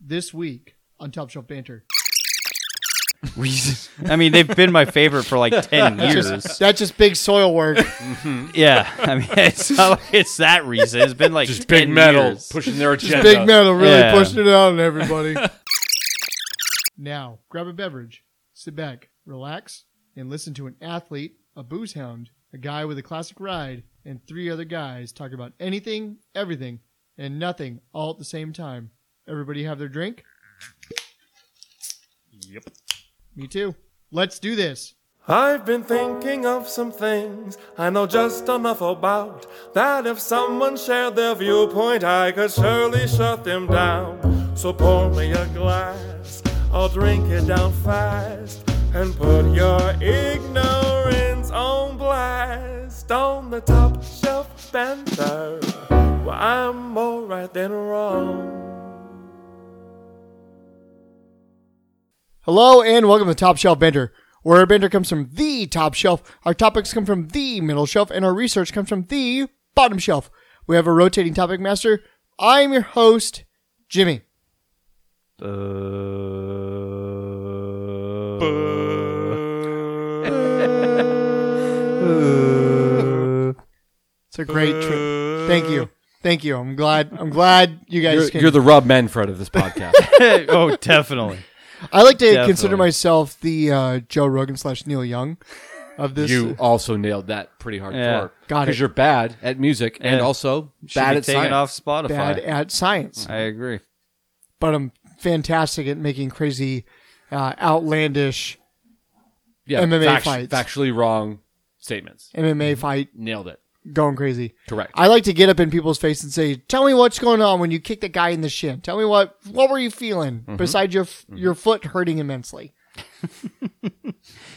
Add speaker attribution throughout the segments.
Speaker 1: this week on Top Shelf Banter.
Speaker 2: Reasons. I mean, they've been my favorite for like ten years.
Speaker 1: That's just big soil work.
Speaker 2: Yeah, I mean, it's not like it's that reason. It's been like
Speaker 3: Just big
Speaker 2: 10
Speaker 3: metal
Speaker 2: years.
Speaker 3: pushing their agenda.
Speaker 1: Just big metal really
Speaker 2: Yeah.
Speaker 1: pushing it out on everybody. now, grab a beverage, sit back, relax, and listen to an athlete, a booze hound, a guy with a classic ride, and three other guys talk about anything, everything, and nothing all at the same time. Everybody have their drink?
Speaker 3: Yep.
Speaker 1: Me too. Let's do this.
Speaker 4: I've been thinking of some things I know just enough about that if someone shared their viewpoint, I could surely shut them down. So pour me a glass, I'll drink it down fast and put your ignorance on blast on the top shelf banter. Well, I'm more right than wrong.
Speaker 1: Hello and welcome to Top Shelf Bender, where our bender comes from the top shelf, our topics come from the middle shelf, and our research comes from the bottom shelf. We have a rotating topic master. I'm your host, Jimmy. It's a great trip. Thank you. Thank you. I'm glad I'm glad you guys
Speaker 3: You're,
Speaker 1: came.
Speaker 3: you're the Rob Manfred of this podcast.
Speaker 2: oh, definitely.
Speaker 1: I like to
Speaker 2: Definitely.
Speaker 1: consider myself the uh, Joe Rogan slash Neil Young of this.
Speaker 3: you also nailed that pretty hardcore.
Speaker 2: Yeah.
Speaker 1: Got
Speaker 3: Because
Speaker 1: it.
Speaker 3: you're bad at music and
Speaker 2: Yeah.
Speaker 3: also
Speaker 2: Should
Speaker 3: bad
Speaker 2: be
Speaker 3: at
Speaker 2: taken
Speaker 3: science.
Speaker 2: off Spotify.
Speaker 1: bad at science,
Speaker 2: I agree.
Speaker 1: but I'm fantastic at making crazy, uh, outlandish
Speaker 3: Yeah,
Speaker 1: MMA
Speaker 3: fact-
Speaker 1: fights.
Speaker 3: Factually wrong statements.
Speaker 1: MMA fight
Speaker 3: Mm-hmm. Nailed it.
Speaker 1: going crazy.
Speaker 3: Correct.
Speaker 1: I like to get up in people's face and say, "Tell me what's going on when you kicked the guy in the shin. Tell me what what were you feeling
Speaker 3: Mm-hmm.
Speaker 1: besides your f your foot hurting immensely."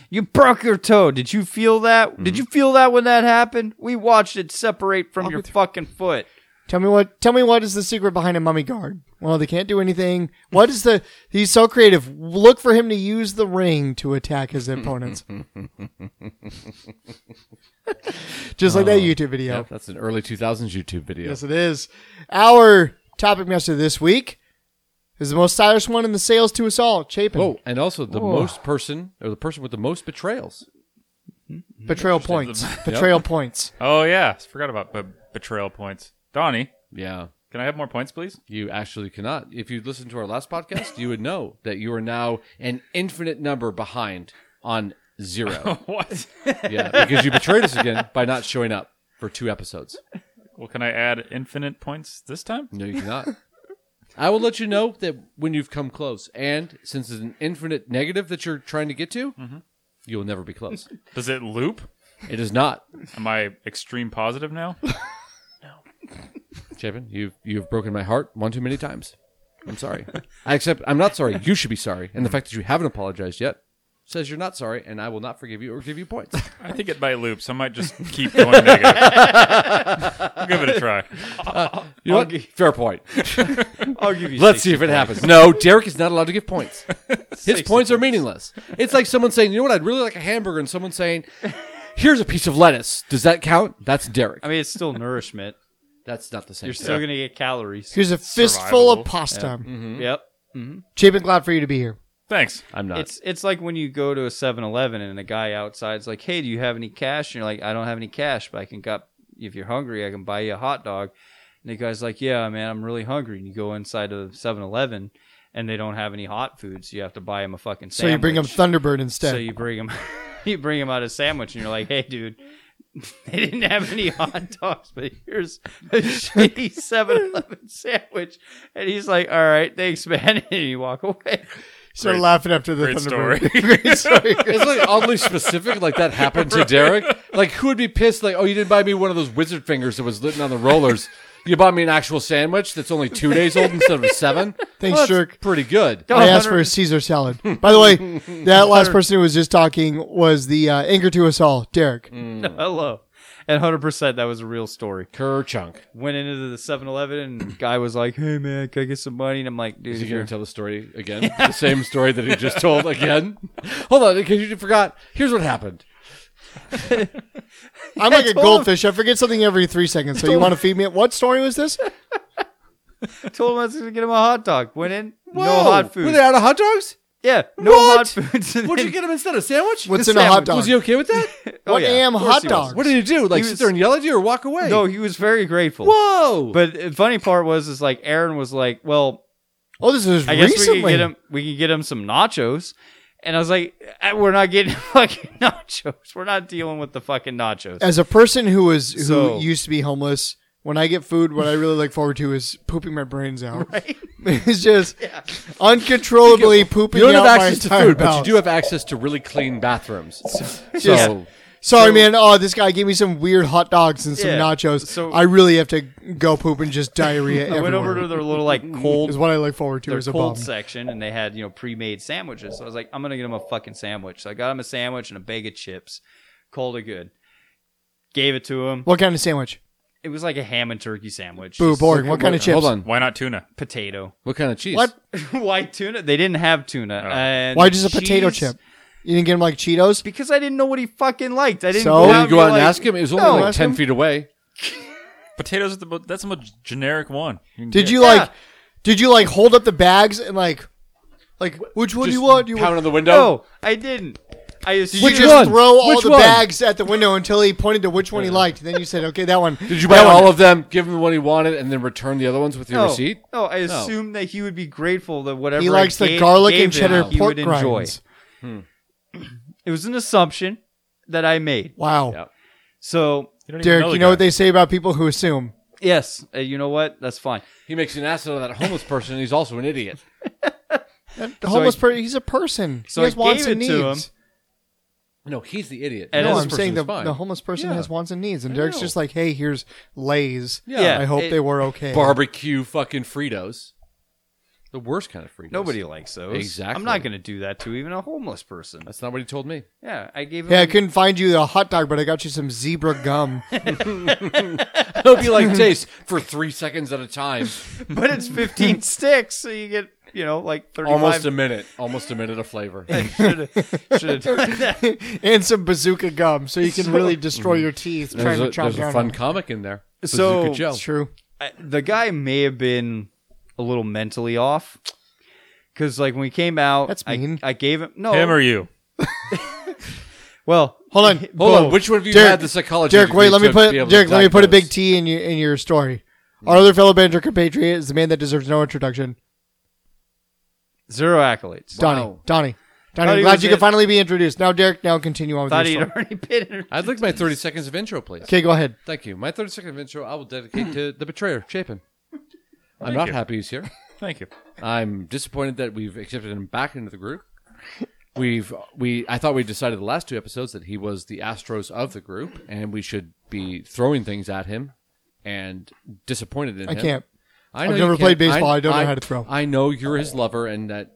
Speaker 2: You broke your toe. Did you feel that?
Speaker 3: Mm-hmm.
Speaker 2: Did you feel that when that happened? We watched it separate from your fucking foot.
Speaker 1: Tell me what tell me what is the secret behind a mummy guard? Well, they can't do anything. What is the he's so creative. Look for him to use the ring to attack his opponents. Just like that YouTube video.
Speaker 3: Yep, that's an early 2000s YouTube video.
Speaker 1: Yes, it is. Our topic master this week is the most stylish one in the sales to us all, Chapin.
Speaker 3: Oh, and also the most person or the person with the most betrayals.
Speaker 1: Betrayal points. Betrayal points.
Speaker 5: Oh yeah, forgot about b- betrayal points. Donnie,
Speaker 3: Yeah.
Speaker 5: can I have more points, please?
Speaker 3: You actually cannot. If you listened to our last podcast, you would know that you are now an infinite number behind on zero.
Speaker 5: What?
Speaker 3: yeah, because you betrayed us again by not showing up for two episodes.
Speaker 5: well, can I add infinite points this time?
Speaker 3: No, you cannot. I will let you know that when you've come close, and since it's an infinite negative that you're trying to get to, you'll never be close.
Speaker 5: Does it loop?
Speaker 3: It is not,
Speaker 5: Am I extreme positive now?
Speaker 3: Chapin. You've you've broken my heart one too many times. I'm sorry. I accept. I'm not sorry. You should be sorry, and the fact that you haven't apologized yet says you're not sorry, and I will not forgive you or give you points.
Speaker 5: I think it might loop, so I might just keep going negative. Give it a try.
Speaker 3: You know what? Fair point.
Speaker 2: I'll give you.
Speaker 3: Let's see if it happens. No, Derek is not allowed to give points. His points are meaningless. It's like someone saying, "You know what? I'd really like a hamburger," and someone saying, "Here's a piece of lettuce." Does that count? That's Derek.
Speaker 2: I mean, it's still nourishment.
Speaker 3: That's not the same.
Speaker 2: You're still gonna get calories.
Speaker 1: Here's a fistful
Speaker 5: Survivable.
Speaker 1: of pasta.
Speaker 3: Mm-hmm.
Speaker 2: Yep.
Speaker 1: Chapin, glad for you to be here.
Speaker 5: Thanks.
Speaker 3: I'm not.
Speaker 2: It's it's like when you go to a 7-Eleven and a guy outside's like, "Hey, do you have any cash?" And you're like, "I don't have any cash, but I can got if you're hungry, I can buy you a hot dog." And the guy's like, "Yeah, man, I'm really hungry." And you go inside of 7-Eleven and they don't have any hot food, so you have to buy him a fucking
Speaker 1: So
Speaker 2: sandwich.
Speaker 1: you bring him Thunderbird instead.
Speaker 2: So you bring him you bring him out a sandwich and you're like, "Hey, dude, they didn't have any hot dogs, but here's a shitty 7-Eleven sandwich." And he's like, "All right, thanks, man." And you walk away.
Speaker 1: Start laughing after the
Speaker 5: great
Speaker 1: Thunderbird. Great story.
Speaker 3: It's like oddly specific. Like that happened to Derek. Like who would be pissed? Like, oh, you didn't buy me one of those wizard fingers that was lit on the rollers. You bought me an actual sandwich that's only two days old instead of seven.
Speaker 1: Thanks,
Speaker 3: that's
Speaker 1: jerk.
Speaker 3: Pretty good.
Speaker 1: I asked for a Caesar salad. By the way, that last person who was just talking was the uh, anchor to us all, Derek.
Speaker 3: Mm.
Speaker 2: Hello. And 100% that was a real story.
Speaker 3: Kerr chunk.
Speaker 2: Went into the 7 Eleven and guy was like, hey man, can I get some money? And I'm like, dude,
Speaker 3: Is he
Speaker 2: you're-
Speaker 3: going to tell the story again? the same story that he just told again? Hold on, because you forgot. Here's what happened.
Speaker 1: I'm like a
Speaker 2: told him.
Speaker 1: goldfish. I forget something every three seconds. So you want to feed me? What story was this?
Speaker 2: told him I was going to get him a hot dog. Went in, No hot
Speaker 3: Were
Speaker 2: food.
Speaker 3: they out of hot dogs?
Speaker 2: Yeah, no hot
Speaker 3: What?
Speaker 2: foods. and
Speaker 3: What'd
Speaker 2: then-
Speaker 3: you get him instead? A sandwich?
Speaker 1: What's in a hot dog?
Speaker 3: Was he okay with that?
Speaker 2: Oh,
Speaker 1: what
Speaker 2: yeah,
Speaker 1: am
Speaker 2: of course
Speaker 1: hot
Speaker 2: he was.
Speaker 1: dogs?
Speaker 3: what did he do? Like
Speaker 2: He
Speaker 3: sit
Speaker 2: was-
Speaker 3: there and yell at you or walk away?
Speaker 2: No, he was very grateful.
Speaker 3: Whoa.
Speaker 2: But the funny part was, is like Aaron was like, "Well,
Speaker 1: Oh, this is
Speaker 2: I guess
Speaker 1: recently.
Speaker 2: we can get him. We can get him some nachos." And I was like, "Eh, "We're not getting fucking nachos. We're not dealing with the fucking nachos."
Speaker 1: As a person who was who
Speaker 2: So-
Speaker 1: used to be homeless, when I get food, what I really look forward to is pooping my brains out.
Speaker 2: Right?
Speaker 1: it's just uncontrollably pooping
Speaker 3: you don't
Speaker 1: out
Speaker 3: have
Speaker 1: my
Speaker 3: access to
Speaker 1: entire
Speaker 3: food, but
Speaker 1: bowels.
Speaker 3: you do have access to really clean bathrooms. So,
Speaker 1: Yeah. Sorry, man. Oh, this guy gave me some weird hot dogs and some
Speaker 2: Yeah.
Speaker 1: nachos.
Speaker 2: So-
Speaker 1: I really have to go poop and just diarrhea
Speaker 2: I
Speaker 1: everywhere.
Speaker 2: went over to their little like
Speaker 1: is
Speaker 2: cold,
Speaker 1: what I look forward to
Speaker 2: their
Speaker 1: as a
Speaker 2: cold
Speaker 1: bum.
Speaker 2: section, and they had you know pre-made sandwiches. So I was like, "I'm gonna get him a fucking sandwich." So I got him a sandwich and a bag of chips, cold or good. Gave it to him.
Speaker 1: What kind of sandwich?
Speaker 2: It was like a ham and turkey sandwich,
Speaker 1: Boo,
Speaker 2: just
Speaker 1: boring. What kind of chips?
Speaker 3: Hold on.
Speaker 5: Why not tuna?
Speaker 2: potato.
Speaker 3: What kind of cheese?
Speaker 1: What?
Speaker 2: White tuna? They didn't have tuna.
Speaker 5: Oh.
Speaker 2: And
Speaker 1: Why just a potato
Speaker 2: cheese-
Speaker 1: chip? You didn't get him like Cheetos?
Speaker 2: Because I didn't know what he fucking liked. I didn't
Speaker 1: So?
Speaker 2: go
Speaker 1: Did
Speaker 2: out,
Speaker 3: Well, you
Speaker 2: and
Speaker 3: go
Speaker 2: be
Speaker 3: out and
Speaker 2: like-
Speaker 3: ask him. It was only
Speaker 1: No,
Speaker 3: like
Speaker 1: ask
Speaker 3: ten
Speaker 1: him.
Speaker 3: feet away.
Speaker 5: Potatoes. Are the, mo- that's the most generic one. can
Speaker 1: Did
Speaker 5: get.
Speaker 1: you like? Did you like hold up the bags and like, like which one do you
Speaker 3: Just
Speaker 1: want? Do you
Speaker 3: pound
Speaker 1: want?
Speaker 3: on the window.
Speaker 2: No, I didn't. I assumed.
Speaker 1: You
Speaker 3: Which
Speaker 1: just
Speaker 3: one?
Speaker 1: throw all
Speaker 3: Which
Speaker 1: the
Speaker 3: one?
Speaker 1: bags at the window until he pointed to which one he liked. Then you said, "Okay, that one."
Speaker 3: Did you buy all of them, give him the one he wanted, and then return the other ones with your
Speaker 2: no,
Speaker 3: receipt?
Speaker 2: No, I assumed that he would be grateful that whatever
Speaker 1: He likes
Speaker 2: I
Speaker 1: the
Speaker 2: gave-
Speaker 1: garlic
Speaker 2: gave
Speaker 1: and cheddar
Speaker 2: him, he
Speaker 1: pork
Speaker 2: would enjoy.
Speaker 1: grinds.
Speaker 2: It was an assumption that I made.
Speaker 1: Wow,
Speaker 3: Yeah.
Speaker 2: So
Speaker 5: You don't even
Speaker 1: Derek,
Speaker 5: the
Speaker 1: you know
Speaker 5: guy.
Speaker 1: what they say about people who assume.
Speaker 2: yes, uh, you know what? That's fine.
Speaker 3: He makes an ass out of that homeless person, and he's also an idiot.
Speaker 1: The homeless
Speaker 2: I-
Speaker 1: person, he's a person.
Speaker 2: So
Speaker 1: he
Speaker 2: I
Speaker 1: has wants
Speaker 2: gave
Speaker 1: and
Speaker 2: it
Speaker 1: needs.
Speaker 2: to him,
Speaker 3: No, he's the idiot.
Speaker 2: And
Speaker 1: no,
Speaker 2: this
Speaker 1: I'm saying the,
Speaker 3: person's fine.
Speaker 1: the homeless person
Speaker 3: Yeah.
Speaker 1: has wants and needs, and Derek's
Speaker 3: know.
Speaker 1: just like, "Hey, here's Lay's.
Speaker 3: Yeah. Yeah,
Speaker 1: I hope
Speaker 2: it-
Speaker 1: they were okay."
Speaker 3: barbecue fucking Fritos. The worst kind of Fritos.
Speaker 2: Nobody likes those.
Speaker 3: Exactly.
Speaker 2: I'm not going to do that to even a homeless person.
Speaker 3: That's not what he told me.
Speaker 2: Yeah, I gave him.
Speaker 1: Yeah, I couldn't find you a hot dog, but I got you some zebra gum.
Speaker 3: I hope you like taste for three seconds at a time.
Speaker 2: but it's 15 sticks, so you get you know like 35.
Speaker 3: Almost a minute. Almost a minute of flavor.
Speaker 2: should have should have done that.
Speaker 1: and some bazooka gum, so you can really destroy your teeth
Speaker 3: There's
Speaker 1: trying
Speaker 3: a,
Speaker 1: to chomp
Speaker 3: there's a
Speaker 1: down.
Speaker 3: fun
Speaker 1: on it.
Speaker 3: comic in there.
Speaker 2: So-
Speaker 3: Bazooka Joe.
Speaker 1: It's true.
Speaker 2: I- the guy may have been a little mentally off because like when we came out
Speaker 1: That's
Speaker 2: I-
Speaker 1: mean.
Speaker 2: I, gave him no
Speaker 5: him or you?
Speaker 2: well
Speaker 1: Hold on,
Speaker 3: Hold
Speaker 1: Bo,
Speaker 3: on. Which one of you
Speaker 1: Derek-
Speaker 3: had the psychology?
Speaker 1: Derek,
Speaker 3: degree
Speaker 1: wait, let me
Speaker 3: to
Speaker 1: put
Speaker 3: be able to
Speaker 1: Derek, let me put a big
Speaker 3: diagnose?
Speaker 1: T in your in your story. Our other fellow banter compatriot is the man that deserves no introduction.
Speaker 2: zero accolades
Speaker 1: Donnie.
Speaker 3: Wow.
Speaker 1: Donnie. Donnie,
Speaker 2: Thought
Speaker 1: I'm
Speaker 2: he
Speaker 1: glad
Speaker 2: was
Speaker 1: you could
Speaker 2: it.
Speaker 1: finally be introduced. Now, Derek, now continue on with
Speaker 2: thought he'd
Speaker 1: your story.
Speaker 2: already been inter-
Speaker 3: I'd like my 30 seconds of intro, please.
Speaker 1: Okay, go ahead.
Speaker 3: Thank you. My 30 second of intro I will dedicate to the betrayer, Chapin. I'm not
Speaker 5: you.
Speaker 3: happy he's here.
Speaker 5: Thank you.
Speaker 3: I'm disappointed that we've accepted him back into the group. We've we I thought we decided the last two episodes that he was the Astros of the group and we should be throwing things at him and disappointed in
Speaker 1: I
Speaker 3: him.
Speaker 1: can't.
Speaker 3: I
Speaker 1: I've
Speaker 3: you
Speaker 1: never
Speaker 3: can't.
Speaker 1: played baseball. I don't know how to throw.
Speaker 3: I know you're his lover and that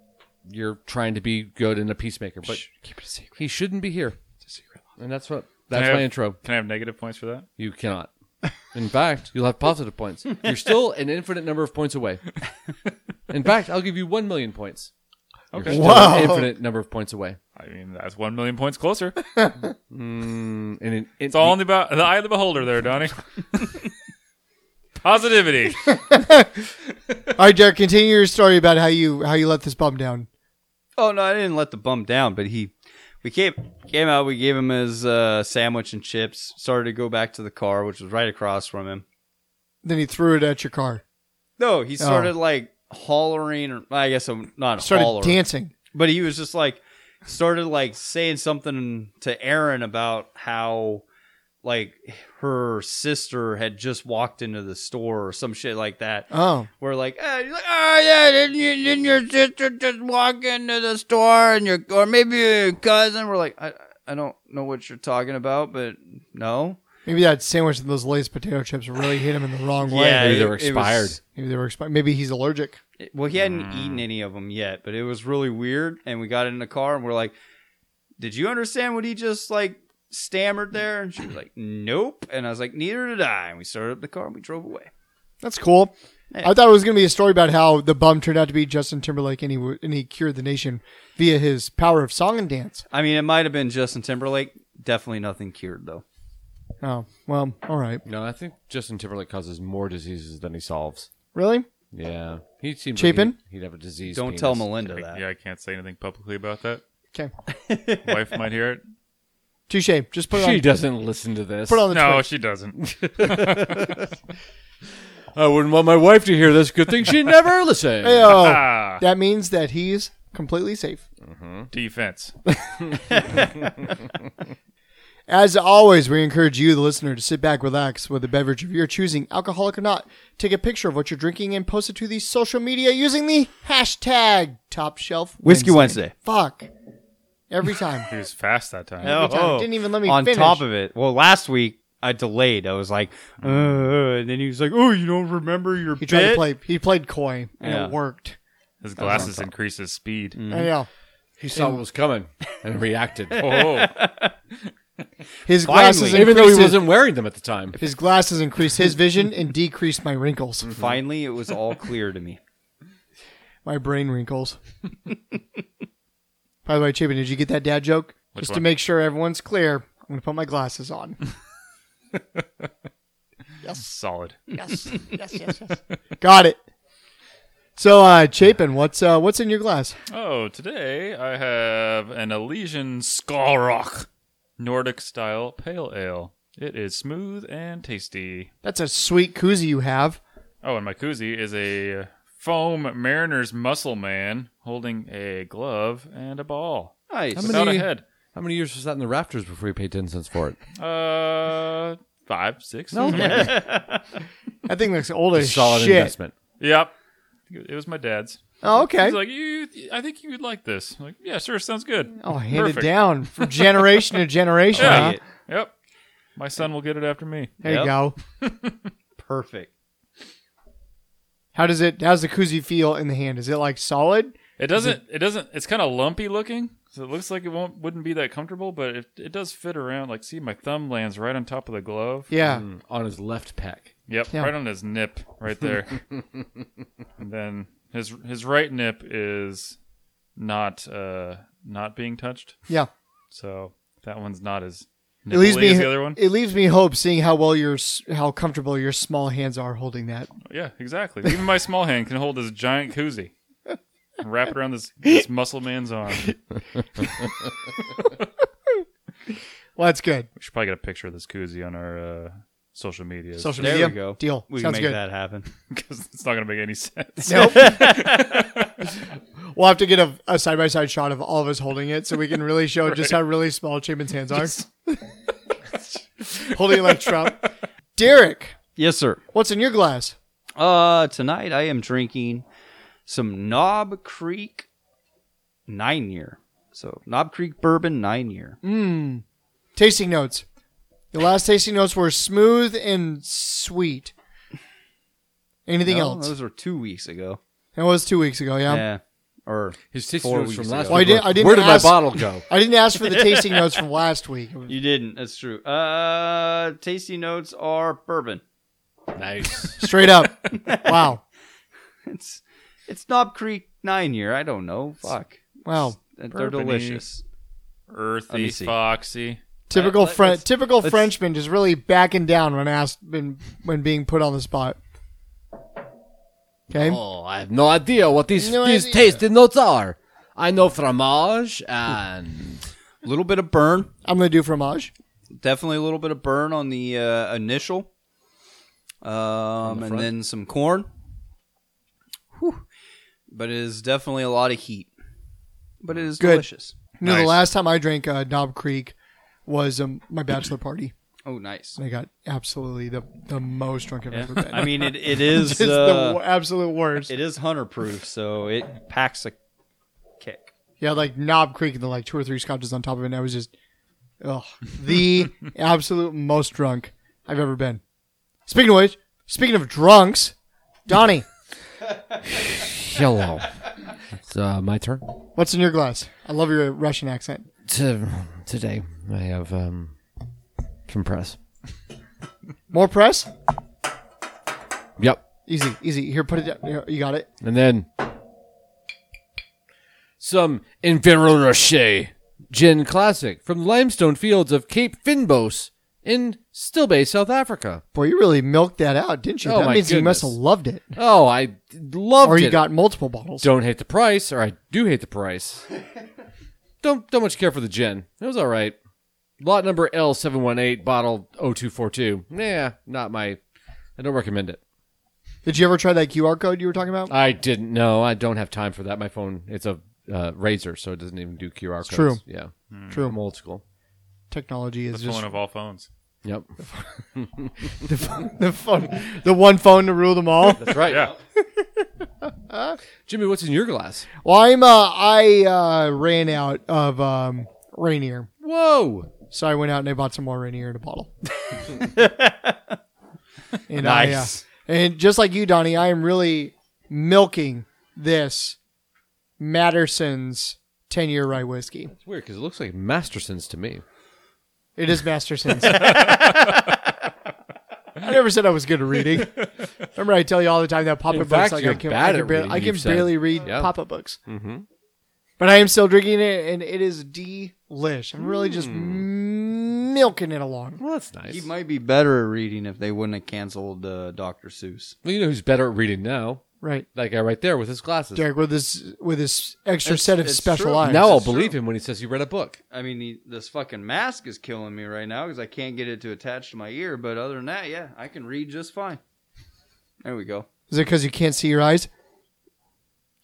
Speaker 3: you're trying to be good and a peacemaker, but keep it a secret. He shouldn't be here. And that's what that's
Speaker 5: Can I
Speaker 3: my
Speaker 5: have-
Speaker 3: intro.
Speaker 5: Can I have negative points for that?
Speaker 3: You cannot. In fact, you'll have positive points. You're still an infinite number of points away. In fact, I'll give you one million points. You're still
Speaker 1: Wow.
Speaker 3: an infinite number of points away.
Speaker 5: I mean, that's one million points closer. It's
Speaker 3: Mm, And in, it's
Speaker 5: all in the, bo- the eye of the beholder, there, Donnie. Positivity.
Speaker 1: All right, Derek, continue your story about how you how you let this bum down.
Speaker 2: oh no I didn't let the bum down but he we came came out we gave him his uh, sandwich and chips started to go back to the car which was right across from him
Speaker 1: Then he threw it at your car.
Speaker 2: no
Speaker 1: Oh.
Speaker 2: he started like hollering or I guess I'm not
Speaker 1: Started
Speaker 2: hollering
Speaker 1: dancing.
Speaker 2: but he was just like started like saying something to Aaron about how like her sister had just walked into the store or some shit like that.
Speaker 1: Oh.
Speaker 2: We're like, eh, he's like, oh yeah, didn't, you, didn't your sister just walk into the store and your or maybe your cousin? We're like, I I don't know what you're talking about, but no,
Speaker 1: Maybe that sandwich and those Lay's potato chips really hit him in the wrong way.
Speaker 2: Yeah,
Speaker 3: maybe they
Speaker 2: it-
Speaker 3: were
Speaker 2: it was-
Speaker 3: expired.
Speaker 1: Maybe they were expi- maybe he's allergic.
Speaker 2: It- well, he hadn't eaten any of them yet, but it was really weird. And we got in the car and we're like, "Did you understand what he just like stammered there?" And she was like, "Nope." And I was like, "Neither did I." And we started up the car and we drove away.
Speaker 1: That's cool.
Speaker 2: Yeah.
Speaker 1: I thought it was going to be a story about how the bum turned out to be Justin Timberlake and he w- and he cured the nation via his power of song and dance.
Speaker 2: I mean, it might have been Justin Timberlake. Definitely nothing cured though.
Speaker 1: Oh well, all right.
Speaker 3: No, I think Justin Timberlake causes more diseases than he solves.
Speaker 1: Really?
Speaker 3: Yeah, he seems
Speaker 1: Chapin?
Speaker 3: Like he'd, he'd have a disease.
Speaker 2: Don't
Speaker 3: penis.
Speaker 2: tell Melinda
Speaker 5: I-
Speaker 2: that.
Speaker 5: yeah, I can't say anything publicly about that.
Speaker 1: Okay.
Speaker 5: Wife might hear it.
Speaker 1: Touche. Just put it
Speaker 3: She
Speaker 1: on.
Speaker 3: doesn't listen to this.
Speaker 1: Put it on the
Speaker 5: No,
Speaker 1: Twitch.
Speaker 5: she doesn't.
Speaker 3: I wouldn't want my wife to hear this. Good thing she never listened.
Speaker 1: Ayo.
Speaker 5: Ah,
Speaker 1: that means that he's completely safe.
Speaker 5: defense.
Speaker 1: As always, we encourage you, the listener, to sit back, relax with a beverage of your choosing, alcoholic or not. Take a picture of what you're drinking and post it to the social media using the hashtag Top Shelf
Speaker 2: Whiskey Wednesday.
Speaker 1: Fuck. Every time.
Speaker 5: He was fast that time.
Speaker 1: Every time. Didn't even let me
Speaker 2: on
Speaker 1: finish.
Speaker 2: top of it. Well, last week I delayed. I was like, uh, and then he was like, "Oh, you don't remember your
Speaker 1: he
Speaker 2: bit?"
Speaker 1: tried to play. He played coy, and
Speaker 2: Yeah. Mm-hmm.
Speaker 1: it worked.
Speaker 5: His glasses increase his speed.
Speaker 1: I know.
Speaker 3: He saw what was coming and reacted.
Speaker 5: Oh,
Speaker 1: His
Speaker 2: Finally.
Speaker 1: glasses,
Speaker 3: Even though
Speaker 1: increased
Speaker 3: he
Speaker 1: his-
Speaker 3: wasn't wearing them at the time.
Speaker 1: his glasses increased his vision and decreased my wrinkles,
Speaker 2: Finally, it was all clear to me.
Speaker 1: my brain wrinkles. By the way, Chapin, did you get that dad joke?
Speaker 5: Which
Speaker 1: Just to
Speaker 5: one?
Speaker 1: make sure everyone's clear, I'm gonna put my glasses on.
Speaker 5: solid.
Speaker 1: yes, yes, yes, yes. Got it. So, uh, Chapin, what's uh, what's in your glass?
Speaker 5: Oh, today I have an Elysian Skalrock Nordic style pale ale. It is smooth and tasty.
Speaker 1: That's a sweet koozie you have.
Speaker 5: Oh, and my koozie is a foam mariner's muscle man holding a glove and a ball
Speaker 2: Nice.
Speaker 3: many-
Speaker 5: without a head.
Speaker 3: How many years was that in the rafters before you paid ten cents for it?
Speaker 5: Uh, five, six.
Speaker 1: That thing looks old as
Speaker 3: Solid
Speaker 1: shit.
Speaker 3: investment.
Speaker 5: Yep. It was my dad's.
Speaker 1: Oh, okay.
Speaker 5: He's like, you. I think you would like this. I'm like, yeah, sure, sounds good.
Speaker 1: oh, handed
Speaker 5: Perfect.
Speaker 1: down from generation to generation.
Speaker 5: Yeah.
Speaker 1: huh?
Speaker 2: Like it.
Speaker 5: Yep. My son will get it after me.
Speaker 1: There you
Speaker 2: Yep.
Speaker 1: go.
Speaker 2: Perfect.
Speaker 1: How does it? How's the koozie feel in the hand? Is it like solid?
Speaker 5: It doesn't. It doesn't. It's kind of lumpy looking, so it looks like it won't wouldn't be that comfortable. But it it does fit around. Like, see, my thumb lands right on top of the glove.
Speaker 1: Yeah.
Speaker 3: Mm, on his left pack.
Speaker 5: Yep,
Speaker 1: Yeah.
Speaker 5: right on his nip, right there. and then his his right nip is not uh not being touched,
Speaker 1: Yeah.
Speaker 5: so that one's not as
Speaker 1: It leaves
Speaker 5: nipply
Speaker 1: me.
Speaker 5: as the other one.
Speaker 1: It leaves me hope seeing how well your s- how comfortable your small hands are holding that.
Speaker 5: Yeah, exactly. Even my small hand can hold this giant koozie. and Wrap it around this, this muscle man's arm. We
Speaker 1: Well, that's good.
Speaker 5: should probably get a picture of this koozie on our uh, social media.
Speaker 1: Social
Speaker 2: There
Speaker 1: media.
Speaker 2: we go.
Speaker 1: Deal.
Speaker 2: We
Speaker 1: Sounds
Speaker 2: can make
Speaker 1: good.
Speaker 2: that happen.
Speaker 5: Because it's not going to make any sense.
Speaker 1: We'll have to get a a side by side shot of all of us holding it so we can really show just how really small Chapin's hands are. holding it like Trump. Derek,
Speaker 2: Yes, sir.
Speaker 1: what's in your glass?
Speaker 2: Uh, tonight I am drinking some Knob Creek nine year. So Knob Creek bourbon nine year.
Speaker 1: Tasting notes. The last tasting notes were smooth and sweet. Anything
Speaker 2: No,
Speaker 1: else? Um,
Speaker 2: Those were two weeks ago.
Speaker 1: That was two weeks ago. Yeah.
Speaker 2: Yeah. Or
Speaker 3: His tasting
Speaker 2: Four
Speaker 3: notes from
Speaker 2: weeks
Speaker 3: last
Speaker 2: ago.
Speaker 1: Well, I
Speaker 3: week.
Speaker 1: did-
Speaker 3: were,
Speaker 1: I didn't
Speaker 3: Where did
Speaker 1: ask-
Speaker 3: my bottle go?
Speaker 1: I didn't ask for the tasting notes from last week.
Speaker 2: you didn't. That's true. Uh, tasty notes are bourbon.
Speaker 3: nice.
Speaker 1: Straight up. Wow.
Speaker 2: It's it's Knob Creek nine year. I don't know. Fuck.
Speaker 1: Wow.
Speaker 2: And They're
Speaker 5: Bourbon-y.
Speaker 2: delicious. Let
Speaker 5: Earthy,
Speaker 2: me see.
Speaker 5: foxy.
Speaker 1: Typical
Speaker 2: let-
Speaker 1: French.
Speaker 2: let's-
Speaker 1: Typical
Speaker 2: let's-
Speaker 1: Frenchman just really backing down when asked when, when being put on the spot. Okay.
Speaker 3: Oh, I have no idea what these
Speaker 1: No
Speaker 3: these
Speaker 1: idea.
Speaker 3: tasting notes are. I know fromage and
Speaker 2: A little bit of burn.
Speaker 1: I'm gonna do fromage.
Speaker 2: Definitely a little bit of burn on the uh, initial. Um, and
Speaker 3: front?
Speaker 2: then some corn. Whew. But it is definitely a lot of heat. But it is
Speaker 1: Good.
Speaker 2: delicious.
Speaker 1: You know, the
Speaker 5: Nice.
Speaker 1: last time I drank uh, Knob Creek was um, my bachelor party.
Speaker 2: Oh, nice.
Speaker 1: And I got absolutely the, the most drunk I've ever been.
Speaker 2: I mean, it, it is
Speaker 1: it's the
Speaker 2: uh,
Speaker 1: wo- absolute worst.
Speaker 2: it is hunter proof, so it packs a kick.
Speaker 1: Yeah, like Knob Creek and then like two or three scotches on top of it. And I was just, ugh, the absolute most drunk I've ever been. Speaking of which, speaking of drunks, Donnie,
Speaker 3: yellow. It's uh, my turn.
Speaker 1: what's in your glass? I love your Russian accent.
Speaker 3: To, today, I have um, some press.
Speaker 1: More press?
Speaker 3: Yep.
Speaker 1: Easy, easy. Here, put it down. Here, You got it.
Speaker 3: And then some Inverno Rocher Gin Classic from the limestone fields of Cape Finbos in Stillbay, South Africa.
Speaker 1: Boy, you really milked that out, didn't you?
Speaker 3: Oh,
Speaker 1: that
Speaker 3: my
Speaker 1: means you must have
Speaker 3: goodness.
Speaker 1: loved it.
Speaker 3: Oh, I loved
Speaker 1: Or you
Speaker 3: it.
Speaker 1: got multiple bottles.
Speaker 3: don't hate the price, or I do hate the price. don't don't much care for the gin. It was all right. Lot number L seven one eight, bottle 0242. Yeah, not my. I don't recommend it.
Speaker 1: Did you ever try that QR code you were talking about?
Speaker 3: I didn't know. I don't have time for that. My phone, it's a uh, razor, so it doesn't even do QR codes.
Speaker 1: true.
Speaker 3: Yeah, I'm
Speaker 1: True.
Speaker 3: old school.
Speaker 1: Technology is
Speaker 5: That's
Speaker 1: just
Speaker 5: one of all phones.
Speaker 3: Yep,
Speaker 1: the phone, the one phone to rule them all.
Speaker 3: that's right.
Speaker 5: Yeah.
Speaker 3: Jimmy, what's in your glass?
Speaker 1: well, I'm uh, I uh, ran out of um, Rainier,
Speaker 3: Whoa!
Speaker 1: so I went out and I bought some more Rainier in a bottle. and
Speaker 2: Nice.
Speaker 1: I, uh, and just like you, Donnie, I am really milking this Matterson's ten year rye whiskey.
Speaker 3: It's weird because it looks like Masterson's to me.
Speaker 1: It is Masterson's. I never said I was good at reading. Remember, I tell you all the time that pop-up
Speaker 3: In
Speaker 1: books.
Speaker 3: fact,
Speaker 1: Like I
Speaker 3: you're
Speaker 1: can,
Speaker 3: bad
Speaker 1: I can,
Speaker 3: at
Speaker 1: barely,
Speaker 3: reading,
Speaker 1: I can
Speaker 3: you've said.
Speaker 1: barely read
Speaker 3: Yeah.
Speaker 1: pop-up books. Mm-hmm. But I am still drinking it, and it is delish. I'm really just
Speaker 3: Hmm.
Speaker 1: milking it along.
Speaker 3: Well, that's nice.
Speaker 2: He might be better at reading if they wouldn't have canceled uh, Dr. Seuss.
Speaker 3: well, you know who's better at reading now?
Speaker 1: Right,
Speaker 3: That guy right there with his glasses.
Speaker 1: Derek, with this with this extra
Speaker 2: It's-
Speaker 1: set of
Speaker 2: it's
Speaker 1: special
Speaker 2: true.
Speaker 1: eyes.
Speaker 3: Now I'll
Speaker 2: This is
Speaker 3: believe
Speaker 2: true.
Speaker 3: him when he says he read a book.
Speaker 2: I mean, he, this fucking mask is killing me right now because I can't get it to attach to my ear. But other than that, yeah, I can read just fine. There we go.
Speaker 1: is it because you can't see your eyes?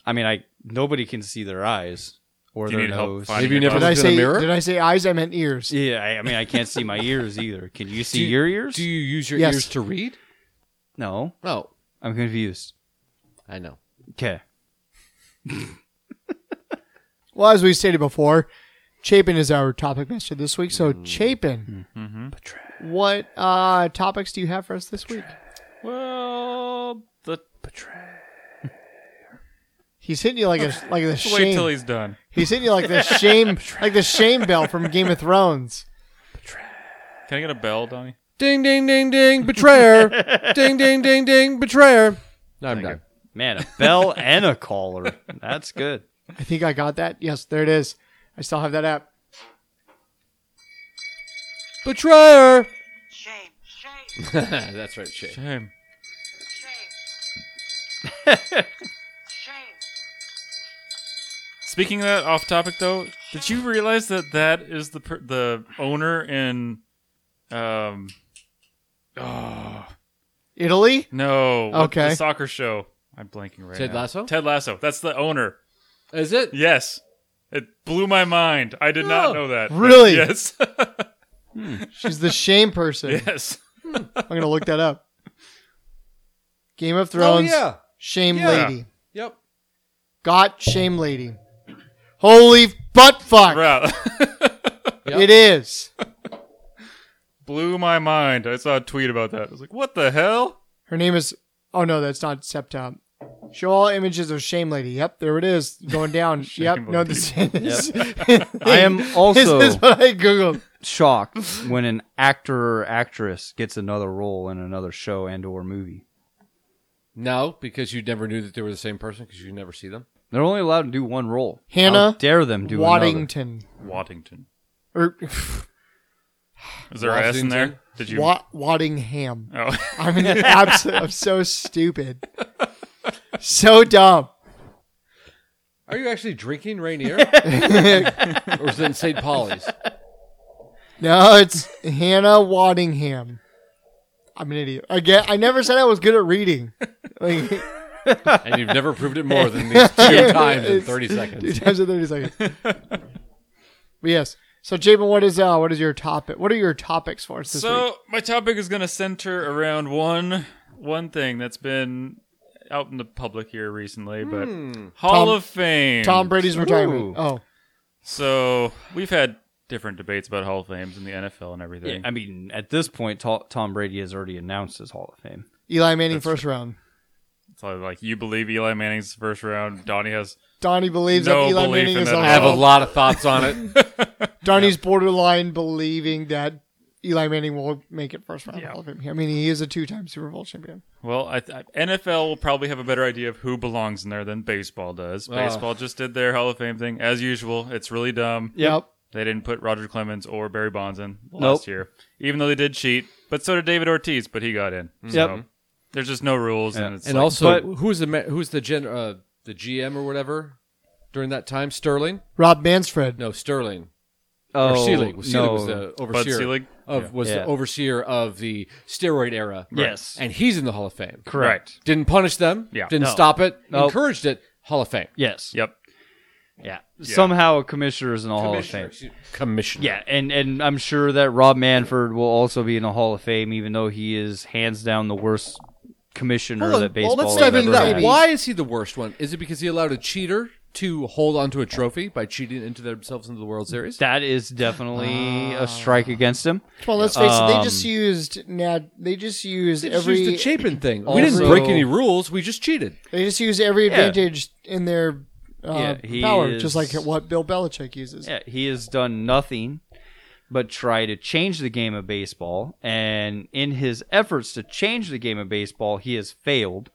Speaker 2: I mean, I nobody can see their eyes or
Speaker 5: Do you
Speaker 2: their
Speaker 5: need help
Speaker 2: nose.
Speaker 5: finding
Speaker 3: Maybe you
Speaker 5: your
Speaker 3: never
Speaker 1: Did
Speaker 5: glasses?
Speaker 1: I
Speaker 3: Oh, Is
Speaker 1: say?
Speaker 3: it in a mirror?
Speaker 1: Did I say eyes? I meant ears.
Speaker 2: yeah, I, I mean, I can't see my ears either. Can you see
Speaker 3: Do you-
Speaker 2: your ears?
Speaker 3: Do you use your
Speaker 1: Yes.
Speaker 3: ears to read?
Speaker 2: no,
Speaker 3: No,
Speaker 2: I'm confused.
Speaker 3: I know.
Speaker 2: Okay.
Speaker 1: Well, as we stated before, Chapin is our topic master this week. So, Chapin,
Speaker 5: Mm-hmm.
Speaker 1: what uh, topics do you have for us this week?
Speaker 5: Well, the
Speaker 1: He's hitting you like a like the shame.
Speaker 5: wait till he's done.
Speaker 1: he's hitting you like the shame, like the shame bell from Game of Thrones.
Speaker 5: Can I get a bell, Donnie?
Speaker 3: Ding, ding, ding, ding, betrayer. ding, ding, ding, ding, betrayer. No, I'm done.
Speaker 2: Man, a bell and a collar. That's good.
Speaker 1: I think I got that. Yes, there it is. I still have that app.
Speaker 3: Betrayer.
Speaker 6: Shame, shame,
Speaker 3: That's right, Shay.
Speaker 5: Shame.
Speaker 6: shame. shame.
Speaker 5: Speaking of that, off topic though, did you realize that that is the per- the owner in, um, oh
Speaker 1: Italy.
Speaker 5: no, what-
Speaker 1: Okay.
Speaker 5: the soccer show. I'm blanking right
Speaker 3: Ted
Speaker 5: now.
Speaker 3: Lasso?
Speaker 5: Ted Lasso. That's the owner.
Speaker 3: Is it?
Speaker 5: Yes, it blew my mind. I did
Speaker 3: Oh,
Speaker 5: not know that.
Speaker 1: really?
Speaker 5: Yes.
Speaker 1: She's the shame person.
Speaker 5: yes.
Speaker 1: I'm gonna look that up. Game of Thrones.
Speaker 3: Oh, yeah.
Speaker 1: Shame
Speaker 5: Oh, Yeah.
Speaker 1: lady.
Speaker 3: Yep.
Speaker 1: Got shame lady. Holy butt fuck!
Speaker 5: Wow.
Speaker 3: Yep.
Speaker 1: It is.
Speaker 5: blew my mind. I saw a tweet about that. I was like, what the hell?
Speaker 1: Her name is. Oh no, that's not Septom. Show all images of Shame Lady. Yep, there it is. Going down. yep. No,
Speaker 5: Lady.
Speaker 1: this is.
Speaker 2: I am also-
Speaker 1: This is what I googled.
Speaker 2: Shocked when an actor or actress gets another role in another show and or movie.
Speaker 3: No, because you never knew that they were the same person because you never see them.
Speaker 2: They're only allowed to do one role.
Speaker 1: Hannah
Speaker 2: How dare them do another.
Speaker 1: Waddington.
Speaker 5: Waddington.
Speaker 1: Or
Speaker 5: Is there a S in there? Did you?
Speaker 1: Wa- Waddingham.
Speaker 5: oh.
Speaker 1: I'm an abs- I'm so stupid. So dumb.
Speaker 3: Are you actually drinking Rainier? or is it in St. Paulie's?
Speaker 1: No, it's Hannah Waddingham. I'm an idiot. Again, I never said I was good at reading. Like,
Speaker 3: And you've never proved it more than these two times in 30
Speaker 1: Two
Speaker 3: seconds.
Speaker 1: times in thirty seconds. but yes. So Jabin, what is uh what is your topic? What are your topics for us this week?
Speaker 5: So my topic is going to center around one one thing that's been out in the public here recently, but
Speaker 1: Hmm.
Speaker 5: Hall
Speaker 1: Tom-
Speaker 5: of Fame.
Speaker 1: Tom Brady's
Speaker 2: Ooh.
Speaker 1: retirement. Oh,
Speaker 5: So we've had different debates about Hall of Fames in the NFL and everything.
Speaker 2: Yeah, I mean, at this point, Ta- Tom Brady has already announced his Hall of Fame.
Speaker 1: Eli Manning first round.
Speaker 5: So like you believe Eli Manning's the first round. Donnie has
Speaker 1: Donnie believes
Speaker 5: No
Speaker 1: that Eli
Speaker 5: belief
Speaker 1: Manning
Speaker 5: in
Speaker 1: is
Speaker 5: that
Speaker 1: a
Speaker 5: at
Speaker 3: I have a
Speaker 1: hall.
Speaker 3: lot of thoughts on it.
Speaker 1: Donnie's borderline believing that Eli Manning will make it first round Hall of Fame. I mean, he is a two-time Super Bowl champion.
Speaker 5: Well, I th- NFL will probably have a better idea of who belongs in there than baseball does. Baseball just did their Hall of Fame thing as usual. It's really dumb.
Speaker 1: Yep.
Speaker 5: They didn't put Roger Clemens or Barry Bonds in last
Speaker 2: Nope.
Speaker 5: year, even though they did cheat. But so did David Ortiz, but he got in. So
Speaker 2: Yep.
Speaker 5: there's just no rules, and
Speaker 2: Yeah.
Speaker 5: it's
Speaker 3: and
Speaker 5: like,
Speaker 3: also,
Speaker 2: but-
Speaker 3: who's the ma- who's the gen uh, the GM or whatever during that time? Sterling?
Speaker 7: Rob Mansfred.
Speaker 3: No, Sterling.
Speaker 2: Oh,
Speaker 3: or Seelig. Seelig
Speaker 2: no.
Speaker 3: was the
Speaker 5: Bud
Speaker 3: overseer
Speaker 5: Selig.
Speaker 3: of
Speaker 5: Yeah.
Speaker 3: was
Speaker 2: Yeah.
Speaker 3: the overseer of the steroid era.
Speaker 5: Yes.
Speaker 3: and he's in the Hall of Fame.
Speaker 5: Correct.
Speaker 3: Didn't punish them.
Speaker 5: Yeah.
Speaker 3: Didn't
Speaker 2: No.
Speaker 3: stop it.
Speaker 2: Nope.
Speaker 3: Encouraged it. Hall of Fame.
Speaker 2: Yes.
Speaker 5: Yep.
Speaker 2: Yeah. Somehow a commissioner is in the Hall of Fame.
Speaker 3: Excuse- Commissioner.
Speaker 2: Yeah, and and I'm sure that Rob Manford will also be in the Hall of Fame, even though he is hands down the worst commissioner that baseball
Speaker 3: let's
Speaker 2: has
Speaker 3: dive
Speaker 2: ever
Speaker 3: into that.
Speaker 2: had.
Speaker 3: Why is he the worst one? Is it because he allowed a cheater to hold onto a trophy by cheating into themselves into the World Series?
Speaker 2: That is definitely a strike against him.
Speaker 7: Well, let's face it. They just
Speaker 2: Um,
Speaker 7: used Nad. They just used
Speaker 3: They just
Speaker 7: every.
Speaker 3: used the Chapin thing.
Speaker 2: Also-
Speaker 3: we didn't break any rules. We just cheated.
Speaker 7: they just use every advantage in their uh,
Speaker 2: Yeah, he
Speaker 7: power,
Speaker 2: is-
Speaker 7: just like what Bill Belichick uses.
Speaker 2: Yeah, he has done nothing but try to change the game of baseball, and in his efforts to change the game of baseball, he has failed.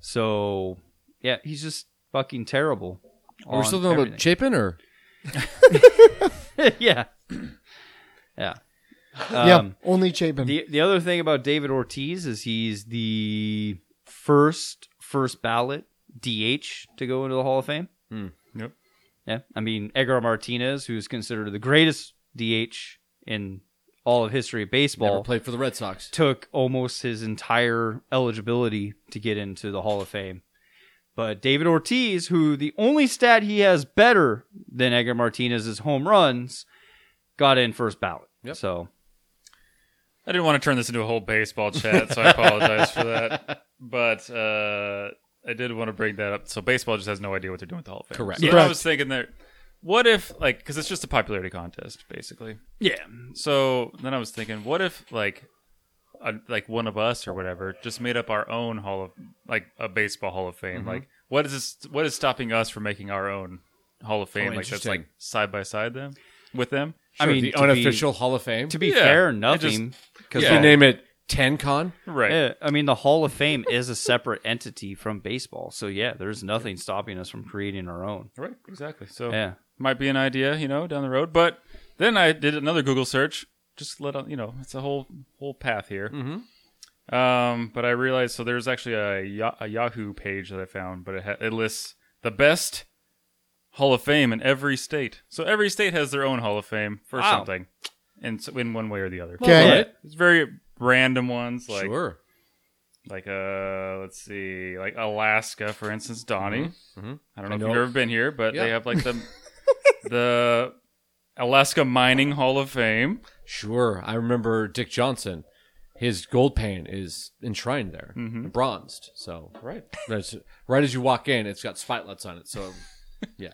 Speaker 2: So, yeah, he's just fucking terrible.
Speaker 3: We're
Speaker 2: on
Speaker 3: still
Speaker 2: everything.
Speaker 3: talking about Chapin, or
Speaker 2: yeah, yeah.
Speaker 7: yeah,
Speaker 2: Um,
Speaker 7: only Chapin.
Speaker 2: The the other thing about David Ortiz is he's the first first ballot DH to go into the Hall of Fame.
Speaker 3: Hmm.
Speaker 5: Yep.
Speaker 2: Yeah, I mean Edgar Martinez, who's considered the greatest DH in all of history of
Speaker 3: never
Speaker 2: baseball,
Speaker 3: played for the Red Sox.
Speaker 2: took almost his entire eligibility to get into the Hall of Fame. But David Ortiz, who the only stat he has better than Edgar Martinez is home runs, got in first ballot.
Speaker 3: Yep.
Speaker 2: So
Speaker 5: I didn't want to turn this into a whole baseball chat, so I apologize for that. But uh, I did want to bring that up. So baseball just has no idea what they're doing with the Hall of Fame.
Speaker 3: Correct.
Speaker 5: So I
Speaker 7: Correct.
Speaker 5: was thinking there, what if like because it's just a popularity contest basically.
Speaker 2: yeah,
Speaker 5: So then I was thinking, what if like, a, like one of us or whatever just made up our own hall of like a baseball Hall of Fame? Like, what is this? What is stopping us from making our own Hall of Fame? like that's
Speaker 3: interesting.
Speaker 5: like side by side them with them.
Speaker 2: I mean
Speaker 3: the
Speaker 2: to be-
Speaker 3: unofficial Hall of Fame.
Speaker 2: To be
Speaker 5: Yeah,
Speaker 2: fair,
Speaker 5: it
Speaker 2: nothing. Because
Speaker 3: If you name it TenCon,
Speaker 5: Right.
Speaker 2: I mean, the Hall of Fame is a separate entity from baseball. So yeah, there's nothing stopping us from creating our own.
Speaker 5: Right. Exactly. So
Speaker 2: Yeah.
Speaker 5: might be an idea, you know, down the road. But then I did another Google search. Just let on, you know, it's a whole whole path here. Mm-hmm. Um, but I realized so there's actually a, Ya- a Yahoo page that I found, but it, ha- it lists the best Hall of Fame in every state. So every state has their own Hall of Fame for
Speaker 2: Wow.
Speaker 5: something, and so in one way or the other.
Speaker 7: Okay.
Speaker 3: All right.
Speaker 5: It's very random ones like
Speaker 3: sure.
Speaker 5: like uh let's see like Alaska for instance Donnie I don't
Speaker 3: I
Speaker 5: know if
Speaker 3: know.
Speaker 5: you've ever been here but they
Speaker 3: Yeah.
Speaker 5: have like the the Alaska Mining Hall of Fame
Speaker 3: Sure. I remember Dick Johnson. His gold pane is enshrined there, and bronzed. So Mm-hmm. right, That's, right as you walk in, it's got spotlights on it. So,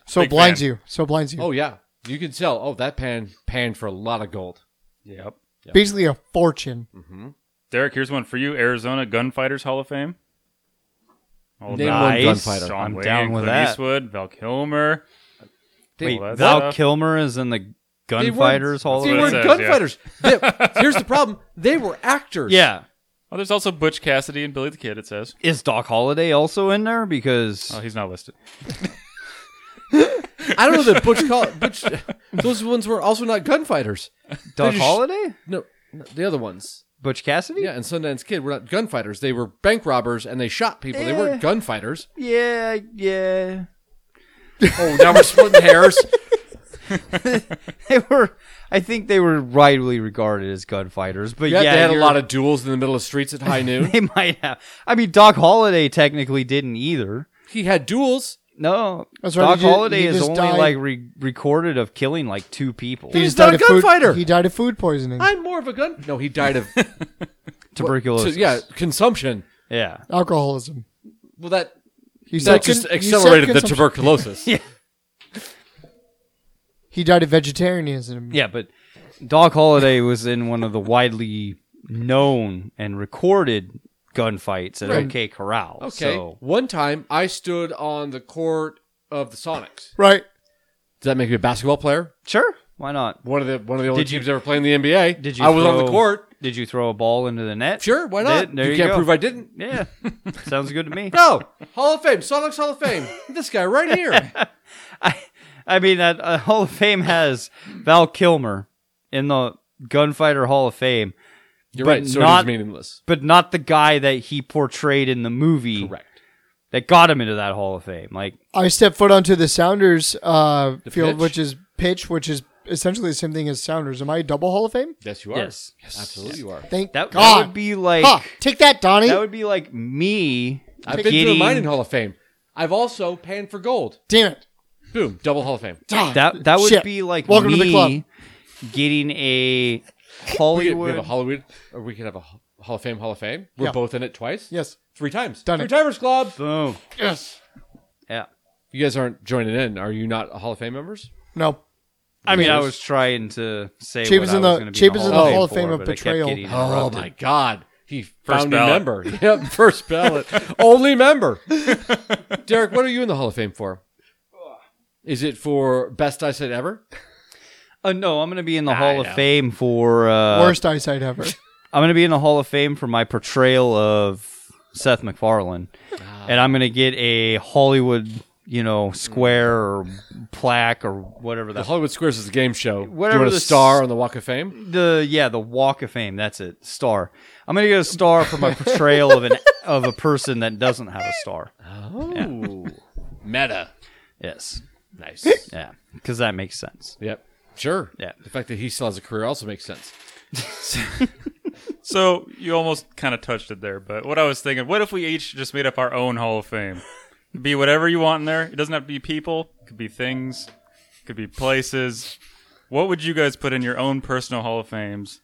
Speaker 7: so
Speaker 5: big
Speaker 7: blinds
Speaker 5: fan.
Speaker 7: you. So blinds you.
Speaker 3: oh yeah, you can tell. Oh, that pan panned for a lot of gold.
Speaker 5: yep
Speaker 7: Basically a fortune.
Speaker 5: Derek here's one for you Arizona Gunfighters Hall of Fame All
Speaker 3: Name
Speaker 5: that.
Speaker 3: one
Speaker 2: Nice.
Speaker 3: gunfighter.
Speaker 5: John
Speaker 2: I'm
Speaker 5: Wayne,
Speaker 2: down with
Speaker 5: Clint
Speaker 2: that.
Speaker 5: Eastwood Val Kilmer
Speaker 2: Wait,
Speaker 5: Well, that's
Speaker 2: Val
Speaker 5: tough.
Speaker 2: Kilmer is in the Gunfighters Hall of
Speaker 3: They
Speaker 5: what it
Speaker 2: Fame.
Speaker 3: weren't
Speaker 5: says, yeah.
Speaker 3: gunfighters. They- here's the problem: they were actors.
Speaker 2: Yeah.
Speaker 5: oh there's also Butch Cassidy and Billy the Kid it says
Speaker 2: Is Doc Holliday also in there? Because
Speaker 5: oh he's not listed
Speaker 3: I don't know that Butch. Call, Butch those ones were also not gunfighters.
Speaker 2: Doc
Speaker 3: just-
Speaker 2: Holliday,
Speaker 3: No, the other ones.
Speaker 2: Butch Cassidy.
Speaker 3: Yeah, and Sundance Kid were not gunfighters. They were bank robbers, and they shot people. They weren't gunfighters.
Speaker 2: yeah, yeah.
Speaker 3: Oh, now we're splitting hairs.
Speaker 2: They were. I think they were rightly regarded as gunfighters, but
Speaker 3: Yeah,
Speaker 2: yeah,
Speaker 3: they had a
Speaker 2: you're-
Speaker 3: lot of duels in the middle of streets at high noon.
Speaker 2: They might have. I mean, Doc Holliday technically didn't either.
Speaker 3: he had duels.
Speaker 2: No,
Speaker 7: That's right,
Speaker 2: Doc
Speaker 7: he ju-
Speaker 2: Holliday
Speaker 7: he
Speaker 2: is
Speaker 7: just
Speaker 2: only
Speaker 7: died.
Speaker 2: like re- recorded of killing like two people.
Speaker 7: He
Speaker 3: He's
Speaker 7: just died
Speaker 3: not a
Speaker 7: of food-
Speaker 3: gunfighter.
Speaker 7: He died of food poisoning.
Speaker 3: I'm more of a gun. No, he died of so,
Speaker 2: Tuberculosis.
Speaker 3: yeah consumption.
Speaker 2: yeah,
Speaker 7: Alcoholism.
Speaker 3: Well, that
Speaker 7: He
Speaker 3: that just
Speaker 7: con- you
Speaker 3: accelerated the
Speaker 7: consumption.
Speaker 3: tuberculosis.
Speaker 7: He died of vegetarianism.
Speaker 2: yeah. But Doc Holliday was in one of the widely known and recorded gunfights at
Speaker 7: Right.
Speaker 2: OK Corral.
Speaker 3: Okay,
Speaker 2: so-
Speaker 3: one time I stood on the court of the Sonics.
Speaker 7: Right.
Speaker 3: Does that make you a basketball player?
Speaker 2: sure, why not?
Speaker 3: One of the one of the only
Speaker 2: Did you-
Speaker 3: teams ever playing the NBA.
Speaker 2: Did you?
Speaker 3: I was on the
Speaker 2: throw-
Speaker 3: court.
Speaker 2: Did you throw a ball into the net?
Speaker 3: Sure, why not?
Speaker 2: There you,
Speaker 3: can't
Speaker 2: go.
Speaker 3: prove I didn't.
Speaker 2: Yeah, sounds good to me.
Speaker 3: No, Hall of Fame, Sonics Hall of Fame. This guy right here.
Speaker 2: I mean, that uh, Hall of Fame has Val Kilmer in the Gunfighter Hall of Fame,
Speaker 3: You're
Speaker 2: But
Speaker 3: right. So
Speaker 2: not-
Speaker 3: it is meaningless.
Speaker 2: but not the guy that he portrayed in the movie
Speaker 3: Correct.
Speaker 2: that got him into that Hall of Fame. Like,
Speaker 1: I stepped foot onto the Sounders uh,
Speaker 3: The
Speaker 1: field,
Speaker 3: pitch?
Speaker 1: which is pitch, which is essentially the same thing as Sounders. Am I a double Hall of Fame?
Speaker 3: Yes, you are.
Speaker 2: Yes.
Speaker 3: Absolutely, you are.
Speaker 1: Thank
Speaker 2: that, that
Speaker 1: God.
Speaker 2: would be like
Speaker 1: Ha, take that, Donnie.
Speaker 2: that would be like me.
Speaker 3: I've been through the
Speaker 2: getting,
Speaker 3: Mining Hall of Fame. I've also panned for gold.
Speaker 1: Damn it.
Speaker 3: Boom, double Hall of Fame.
Speaker 1: Ah,
Speaker 2: That that would
Speaker 1: shit.
Speaker 2: be like
Speaker 1: Welcome
Speaker 2: me
Speaker 1: to the club.
Speaker 2: getting a
Speaker 3: We, could- we
Speaker 2: Hollywood.
Speaker 3: have a Hollywood, or we could have a Ho- Hall of Fame. Hall of Fame. We're
Speaker 1: Yeah.
Speaker 3: both in it twice.
Speaker 1: Yes.
Speaker 3: three times.
Speaker 1: Done
Speaker 3: three
Speaker 1: it.
Speaker 3: timers club.
Speaker 2: Boom.
Speaker 1: Yes.
Speaker 2: Yeah.
Speaker 3: You guys aren't joining in. Are you not Hall of Fame members?
Speaker 1: No.
Speaker 2: I mean, I was trying to say
Speaker 1: Cheap
Speaker 2: what
Speaker 1: is
Speaker 2: I
Speaker 1: in
Speaker 2: was
Speaker 1: the-
Speaker 2: gonna be
Speaker 1: Cheap is in the
Speaker 2: Hall of Fame
Speaker 1: of
Speaker 2: for, but I kept
Speaker 1: Betrayal.
Speaker 2: getting
Speaker 3: Oh
Speaker 2: interrupted.
Speaker 3: my God. He found a
Speaker 5: ballot.
Speaker 3: member. Yep, first ballot. Only member. Derek, what are you in the Hall of Fame for? Is it for best I said ever?
Speaker 2: Uh, no, I'm going to be in the Hall of Fame for. Uh,
Speaker 1: Worst eyesight ever.
Speaker 2: I'm going to be in the Hall of Fame for my portrayal of Seth MacFarlane,
Speaker 1: Ah.
Speaker 2: and I'm going to get a Hollywood, you know,
Speaker 1: Mm.
Speaker 2: square or plaque or whatever
Speaker 3: The
Speaker 2: that.
Speaker 3: Hollywood Squares is a game show.
Speaker 2: Whatever
Speaker 3: Do you want
Speaker 2: the
Speaker 3: a
Speaker 2: s-
Speaker 3: star on the Walk of Fame?
Speaker 2: The yeah, the Walk of Fame. That's it. Star. I'm going to get a star for my portrayal of an of a person that doesn't have a star.
Speaker 3: Ooh. Meta.
Speaker 2: Yes.
Speaker 3: Nice.
Speaker 2: Yeah. Because that makes sense.
Speaker 3: yep. Sure.
Speaker 2: Yeah.
Speaker 3: The fact that he still has a career also makes sense.
Speaker 5: So you almost kind of touched it there, but what I was thinking, what if we each just made up our own Hall of Fame? It'd be whatever you want in there. It doesn't have to be people. It could be things. It could be places. What would you guys put in your own personal Hall of Fames?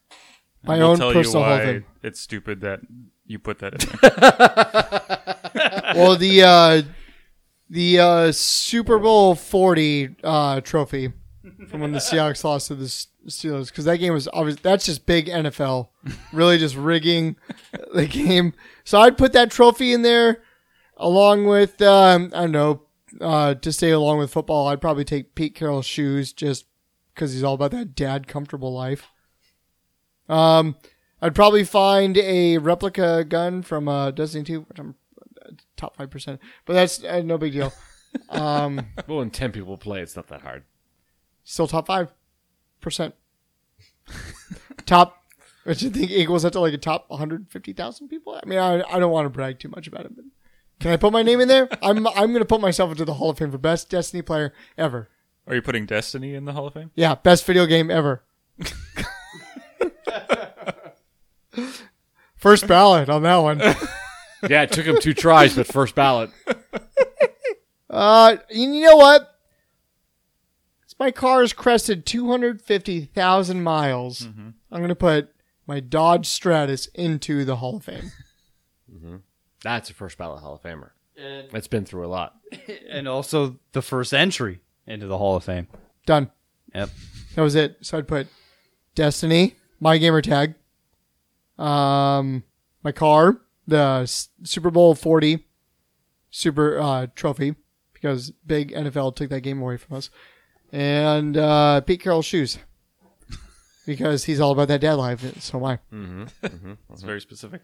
Speaker 5: And
Speaker 1: My
Speaker 5: we'll
Speaker 1: own
Speaker 5: tell you
Speaker 1: personal Hall of
Speaker 5: why
Speaker 1: Fame.
Speaker 5: It's stupid that you put that in. there.
Speaker 1: well, the uh, the uh, Super Bowl 40 uh, trophy from when the Seahawks lost to the S- Steelers because that game was obvious. That's just big NFL, really just rigging the game. So I'd put that trophy in there along with um, I don't know uh, to stay along with football. I'd probably take Pete Carroll's shoes just because he's all about that dad comfortable life. Um, I'd probably find a replica gun from uh, Destiny 2, which I'm top five percent, but that's uh, no big deal. Um,
Speaker 3: Well, when 10 people play, it's not that hard.
Speaker 1: still top five percent. top, which you think equals up to like a top 150,000 people. I mean, I, I don't want to brag too much about it, but can I put my name in there? I'm I'm gonna put myself into the Hall of Fame for best Destiny player ever.
Speaker 5: Are you putting Destiny in the Hall of Fame?
Speaker 1: Yeah, best video game ever. First ballot on that one.
Speaker 3: Yeah, it took him two tries, but first ballot.
Speaker 1: Uh, you know what? It's my car has crested 250,000 miles. I'm going to put my Dodge Stratus into the Hall of Fame.
Speaker 3: That's a first ballot Hall of Famer. It's been through a lot.
Speaker 2: And also the first entry into the Hall of Fame.
Speaker 1: Done.
Speaker 2: Yep.
Speaker 1: That was it. So I'd put Destiny, my gamer tag, um, my car, the S- Super Bowl 40 Super uh, Trophy, because big NFL took that game away from us, and uh, Pete Carroll's shoes, because he's all about that dad life. and So am I.
Speaker 5: It's very specific.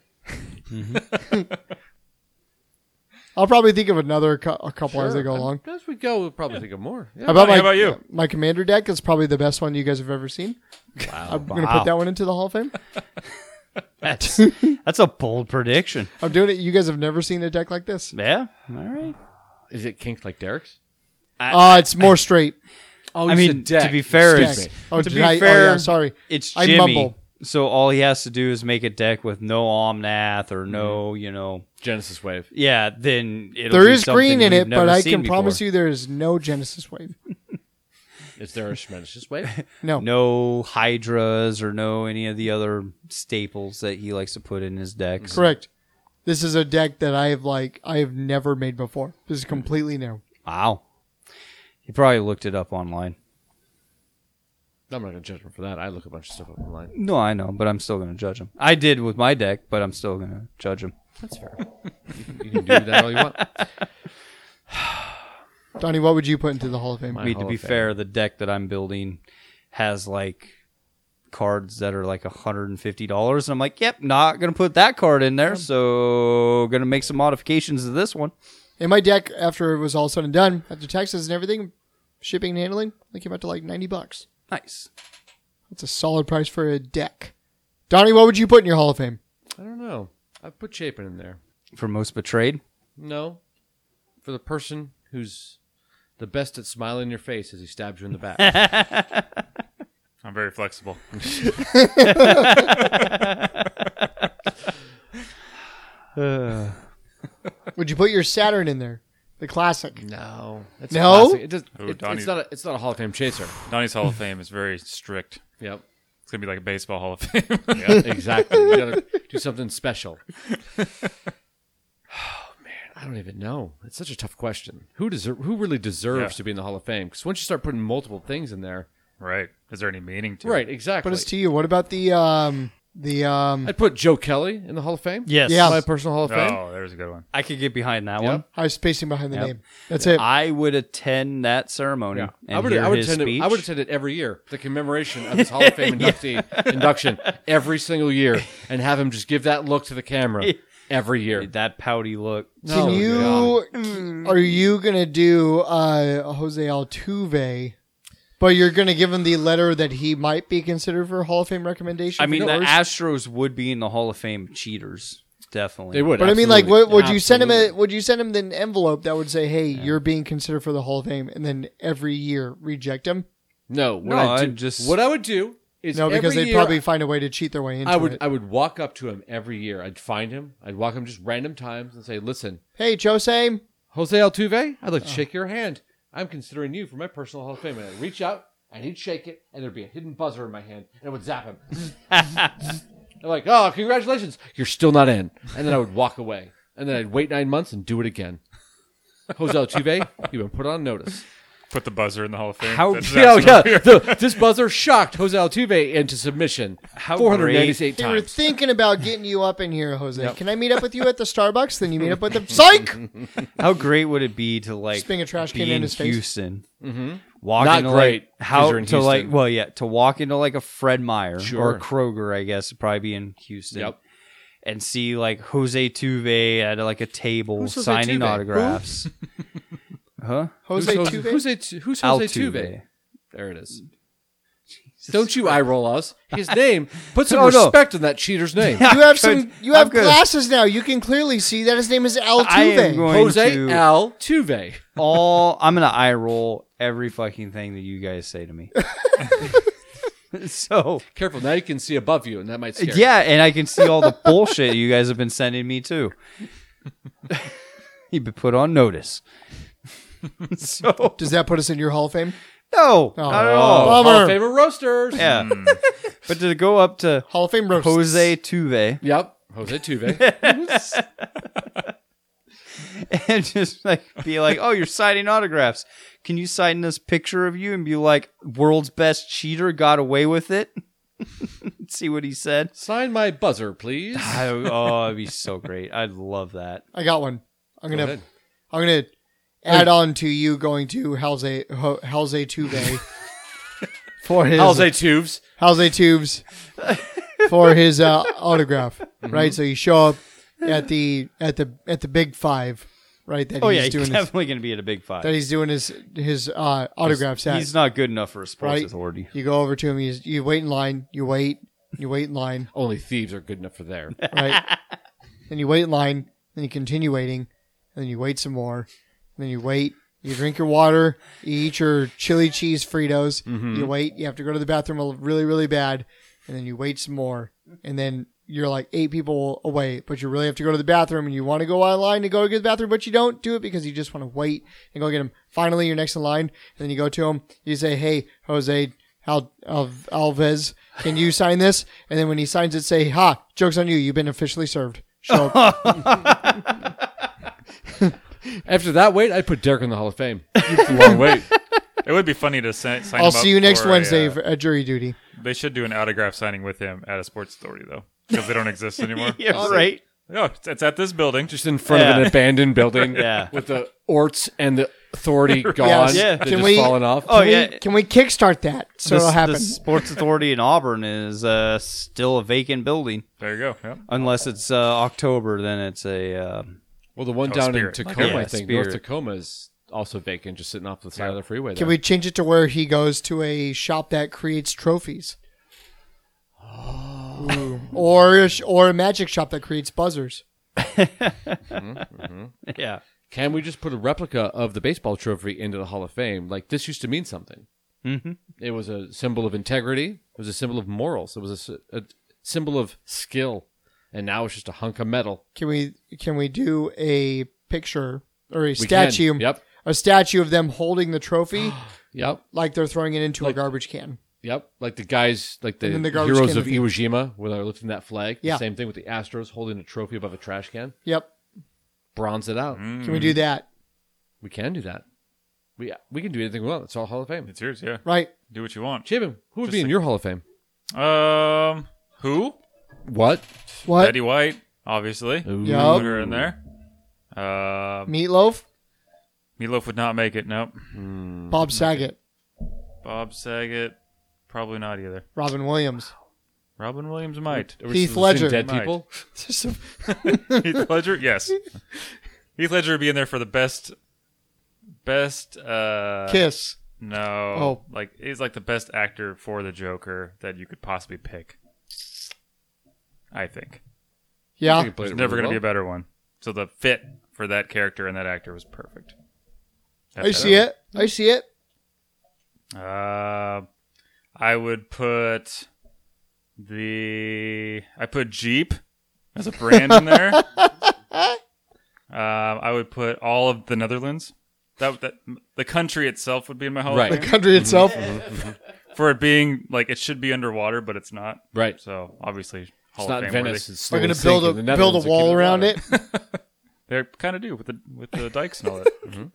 Speaker 1: I'll probably think of another cou- a couple as I go along.
Speaker 3: As we go, we'll probably think of more. Yeah.
Speaker 1: How about
Speaker 5: Bonnie,
Speaker 1: my,
Speaker 5: how about you?
Speaker 1: My commander deck is probably the best one you guys have ever seen. Wow. I'm going to
Speaker 2: Wow.
Speaker 1: put that one into the Hall of Fame.
Speaker 2: That's, that's a bold prediction.
Speaker 1: I'm doing it. You guys have never seen a deck like this.
Speaker 2: Yeah. All right.
Speaker 3: Is it kinked like Derek's?
Speaker 1: Uh, it's more straight.
Speaker 3: Oh,
Speaker 2: I mean, to be fair,
Speaker 1: Excuse
Speaker 2: it's,
Speaker 1: me. Oh,
Speaker 2: to
Speaker 1: did
Speaker 2: be
Speaker 1: I- oh,
Speaker 2: fair,
Speaker 1: yeah, sorry.
Speaker 2: it's
Speaker 1: I
Speaker 2: Jimmy.
Speaker 1: mumble.
Speaker 2: So all he has to do is make a deck with no Omnath or no, you know,
Speaker 3: Genesis Wave.
Speaker 2: yeah. Then it'll
Speaker 1: Mm-hmm. There
Speaker 2: be
Speaker 1: is green
Speaker 2: something
Speaker 1: in
Speaker 2: we've
Speaker 1: it, but
Speaker 2: never
Speaker 1: I
Speaker 2: seen
Speaker 1: can promise
Speaker 2: before.
Speaker 1: you there is no Genesis wave.
Speaker 3: Is there a Genesis Wave?
Speaker 1: No.
Speaker 2: no Hydras or no any of the other staples that he likes to put in his decks.
Speaker 1: Correct. This is a deck that I have like I have never made before. This is completely new.
Speaker 2: Wow. He probably looked it up online.
Speaker 3: I'm not going to judge him for that. I look a bunch of stuff up online.
Speaker 2: No, I know, but I'm still going to judge him. I did with my deck, but I'm still going to judge him.
Speaker 3: That's fair. you can do that all you want.
Speaker 1: Donnie, what would you put into the Hall of Fame?
Speaker 2: I mean, to
Speaker 3: Hall
Speaker 2: be
Speaker 3: of Fame.
Speaker 2: fair, the deck that I'm building has like cards that are like $150 and I'm like, "Yep, not going to put that card in there." So, going to make some modifications to this one.
Speaker 1: In my deck, after it was all said and done, after taxes and everything, Shipping and handling, I think came out to like 90 bucks.
Speaker 2: Nice.
Speaker 1: That's a solid price for a deck. Donnie, what would you put in your Hall of Fame?
Speaker 3: I don't know. I put Chapin in there.
Speaker 2: For most betrayed.
Speaker 3: No, for the person who's the best at smiling in your face as he stabs you in the back.
Speaker 5: I'm very flexible.
Speaker 1: Would you put your Saturn in there? The classic.
Speaker 3: no, it's
Speaker 1: No?
Speaker 3: classic. It does,
Speaker 5: Ooh,
Speaker 3: it,
Speaker 5: Donnie-
Speaker 3: it's not. A, it's not a Hall of Fame chaser.
Speaker 5: Donnie's Hall of Fame is very strict.
Speaker 3: Yep.
Speaker 5: It's gonna be like a baseball Hall of Fame.
Speaker 3: exactly. You gotta do something special. Oh man, I don't even know. It's such a tough question. Who deserve? Who really deserves
Speaker 5: Yeah.
Speaker 3: to be in the Hall of Fame? Because once you start putting multiple things in there,
Speaker 5: right? Is there any meaning to
Speaker 3: right?
Speaker 5: it?
Speaker 3: Exactly.
Speaker 1: But it's to you. What about the um the um
Speaker 3: I'd put Joe Kelly in the Hall of Fame.
Speaker 2: Yes.
Speaker 1: Yeah.
Speaker 3: my personal Hall of Fame.
Speaker 5: Oh, there's a good one.
Speaker 2: I could get behind that
Speaker 3: Yep.
Speaker 2: one.
Speaker 1: I was spacing behind the
Speaker 2: Yep.
Speaker 1: name. That's it.
Speaker 2: I would attend that ceremony and
Speaker 3: I would,
Speaker 2: hear
Speaker 3: I would
Speaker 2: his
Speaker 3: attend
Speaker 2: speech.
Speaker 3: it. I would attend it every year. The commemoration of his Hall of Fame inductee induction every single year, and have him just give that look to the camera every year.
Speaker 2: that pouty look.
Speaker 1: Can
Speaker 3: Oh,
Speaker 1: you? Are you gonna do uh, Jose Altuve? But you're gonna give him the letter that he might be considered for Hall of Fame recommendation.
Speaker 2: I mean,
Speaker 1: for
Speaker 2: the
Speaker 1: yours?
Speaker 2: Astros would be in the Hall of Fame cheaters, definitely.
Speaker 3: They would.
Speaker 1: but I mean, like,
Speaker 3: absolutely.
Speaker 1: what, would you send him? A,
Speaker 2: Absolutely.
Speaker 1: would you send him an envelope that would say, "Hey, you're being considered for the Hall of Fame," and then every year reject him?
Speaker 3: No, what
Speaker 2: No,
Speaker 3: I do,
Speaker 2: I'd just-
Speaker 3: what I would do is
Speaker 1: No, because
Speaker 3: every
Speaker 1: they'd
Speaker 3: year,
Speaker 1: probably find a way to cheat their way into
Speaker 3: I would
Speaker 1: it.
Speaker 3: I would walk up to him every year. I'd find him. I'd walk him just random times and say, "Listen,
Speaker 1: hey, Jose,
Speaker 3: Jose Altuve, I'd like to shake your hand. I'm considering you for my personal Hall of Fame." And I'd reach out and he'd shake it, and there'd be a hidden buzzer in my hand, and it would zap him. I'm like, "Oh, congratulations, you're still not in." And then I would walk away, and then I'd wait nine months and do it again. Jose Altuve, you've been put on notice.
Speaker 5: Put the buzzer in the Hall of Fame.
Speaker 2: How-
Speaker 5: That's-
Speaker 1: Oh,
Speaker 3: Yeah,
Speaker 5: that's what-
Speaker 3: yeah. The- this buzzer shocked Jose Altuve into submission.
Speaker 2: How
Speaker 3: 498
Speaker 1: they were
Speaker 3: times.
Speaker 1: thinking about getting you up in here, Jose. Can I meet up with you at the Starbucks? Then you meet up with him. Psych.
Speaker 2: How great would it be to like
Speaker 1: Just being a trash
Speaker 2: be
Speaker 1: can in
Speaker 2: in
Speaker 1: his face.
Speaker 2: Houston,
Speaker 3: Mm-hmm.
Speaker 2: walk
Speaker 3: Not
Speaker 2: into
Speaker 3: great,
Speaker 2: like
Speaker 3: 'cause
Speaker 2: how
Speaker 3: you're in
Speaker 2: to like
Speaker 3: Houston.
Speaker 2: well yeah to walk into like a Fred Meyer or
Speaker 3: Sure.
Speaker 2: a Kroger I guess would probably be in Houston.
Speaker 3: Yep.
Speaker 2: And see like Jose Tuve at like a table
Speaker 3: Who's Jose
Speaker 2: signing
Speaker 3: Tuve? Who?
Speaker 2: autographs. huh?
Speaker 1: Jose
Speaker 3: who's
Speaker 1: Tuve.
Speaker 3: Who's, Jose- who's Jose
Speaker 2: Altuve.
Speaker 3: Tuve? There it is. Don't you eye roll us. His name. Put some
Speaker 2: Oh, no.
Speaker 3: respect on that cheater's name.
Speaker 1: You have
Speaker 2: I'm
Speaker 1: some.
Speaker 2: good.
Speaker 1: You have
Speaker 2: I'm good.
Speaker 1: glasses now. You can clearly see that his name is Altuve.
Speaker 2: I am going
Speaker 3: Jose
Speaker 2: to
Speaker 3: Altuve.
Speaker 2: all I'm gonna eye roll every fucking thing that you guys say to me. so
Speaker 3: Careful. Now you can see above you, and that might scare
Speaker 2: Yeah, and I can see all the bullshit you guys have been sending me too. You've been put on notice. so
Speaker 1: Does that put us in your Hall of Fame?
Speaker 2: no, not at all.
Speaker 3: you. Oh, Hall
Speaker 1: Bummer.
Speaker 3: of Famer roasters.
Speaker 2: Yeah, but to go up to
Speaker 1: Hall of Fame roast.
Speaker 2: Jose Tuve
Speaker 3: Yep. Jose Tuve.
Speaker 2: and just like be like, "Oh, you're signing autographs. Can you sign this picture of you?" And be like, "World's best cheater got away with it." See what he said.
Speaker 3: Sign my buzzer, please.
Speaker 2: I, oh, it'd be so great. I'd love that.
Speaker 1: I got one. I'm
Speaker 3: Go
Speaker 1: gonna.
Speaker 3: ahead.
Speaker 1: I'm gonna add on to you going to Jose Ho- Jose Tuve for his
Speaker 3: Jose Tuves.
Speaker 1: Jose Tubes for his uh, autograph.
Speaker 2: Mm-hmm.
Speaker 1: Right. So you show up at the at the at the big five. Right. That
Speaker 2: Oh
Speaker 1: he's
Speaker 2: yeah,
Speaker 1: doing
Speaker 2: he's
Speaker 1: his,
Speaker 2: definitely going to be at a big five.
Speaker 1: that he's doing his his uh, autographs at.
Speaker 2: He's not good enough for a sports
Speaker 1: Right.
Speaker 2: authority.
Speaker 1: You go over to him. You, you wait in line. You wait. You wait in line.
Speaker 3: Only thieves are good enough for there.
Speaker 1: Right. then you wait in line. Then you continue waiting. And then you wait some more. And then you wait. You drink your water. You eat your chili cheese Fritos.
Speaker 5: Mm-hmm.
Speaker 1: You wait. You have to go to the bathroom a- really, really bad. And then you wait some more. And then you're like eight people away, but you really have to go to the bathroom and you want to go online to go get the bathroom, but you don't do it because you just want to wait and go get him. Finally, you're next in line. And then you go to him. You say, Hey, Jose, Al- Al- Alves, can you sign this? And then when he signs it, say, ha, joke's on you. You've been officially served. Show up.
Speaker 3: After that wait, I'd put Derek in the Hall of Fame.
Speaker 5: long wait. It would be funny to sign. sign
Speaker 1: I'll
Speaker 5: him up
Speaker 1: see you next
Speaker 5: for a,
Speaker 1: Wednesday
Speaker 5: uh,
Speaker 1: for, at jury duty.
Speaker 5: they should do an autograph signing with him at a sports authority though, because they don't exist anymore.
Speaker 2: Yeah, right.
Speaker 5: Oh, it's, it's at this building.
Speaker 3: Just in front of
Speaker 2: Yeah.
Speaker 3: an abandoned building
Speaker 2: Yeah.
Speaker 3: with the orts and the authority gone.
Speaker 1: Yeah.
Speaker 3: They're
Speaker 1: Can
Speaker 3: just
Speaker 1: we-
Speaker 3: falling off.
Speaker 2: Oh
Speaker 1: Can we-
Speaker 2: yeah.
Speaker 1: Can we kickstart that so
Speaker 2: The-
Speaker 1: it'll happen?
Speaker 2: The Sports Authority in Auburn is uh, still a vacant building,
Speaker 5: There you go. Yeah.
Speaker 2: unless it's uh, October. Then it's a. um
Speaker 3: Well, the one
Speaker 5: Oh,
Speaker 3: down
Speaker 5: Spirit.
Speaker 3: in
Speaker 5: Like
Speaker 3: Tacoma,
Speaker 2: a-
Speaker 3: I
Speaker 2: Yeah,
Speaker 3: think
Speaker 2: Spirit.
Speaker 3: North Tacoma is also vacant, just sitting off the side of the freeway.
Speaker 1: Can
Speaker 3: there.
Speaker 1: we change it to where he goes to a shop that creates trophies? Ooh. or a sh- or a magic shop that creates buzzers.
Speaker 2: Yeah.
Speaker 3: Can we just put a replica of the baseball trophy into the Hall of Fame? Like this used to mean something. Mm-hmm. It was a symbol of integrity. It was a symbol of morals. It was a s- a, symbol of skill, and now it's just a hunk of metal.
Speaker 1: Can we can we do a picture or a
Speaker 3: We can-
Speaker 1: statue?
Speaker 3: Yep.
Speaker 1: A statue of them holding the trophy
Speaker 3: Yep.
Speaker 1: like they're throwing it into a
Speaker 3: Like-
Speaker 1: garbage can.
Speaker 3: Yep. Like the guys, like the,
Speaker 1: And then the garbage
Speaker 3: heroes
Speaker 1: can
Speaker 3: of
Speaker 1: with-
Speaker 3: Iwo Jima, when they're lifting that flag.
Speaker 1: Yeah.
Speaker 3: The same thing with the Astros holding a trophy above a trash can.
Speaker 1: Yep.
Speaker 3: Bronze it out.
Speaker 5: Mm-hmm.
Speaker 1: Can we do that?
Speaker 3: We can do that. We we can do anything we want. It's all Hall of Fame.
Speaker 5: It's yours, yeah.
Speaker 1: Right.
Speaker 5: Do what you want.
Speaker 3: Chibin, who would
Speaker 5: Just
Speaker 3: be in
Speaker 5: like-
Speaker 3: your Hall of Fame?
Speaker 5: Um, who?
Speaker 3: What?
Speaker 1: What? Oh.
Speaker 5: Betty White, obviously. Put
Speaker 1: Yup.
Speaker 5: her in there. Uh,
Speaker 1: Meatloaf,
Speaker 5: Meatloaf would not make it. Nope.
Speaker 3: Mm.
Speaker 1: Bob Saget,
Speaker 5: Bob Saget, probably not either.
Speaker 1: Robin Williams.
Speaker 5: Robin Williams might.
Speaker 1: Heath Ledger.
Speaker 3: Dead
Speaker 5: Might.
Speaker 3: people.
Speaker 5: Heath Ledger, yes. Heath Ledger would be in there for the best, best uh,
Speaker 1: Kiss.
Speaker 5: No,
Speaker 1: Oh.
Speaker 5: like he's like the best actor for the Joker that you could possibly pick. I think
Speaker 1: Yeah.
Speaker 3: He played
Speaker 5: there's
Speaker 3: it
Speaker 5: never
Speaker 3: really
Speaker 5: going to be a
Speaker 3: well.
Speaker 5: better one. So the fit for that character and that actor was perfect.
Speaker 1: I see it. I see it.
Speaker 5: Uh, I would put the I put Jeep as a brand in there. um, I would put all of the Netherlands. That, that the country itself would be in my hall of
Speaker 3: Right.
Speaker 5: Fame.
Speaker 1: The country itself.
Speaker 5: for it being like it should be underwater, but it's not.
Speaker 3: Right.
Speaker 5: So obviously,
Speaker 3: It's
Speaker 5: Hall of
Speaker 3: not
Speaker 5: Fame
Speaker 3: Venice.
Speaker 5: worthy.
Speaker 3: It's
Speaker 1: We're
Speaker 3: slowly
Speaker 1: gonna build
Speaker 3: sinking.
Speaker 1: a
Speaker 3: The
Speaker 1: build a
Speaker 3: Netherlands will
Speaker 1: wall
Speaker 3: keep
Speaker 1: around
Speaker 3: alive.
Speaker 1: it.
Speaker 5: They kind of do with the with the dikes and all that.
Speaker 2: Mm-hmm.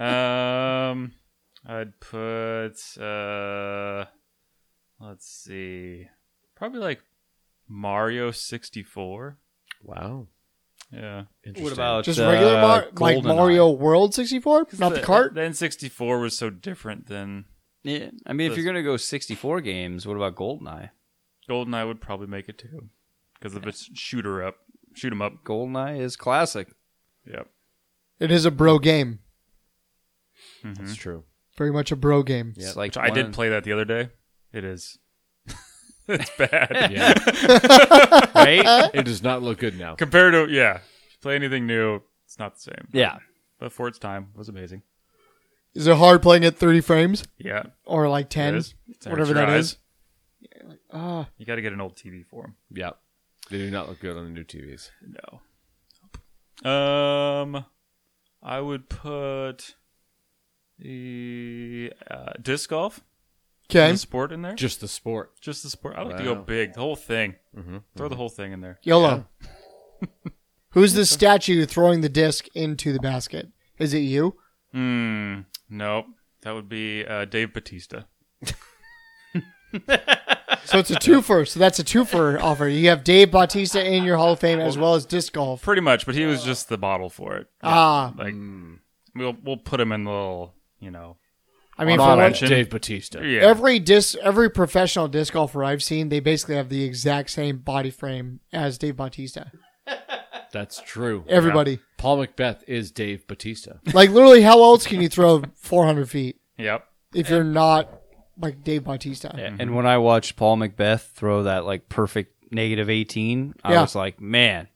Speaker 5: Um, I'd put uh, let's see, probably like Mario sixty four.
Speaker 3: Wow.
Speaker 5: Yeah,
Speaker 2: What about
Speaker 1: Just
Speaker 2: uh,
Speaker 1: regular Mar- like
Speaker 2: GoldenEye?
Speaker 1: Mario World 64, not the cart.
Speaker 5: Then sixty four was so different than
Speaker 2: Yeah. I mean, if
Speaker 5: Those-
Speaker 2: you're gonna go 64 games, what about Goldeneye?
Speaker 5: Goldeneye would probably make it too, because if it's shooter up, shoot 'em up.
Speaker 2: Goldeneye is classic.
Speaker 5: Yep.
Speaker 1: It is a bro game.
Speaker 5: Mm-hmm.
Speaker 3: It's true.
Speaker 1: Very much a bro game.
Speaker 2: It's like
Speaker 5: Which I
Speaker 2: one-
Speaker 5: did play that the other day. It is. it's bad.
Speaker 2: right.
Speaker 3: It does not look good now.
Speaker 5: Compared to yeah. Play anything new, it's not the same.
Speaker 2: yeah.
Speaker 5: But for its time, it was amazing.
Speaker 1: Is it hard playing at 30 frames
Speaker 5: Yeah. it
Speaker 1: or like 10?
Speaker 5: is. It hurts
Speaker 1: whatever
Speaker 5: your
Speaker 1: that
Speaker 5: eyes.
Speaker 1: is. Ah,
Speaker 5: You got to get an old TV for him.
Speaker 3: Yeah. They do not look good on the new TVs.
Speaker 5: No. Um, I would put the uh, disc golf,
Speaker 1: okay.
Speaker 5: the sport in there.
Speaker 3: Just the sport.
Speaker 5: Just the sport. I like to go
Speaker 3: Wow.
Speaker 5: big. The whole thing. Throw the whole thing in there.
Speaker 1: YOLO. Who's the statue throwing the disc into the basket? Is it you?
Speaker 5: Hmm. Nope. That would be uh, Dave Batista.
Speaker 1: So it's a twofer. So that's a twofer offer. You have Dave Bautista in your Hall of Fame as well as disc golf.
Speaker 5: Pretty much, but he was just the bottle for it.
Speaker 1: Ah,
Speaker 5: Like we'll we'll put him in the little, you know.
Speaker 1: I mean,
Speaker 5: Honorable
Speaker 1: for what,
Speaker 5: mention.
Speaker 3: Dave Batista.
Speaker 5: Yeah.
Speaker 1: every disc, every professional disc golfer I've seen, they basically have the exact same body frame as Dave Bautista.
Speaker 3: That's true.
Speaker 1: Everybody,
Speaker 3: Paul Macbeth is Dave Batista.
Speaker 1: like literally, how else can you throw 400 feet
Speaker 5: yep.
Speaker 1: if you're not like Dave Bautista?
Speaker 2: And when I watched Paul Macbeth throw that like perfect negative 18, I
Speaker 1: Yeah.
Speaker 2: was like, man,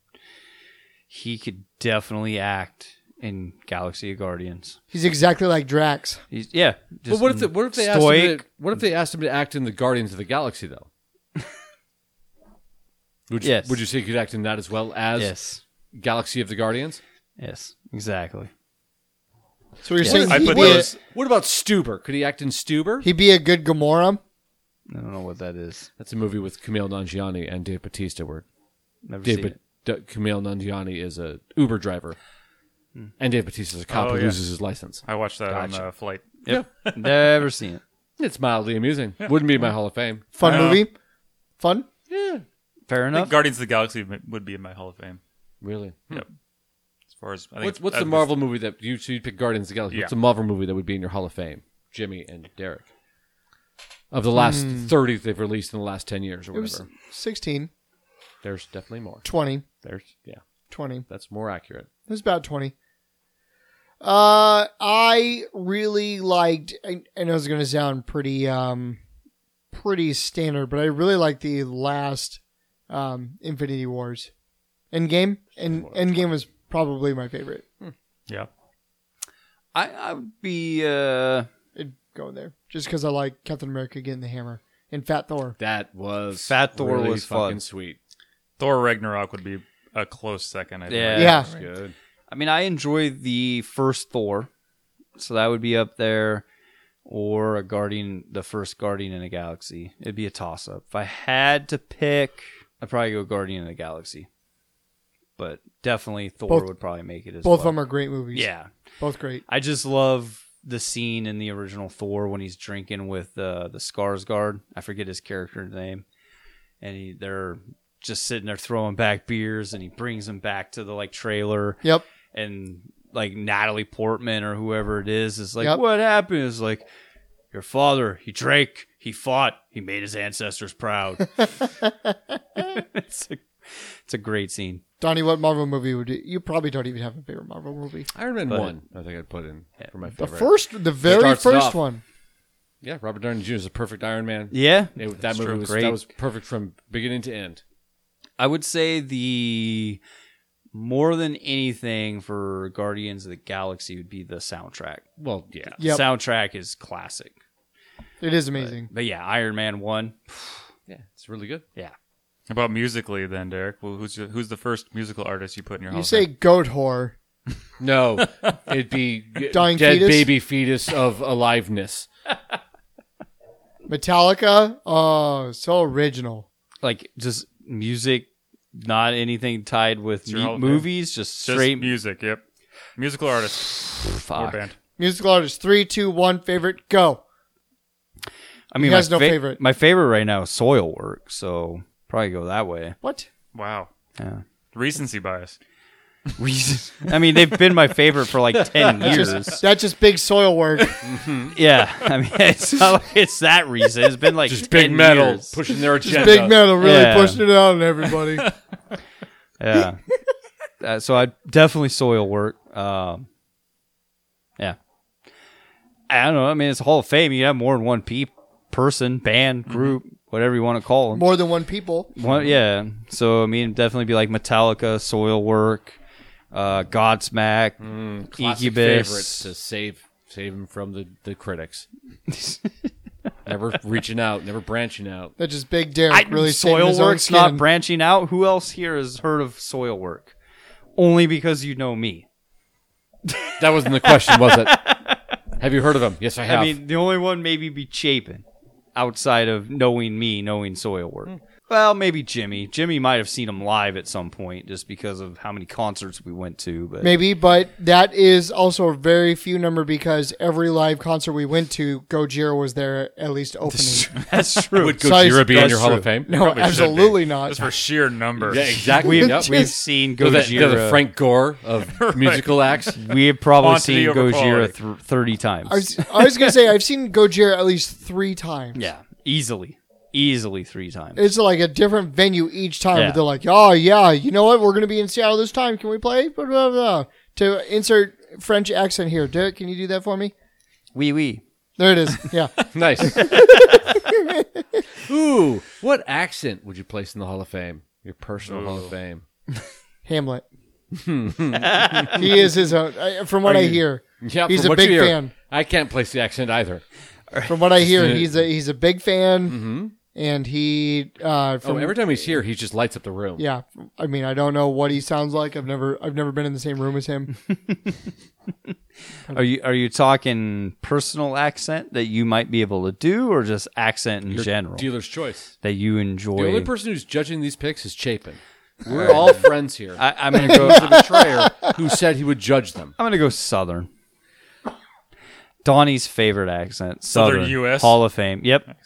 Speaker 2: he could definitely act in Galaxy of Guardians.
Speaker 1: He's exactly like Drax.
Speaker 2: He's yeah.
Speaker 3: but
Speaker 2: Just
Speaker 3: what if the, what if they asked him
Speaker 2: stoic.
Speaker 3: to, what if they asked him to act in the Guardians of the Galaxy though? Would you,
Speaker 2: Yes.
Speaker 3: would you say he could act in that as well as
Speaker 2: Yes.
Speaker 3: Galaxy of the Guardians?
Speaker 2: Yes. Exactly.
Speaker 1: So you're
Speaker 2: Yeah.
Speaker 1: saying
Speaker 5: I
Speaker 1: he'd
Speaker 5: put
Speaker 1: be, a,
Speaker 5: those-
Speaker 3: What about Stuber? Could he act in Stuber?
Speaker 1: he'd be a good Gamora?
Speaker 2: I don't know what that is.
Speaker 3: That's a movie with Camille Nanjiani and Dave Batista where
Speaker 2: Never
Speaker 3: Dave
Speaker 2: seen
Speaker 3: Ba-
Speaker 2: it.
Speaker 3: D- Camille Nanjiani is a Uber driver, and Dave Batista's a cop
Speaker 5: Oh,
Speaker 3: who
Speaker 5: yeah.
Speaker 3: loses his license.
Speaker 5: I watched that on
Speaker 2: Gotcha.
Speaker 5: uh, flight.
Speaker 2: Never seen it.
Speaker 3: It's mildly amusing. Wouldn't be my Hall of Fame.
Speaker 1: Fun
Speaker 5: Yeah.
Speaker 1: movie. Fun.
Speaker 2: Fair
Speaker 5: I think
Speaker 2: enough.
Speaker 5: Guardians of the Galaxy m- would be in my Hall of Fame.
Speaker 3: Really?
Speaker 5: As far as I think
Speaker 3: What's, what's
Speaker 5: as-
Speaker 3: the Marvel movie that you so you'd pick Guardians of the Galaxy? What's
Speaker 5: Yeah.
Speaker 3: a Marvel movie that would be in your Hall of Fame? Jimmy and Derek. Of the last thirty that they've released in the last ten years or
Speaker 1: It
Speaker 3: whatever.
Speaker 1: was 16,
Speaker 3: There's definitely more.
Speaker 1: 20,
Speaker 3: There's yeah,
Speaker 1: 20. It
Speaker 3: that's more accurate.
Speaker 1: was about 20. Uh, I really liked, and and it was going to sound pretty, um, pretty standard, but I really liked the last, um, Infinity Wars, Endgame, and Endgame was probably my favorite.
Speaker 5: Yeah.
Speaker 2: I, I would be. Uh,
Speaker 1: It'd go there just because I like Captain America getting the hammer and Fat Thor.
Speaker 3: That was
Speaker 2: Fat Thor
Speaker 3: really
Speaker 2: was
Speaker 3: fucking
Speaker 2: fun.
Speaker 3: sweet.
Speaker 5: Thor Ragnarok would be a close second. I think.
Speaker 2: Yeah.
Speaker 1: Yeah,
Speaker 3: It's good.
Speaker 2: I mean, I enjoy the first Thor, so that would be up there, or a Guardian, the first Guardian in a Galaxy. It'd be a toss up. If I had to pick, I'd probably go Guardian in the Galaxy, but definitely Thor
Speaker 1: Both-
Speaker 2: would probably make it as
Speaker 1: both of
Speaker 2: well.
Speaker 1: them are great movies.
Speaker 2: Yeah,
Speaker 1: both great.
Speaker 2: I just love the scene in the original Thor when he's drinking with uh, the Skarsgård. I forget his character's name, and he, they're just sitting there throwing back beers, and he brings them back to the like trailer
Speaker 1: Yep.
Speaker 2: and like Natalie Portman or whoever it is is like,
Speaker 1: Yep.
Speaker 2: what happened? Is like, your father, he drank, he fought, he made his ancestors proud. it's a, it's a great scene.
Speaker 1: Donnie, what Marvel movie would you? You probably don't even have a favorite Marvel movie.
Speaker 3: Iron Man
Speaker 2: But-
Speaker 3: one. I think I'd put in for my
Speaker 1: The
Speaker 3: favorite.
Speaker 1: first, the very
Speaker 3: starts it
Speaker 1: first
Speaker 3: off.
Speaker 1: one.
Speaker 3: yeah, Robert Downey Jr. is a perfect Iron Man.
Speaker 2: Yeah,
Speaker 3: It- that
Speaker 2: that's
Speaker 3: movie
Speaker 2: true.
Speaker 3: was
Speaker 2: Great.
Speaker 3: that was perfect from beginning to end.
Speaker 2: I would say the more than anything for Guardians of the Galaxy would be the soundtrack.
Speaker 3: Well, yeah,
Speaker 1: Yep.
Speaker 2: Soundtrack is classic.
Speaker 1: It is amazing.
Speaker 2: But yeah, Iron Man one.
Speaker 3: yeah, it's really good.
Speaker 2: Yeah.
Speaker 5: About musically, then Derek, well, who's your- who's the first musical artist you put
Speaker 2: Oh,
Speaker 5: in your
Speaker 1: You
Speaker 5: house?
Speaker 1: say goat whore.
Speaker 3: No, it'd be
Speaker 1: Dying
Speaker 3: dead
Speaker 1: fetus?
Speaker 3: baby fetus of aliveness.
Speaker 1: Metallica, oh, so original.
Speaker 2: Like just music, not anything tied with
Speaker 5: Sure,
Speaker 2: mu-
Speaker 5: okay.
Speaker 2: movies, just
Speaker 5: Just
Speaker 2: straight
Speaker 5: music. Yep. Musical artist or
Speaker 2: Fuck.
Speaker 5: band.
Speaker 1: Musical artist, three, two, one, favorite, go.
Speaker 2: I mean,
Speaker 1: He has
Speaker 2: my
Speaker 1: no favorite.
Speaker 2: My favorite right now is soil work, so probably go that way.
Speaker 1: What?
Speaker 5: Wow.
Speaker 2: Yeah.
Speaker 5: Recency bias.
Speaker 2: Reason. I mean, they've been my favorite for like ten years.
Speaker 1: That's just big soil work.
Speaker 2: yeah, I mean, it's not like it's that reason. It's been like
Speaker 3: Just
Speaker 2: 10
Speaker 3: big metal
Speaker 2: years.
Speaker 3: pushing their agenda.
Speaker 1: big metal really
Speaker 2: Yeah.
Speaker 1: pushing it out on everybody.
Speaker 2: Yeah. Uh, so I definitely soil work. Um, yeah. I don't know. I mean, it's Hall of Fame. You have more than one pe- person, band, group, whatever you want to call them.
Speaker 1: More than one people.
Speaker 2: One, yeah. So I mean, definitely be like Metallica, Soil Work, uh, Godsmack,
Speaker 3: Classic favorites
Speaker 2: Incubus.
Speaker 3: to save save him from the the critics. never reaching out, never branching out.
Speaker 1: That's just big Derek
Speaker 2: I
Speaker 1: really sitting in
Speaker 2: Soil
Speaker 1: his own
Speaker 2: Work's
Speaker 1: skin.
Speaker 2: not branching out. Who else here has heard of Soil Work? Only because you know me.
Speaker 3: That wasn't the question, was it? Have you heard of him? Yes, I have.
Speaker 2: I mean, the only one maybe be Chapin, outside of knowing me, knowing soil work. Well, maybe Jimmy. Jimmy might have seen him live at some point, just because of how many concerts we went to. But
Speaker 1: Maybe, but that is also a very few number because every live concert we went to, Gojira was there at least opening.
Speaker 2: that's true.
Speaker 3: Would
Speaker 1: size-
Speaker 3: Gojira be in
Speaker 2: that's
Speaker 3: your Hall of
Speaker 2: true.
Speaker 3: Fame?
Speaker 1: No, absolutely
Speaker 5: Just
Speaker 1: not.
Speaker 5: for sheer numbers.
Speaker 3: Yeah, exactly.
Speaker 2: We've,
Speaker 3: Yep.
Speaker 2: we've seen
Speaker 3: They're the, they're
Speaker 2: Gojira.
Speaker 3: the Frank Gore of musical acts.
Speaker 2: we have probably
Speaker 5: Quantity
Speaker 2: seen
Speaker 5: over
Speaker 2: Gojira
Speaker 5: quality.
Speaker 2: th- thirty times.
Speaker 1: I was, I was gonna say I've seen Gojira at least three times.
Speaker 2: yeah, easily, easily three times.
Speaker 1: It's like a different venue each time.
Speaker 2: Yeah.
Speaker 1: They're like, oh yeah, you know what? We're gonna be in Seattle this time. Can we play? Blah, blah, blah. To insert French accent here, Derek, can you do that for me?
Speaker 2: Wee wee.
Speaker 1: There it is. Yeah,
Speaker 3: Nice. Ooh, what accent would you place in the Hall of Fame? Your personal Hall of Fame.
Speaker 1: Hamlet.
Speaker 3: Hmm.
Speaker 1: he is his own. I- From what I hear,
Speaker 3: Yeah,
Speaker 1: he's
Speaker 3: from
Speaker 1: a
Speaker 3: what you
Speaker 1: big
Speaker 3: hear,
Speaker 1: fan.
Speaker 3: I can't place the accent either.
Speaker 1: From what I hear, he's a he's a big fan, and he uh,
Speaker 3: Oh,
Speaker 1: from
Speaker 3: every time he's here, he just lights up the room.
Speaker 1: yeah. I mean, I don't know what he sounds like. I've never I've never been in the same room as him.
Speaker 2: Are you are you talking personal accent that you might be able to do, or just accent in
Speaker 3: Your
Speaker 2: general
Speaker 3: Dealer's choice.
Speaker 2: that you
Speaker 3: The only
Speaker 2: enjoy?
Speaker 3: person who's judging these picks is Chapin. We're all friends here.
Speaker 2: I, I'm gonna go.
Speaker 3: the betrayer who said he would judge them.
Speaker 2: I'm gonna go Southern. Donnie's favorite accent, Southern,
Speaker 5: Southern US?
Speaker 2: Hall of Fame. Yep.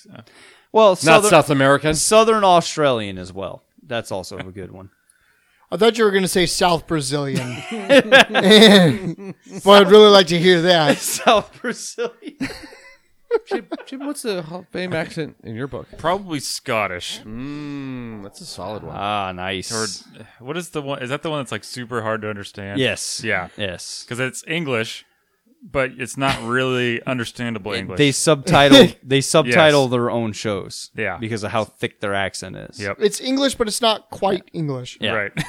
Speaker 2: Well,
Speaker 3: Not
Speaker 2: Southern,
Speaker 3: South American.
Speaker 2: Southern Australian as well. That's also a good one.
Speaker 1: I thought you were going to say South Brazilian. well, I'd really like to hear that.
Speaker 2: South Brazilian.
Speaker 3: Jim, Jim, what's the Hall of Fame accent in your book?
Speaker 5: Probably Scottish.
Speaker 3: Mmm, that's a solid one.
Speaker 2: Ah, nice.
Speaker 5: Or eh, what is the one? Is that the one that's like super hard to understand?
Speaker 2: yes.
Speaker 5: Yeah.
Speaker 2: Yes.
Speaker 5: Because it's English, but it's not really understandable English.
Speaker 2: They subtitle they subtitle their own shows.
Speaker 5: Yeah.
Speaker 2: Because of how thick their accent is.
Speaker 5: Yep.
Speaker 1: It's English, but it's not quite English.
Speaker 2: Yeah.
Speaker 5: Right.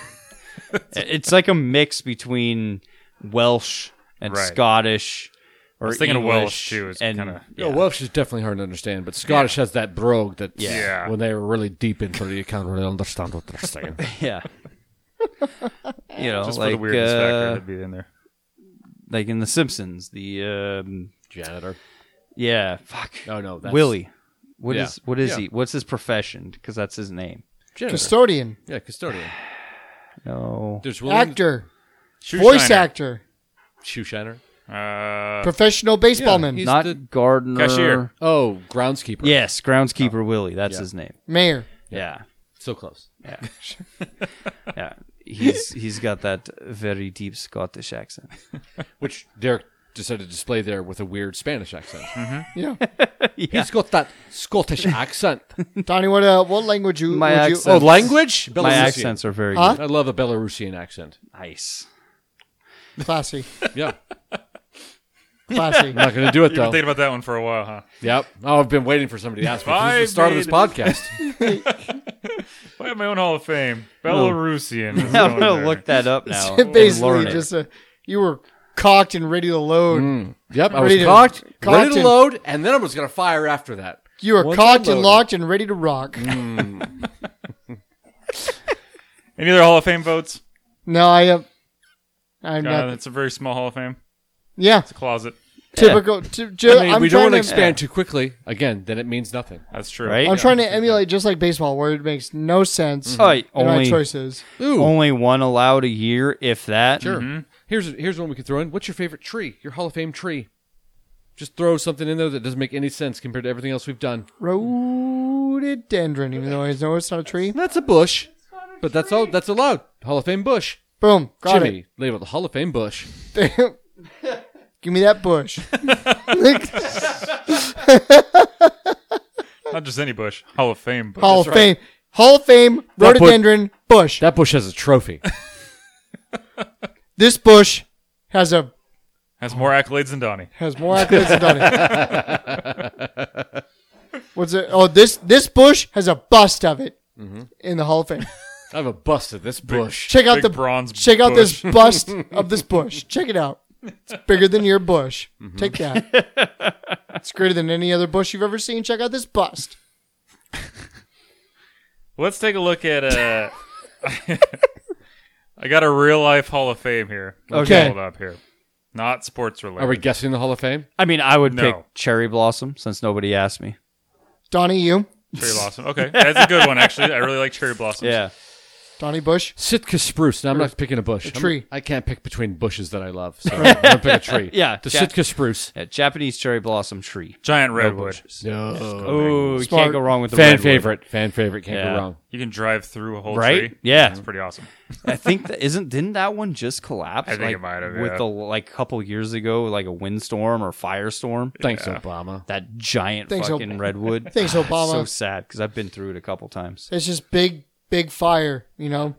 Speaker 2: It's like a mix between Welsh and
Speaker 5: Right.
Speaker 2: Scottish or
Speaker 5: I was thinking of
Speaker 2: English
Speaker 5: Welsh, too. It's
Speaker 2: and
Speaker 5: kinda-
Speaker 2: yeah.
Speaker 3: No, Oh, Welsh is definitely hard to understand, but Scottish has that brogue that
Speaker 2: Yeah.
Speaker 5: Yeah.
Speaker 3: when they're really deep into it, you can't really understand what they're saying.
Speaker 2: yeah. you know,
Speaker 5: Just
Speaker 2: like
Speaker 5: for the weirdness
Speaker 2: uh,
Speaker 5: factor to be in there.
Speaker 2: like in The Simpsons, the um,
Speaker 3: Janitor.
Speaker 2: yeah, fuck,
Speaker 3: Oh no, that's
Speaker 2: Willie. What is
Speaker 3: Yeah.
Speaker 2: what is
Speaker 3: Yeah.
Speaker 2: he? What's his profession? Because that's his name.
Speaker 3: Janitor.
Speaker 1: Custodian,
Speaker 3: yeah, custodian.
Speaker 2: No,
Speaker 3: There's William
Speaker 1: actor,
Speaker 5: Shoe
Speaker 1: voice
Speaker 5: shiner.
Speaker 1: actor,
Speaker 3: shoe shiner.
Speaker 5: Uh,
Speaker 1: professional baseball
Speaker 3: Yeah,
Speaker 1: man,
Speaker 3: he's
Speaker 2: not
Speaker 3: the-
Speaker 2: gardener.
Speaker 5: Cashier.
Speaker 3: Oh, groundskeeper.
Speaker 2: Yes, groundskeeper Willie. That's
Speaker 3: Yeah.
Speaker 2: his name.
Speaker 1: mayor.
Speaker 2: Yeah,
Speaker 3: so close.
Speaker 2: yeah, yeah. He's he's got that very deep Scottish accent.
Speaker 3: Which Derek decided to display there with a weird Spanish accent.
Speaker 1: Yeah,
Speaker 3: He's got that Scottish accent.
Speaker 1: Donnie, what uh, what language you?
Speaker 2: My
Speaker 1: would you-
Speaker 2: accent.
Speaker 1: oh,
Speaker 3: language? Belarusian.
Speaker 2: My accents are very
Speaker 1: Huh?
Speaker 3: I love a Belarusian accent.
Speaker 2: nice.
Speaker 1: oh, classy,
Speaker 3: Yeah,
Speaker 1: classy.
Speaker 3: I'm not going to do it
Speaker 5: You've been
Speaker 3: though.
Speaker 5: thinking about that one for a while, huh?
Speaker 3: Yep. Oh, I've been waiting for somebody to ask me since
Speaker 5: I
Speaker 3: the start of this podcast.
Speaker 5: I have my own Hall of Fame. Belarusian. is
Speaker 2: I'm
Speaker 5: going
Speaker 2: gonna
Speaker 5: there.
Speaker 2: look that up now. and
Speaker 1: Basically,
Speaker 2: learn it.
Speaker 1: just a, you were cocked and ready to load.
Speaker 3: Mm. Yep, I
Speaker 1: Ready
Speaker 3: was
Speaker 1: to-
Speaker 3: cocked,
Speaker 1: cocked
Speaker 3: ready to
Speaker 1: and-
Speaker 3: load, and then I was going to fire after that.
Speaker 1: You were
Speaker 3: Once
Speaker 1: cocked and
Speaker 3: unloaded. Mm.
Speaker 1: locked and ready to rock.
Speaker 5: Any other Hall of Fame votes?
Speaker 1: No, I have. I'm
Speaker 5: Uh,
Speaker 1: not.
Speaker 5: it's a very small Hall of Fame.
Speaker 1: Yeah,
Speaker 5: It's a closet.
Speaker 1: typical. T- ju-
Speaker 3: I mean,
Speaker 1: I'm
Speaker 3: we don't
Speaker 1: trying
Speaker 3: want to
Speaker 1: to
Speaker 3: expand too quickly. Again, then it means nothing.
Speaker 5: That's true.
Speaker 2: Right?
Speaker 1: I'm trying to emulate just like baseball, where it makes no sense.
Speaker 3: Mm-hmm.
Speaker 2: Oh,
Speaker 1: in my
Speaker 2: only-
Speaker 1: choices.
Speaker 3: Ooh,
Speaker 2: Only one allowed a year, if that.
Speaker 3: sure.
Speaker 1: Mm-hmm.
Speaker 3: Here's here's one we can throw in. What's your favorite tree? Your Hall of Fame tree. Just throw something in there that doesn't make any sense compared to everything else we've done.
Speaker 1: Rhododendron, even though I know it's not a tree.
Speaker 3: That's a bush, but that's all. That's allowed. Hall of Fame bush.
Speaker 1: Boom, got
Speaker 3: Jimmy, label the Hall of Fame bush.
Speaker 1: it. Give me that bush.
Speaker 5: Not just any bush. Hall of Fame bush.
Speaker 1: Hall of Fame. Hall of Fame,
Speaker 3: That put-
Speaker 1: rhododendron, bush.
Speaker 3: That bush has a trophy.
Speaker 1: this bush has a
Speaker 5: Has more accolades than Donnie.
Speaker 1: has more accolades than Donnie. What's it? Oh, this this bush has a bust of it in the Hall of Fame.
Speaker 3: I have a bust of this bush.
Speaker 1: Check out
Speaker 5: Big
Speaker 1: the
Speaker 5: bronze
Speaker 1: Check out this
Speaker 5: bush.
Speaker 1: bust of this bush. Check it out. It's bigger than your bush. Take that. it's greater than any other bush you've ever seen. Check out this bust.
Speaker 5: Let's take a look at. Uh, I got a real life Hall of Fame here. Let's
Speaker 1: Okay.
Speaker 5: Hold up here. Not sports related.
Speaker 3: Are we guessing the Hall of Fame?
Speaker 2: I mean, I would
Speaker 5: No.
Speaker 2: pick cherry blossom since nobody asked me.
Speaker 1: Donnie, you.
Speaker 5: Cherry blossom. Okay, that's a good one. Actually, I really like cherry blossoms.
Speaker 2: Yeah.
Speaker 1: Donnie Bush.
Speaker 3: Sitka spruce. Now I'm not picking a bush. A
Speaker 1: tree.
Speaker 3: I can't pick between bushes that I love, so I'm gonna pick a tree.
Speaker 2: Yeah,
Speaker 3: the
Speaker 2: ja-
Speaker 3: Sitka spruce.
Speaker 2: Yeah, Japanese cherry blossom tree.
Speaker 5: Giant redwood.
Speaker 3: No.
Speaker 2: Oh, you
Speaker 1: Smart.
Speaker 2: can't go wrong with the
Speaker 3: Fan
Speaker 2: redwood.
Speaker 3: favorite. Fan favorite. Can't
Speaker 2: Yeah.
Speaker 3: go wrong.
Speaker 5: you can drive through a whole
Speaker 2: Right?
Speaker 5: tree.
Speaker 2: Yeah.
Speaker 5: It's pretty awesome.
Speaker 2: I think that isn't didn't that one just collapse?
Speaker 5: I think
Speaker 2: like,
Speaker 5: it might have,
Speaker 2: with
Speaker 5: yeah.
Speaker 2: the like couple years ago, like a windstorm or firestorm.
Speaker 3: Thanks, Obama.
Speaker 2: That giant
Speaker 1: Thanks,
Speaker 2: fucking
Speaker 1: Ob-
Speaker 2: redwood.
Speaker 1: Thanks,
Speaker 2: Ah, It's
Speaker 1: Obama.
Speaker 2: so sad because I've been through it a couple times.
Speaker 1: It's just big, big fire, you know?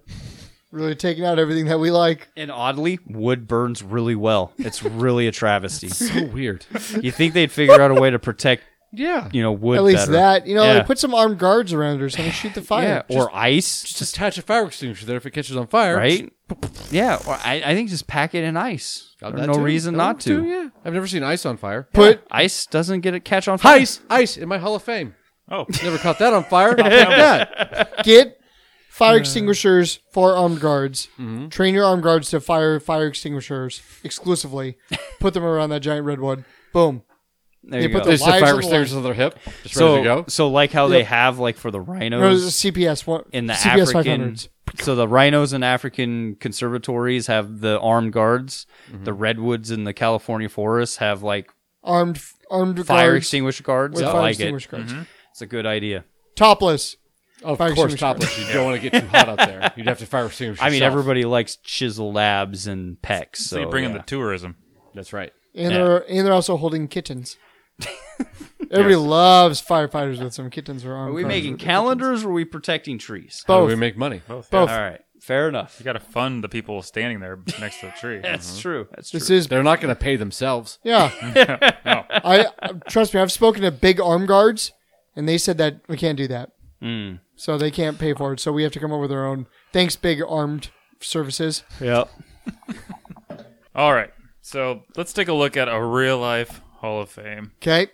Speaker 1: Really taking out everything that we like.
Speaker 2: And oddly, wood burns really well. It's really a travesty.
Speaker 3: So weird.
Speaker 2: you think they'd figure out a way to protect,
Speaker 3: yeah.
Speaker 2: you know, wood?
Speaker 1: At least
Speaker 2: better.
Speaker 1: that. You know,
Speaker 2: Yeah.
Speaker 1: like put some armed guards around it or something, shoot the
Speaker 2: yeah,
Speaker 1: fire.
Speaker 2: or ice, just,
Speaker 3: Just attach a fire extinguisher there if it catches on fire.
Speaker 2: right? yeah, or I, I think just pack it in ice.
Speaker 3: Got
Speaker 2: There's
Speaker 3: that
Speaker 2: no
Speaker 3: too.
Speaker 2: reason
Speaker 3: That
Speaker 2: not
Speaker 3: works
Speaker 2: to.
Speaker 3: too, yeah. I've never seen ice on fire.
Speaker 1: Put
Speaker 2: Ice doesn't get it catch on fire.
Speaker 3: Ice, ice in my Hall of Fame.
Speaker 5: Oh,
Speaker 3: Never caught that on fire. Not that.
Speaker 1: get fire extinguishers for armed guards.
Speaker 2: Mm-hmm.
Speaker 1: Train your armed guards to fire fire extinguishers exclusively. put them around that giant redwood. Boom.
Speaker 2: There
Speaker 1: They
Speaker 2: you
Speaker 1: put
Speaker 2: go.
Speaker 3: They just have
Speaker 1: Lives on
Speaker 3: fire
Speaker 1: the
Speaker 3: extinguishers on their hip. Just ready to
Speaker 2: so
Speaker 3: go.
Speaker 2: so like how they have like for the
Speaker 1: No, it's
Speaker 2: rhinos
Speaker 1: a CPS one
Speaker 2: in the
Speaker 1: CPS
Speaker 2: African.
Speaker 1: 500s.
Speaker 2: So the rhinos and African conservatories have the armed guards. The redwoods in the California forests have like
Speaker 1: Armed armed
Speaker 2: fire
Speaker 1: guards
Speaker 2: extinguisher guards.
Speaker 1: with
Speaker 2: I
Speaker 1: fire
Speaker 2: like it. Mm-hmm.
Speaker 1: extinguisher guards.
Speaker 2: It's a good idea.
Speaker 1: Topless.
Speaker 3: Of
Speaker 1: Fire
Speaker 3: course,
Speaker 1: extinguisher.
Speaker 3: topless. You don't want to get too hot out there. You'd have to fire extinguish.
Speaker 2: I mean,
Speaker 3: yourself.
Speaker 2: everybody likes chisel labs and pecs. So,
Speaker 5: so you bring in
Speaker 2: yeah.
Speaker 5: the tourism.
Speaker 3: That's right.
Speaker 1: And
Speaker 2: Yeah.
Speaker 1: they're and they're also holding kittens. Everybody loves firefighters with some kittens or armed.
Speaker 2: Are we
Speaker 1: guards
Speaker 2: making
Speaker 1: with-
Speaker 2: calendars or are we protecting trees?
Speaker 3: How do
Speaker 1: both?
Speaker 3: we make money?
Speaker 5: Both.
Speaker 1: Both.
Speaker 2: All right. Fair enough.
Speaker 5: You got to fund the people standing there next to the tree.
Speaker 2: That's
Speaker 3: Mm-hmm.
Speaker 2: true. That's true.
Speaker 1: this is
Speaker 3: They're not going to pay themselves.
Speaker 1: yeah. I trust me. I've spoken to big arm guards, and they said that we can't do that,
Speaker 2: Mm.
Speaker 1: so they can't pay for it. So we have to come up with our own. Thanks, big armed services.
Speaker 2: Yep.
Speaker 5: Mm-hmm. All right. So let's take a look at a real life Hall of Fame
Speaker 1: Okay.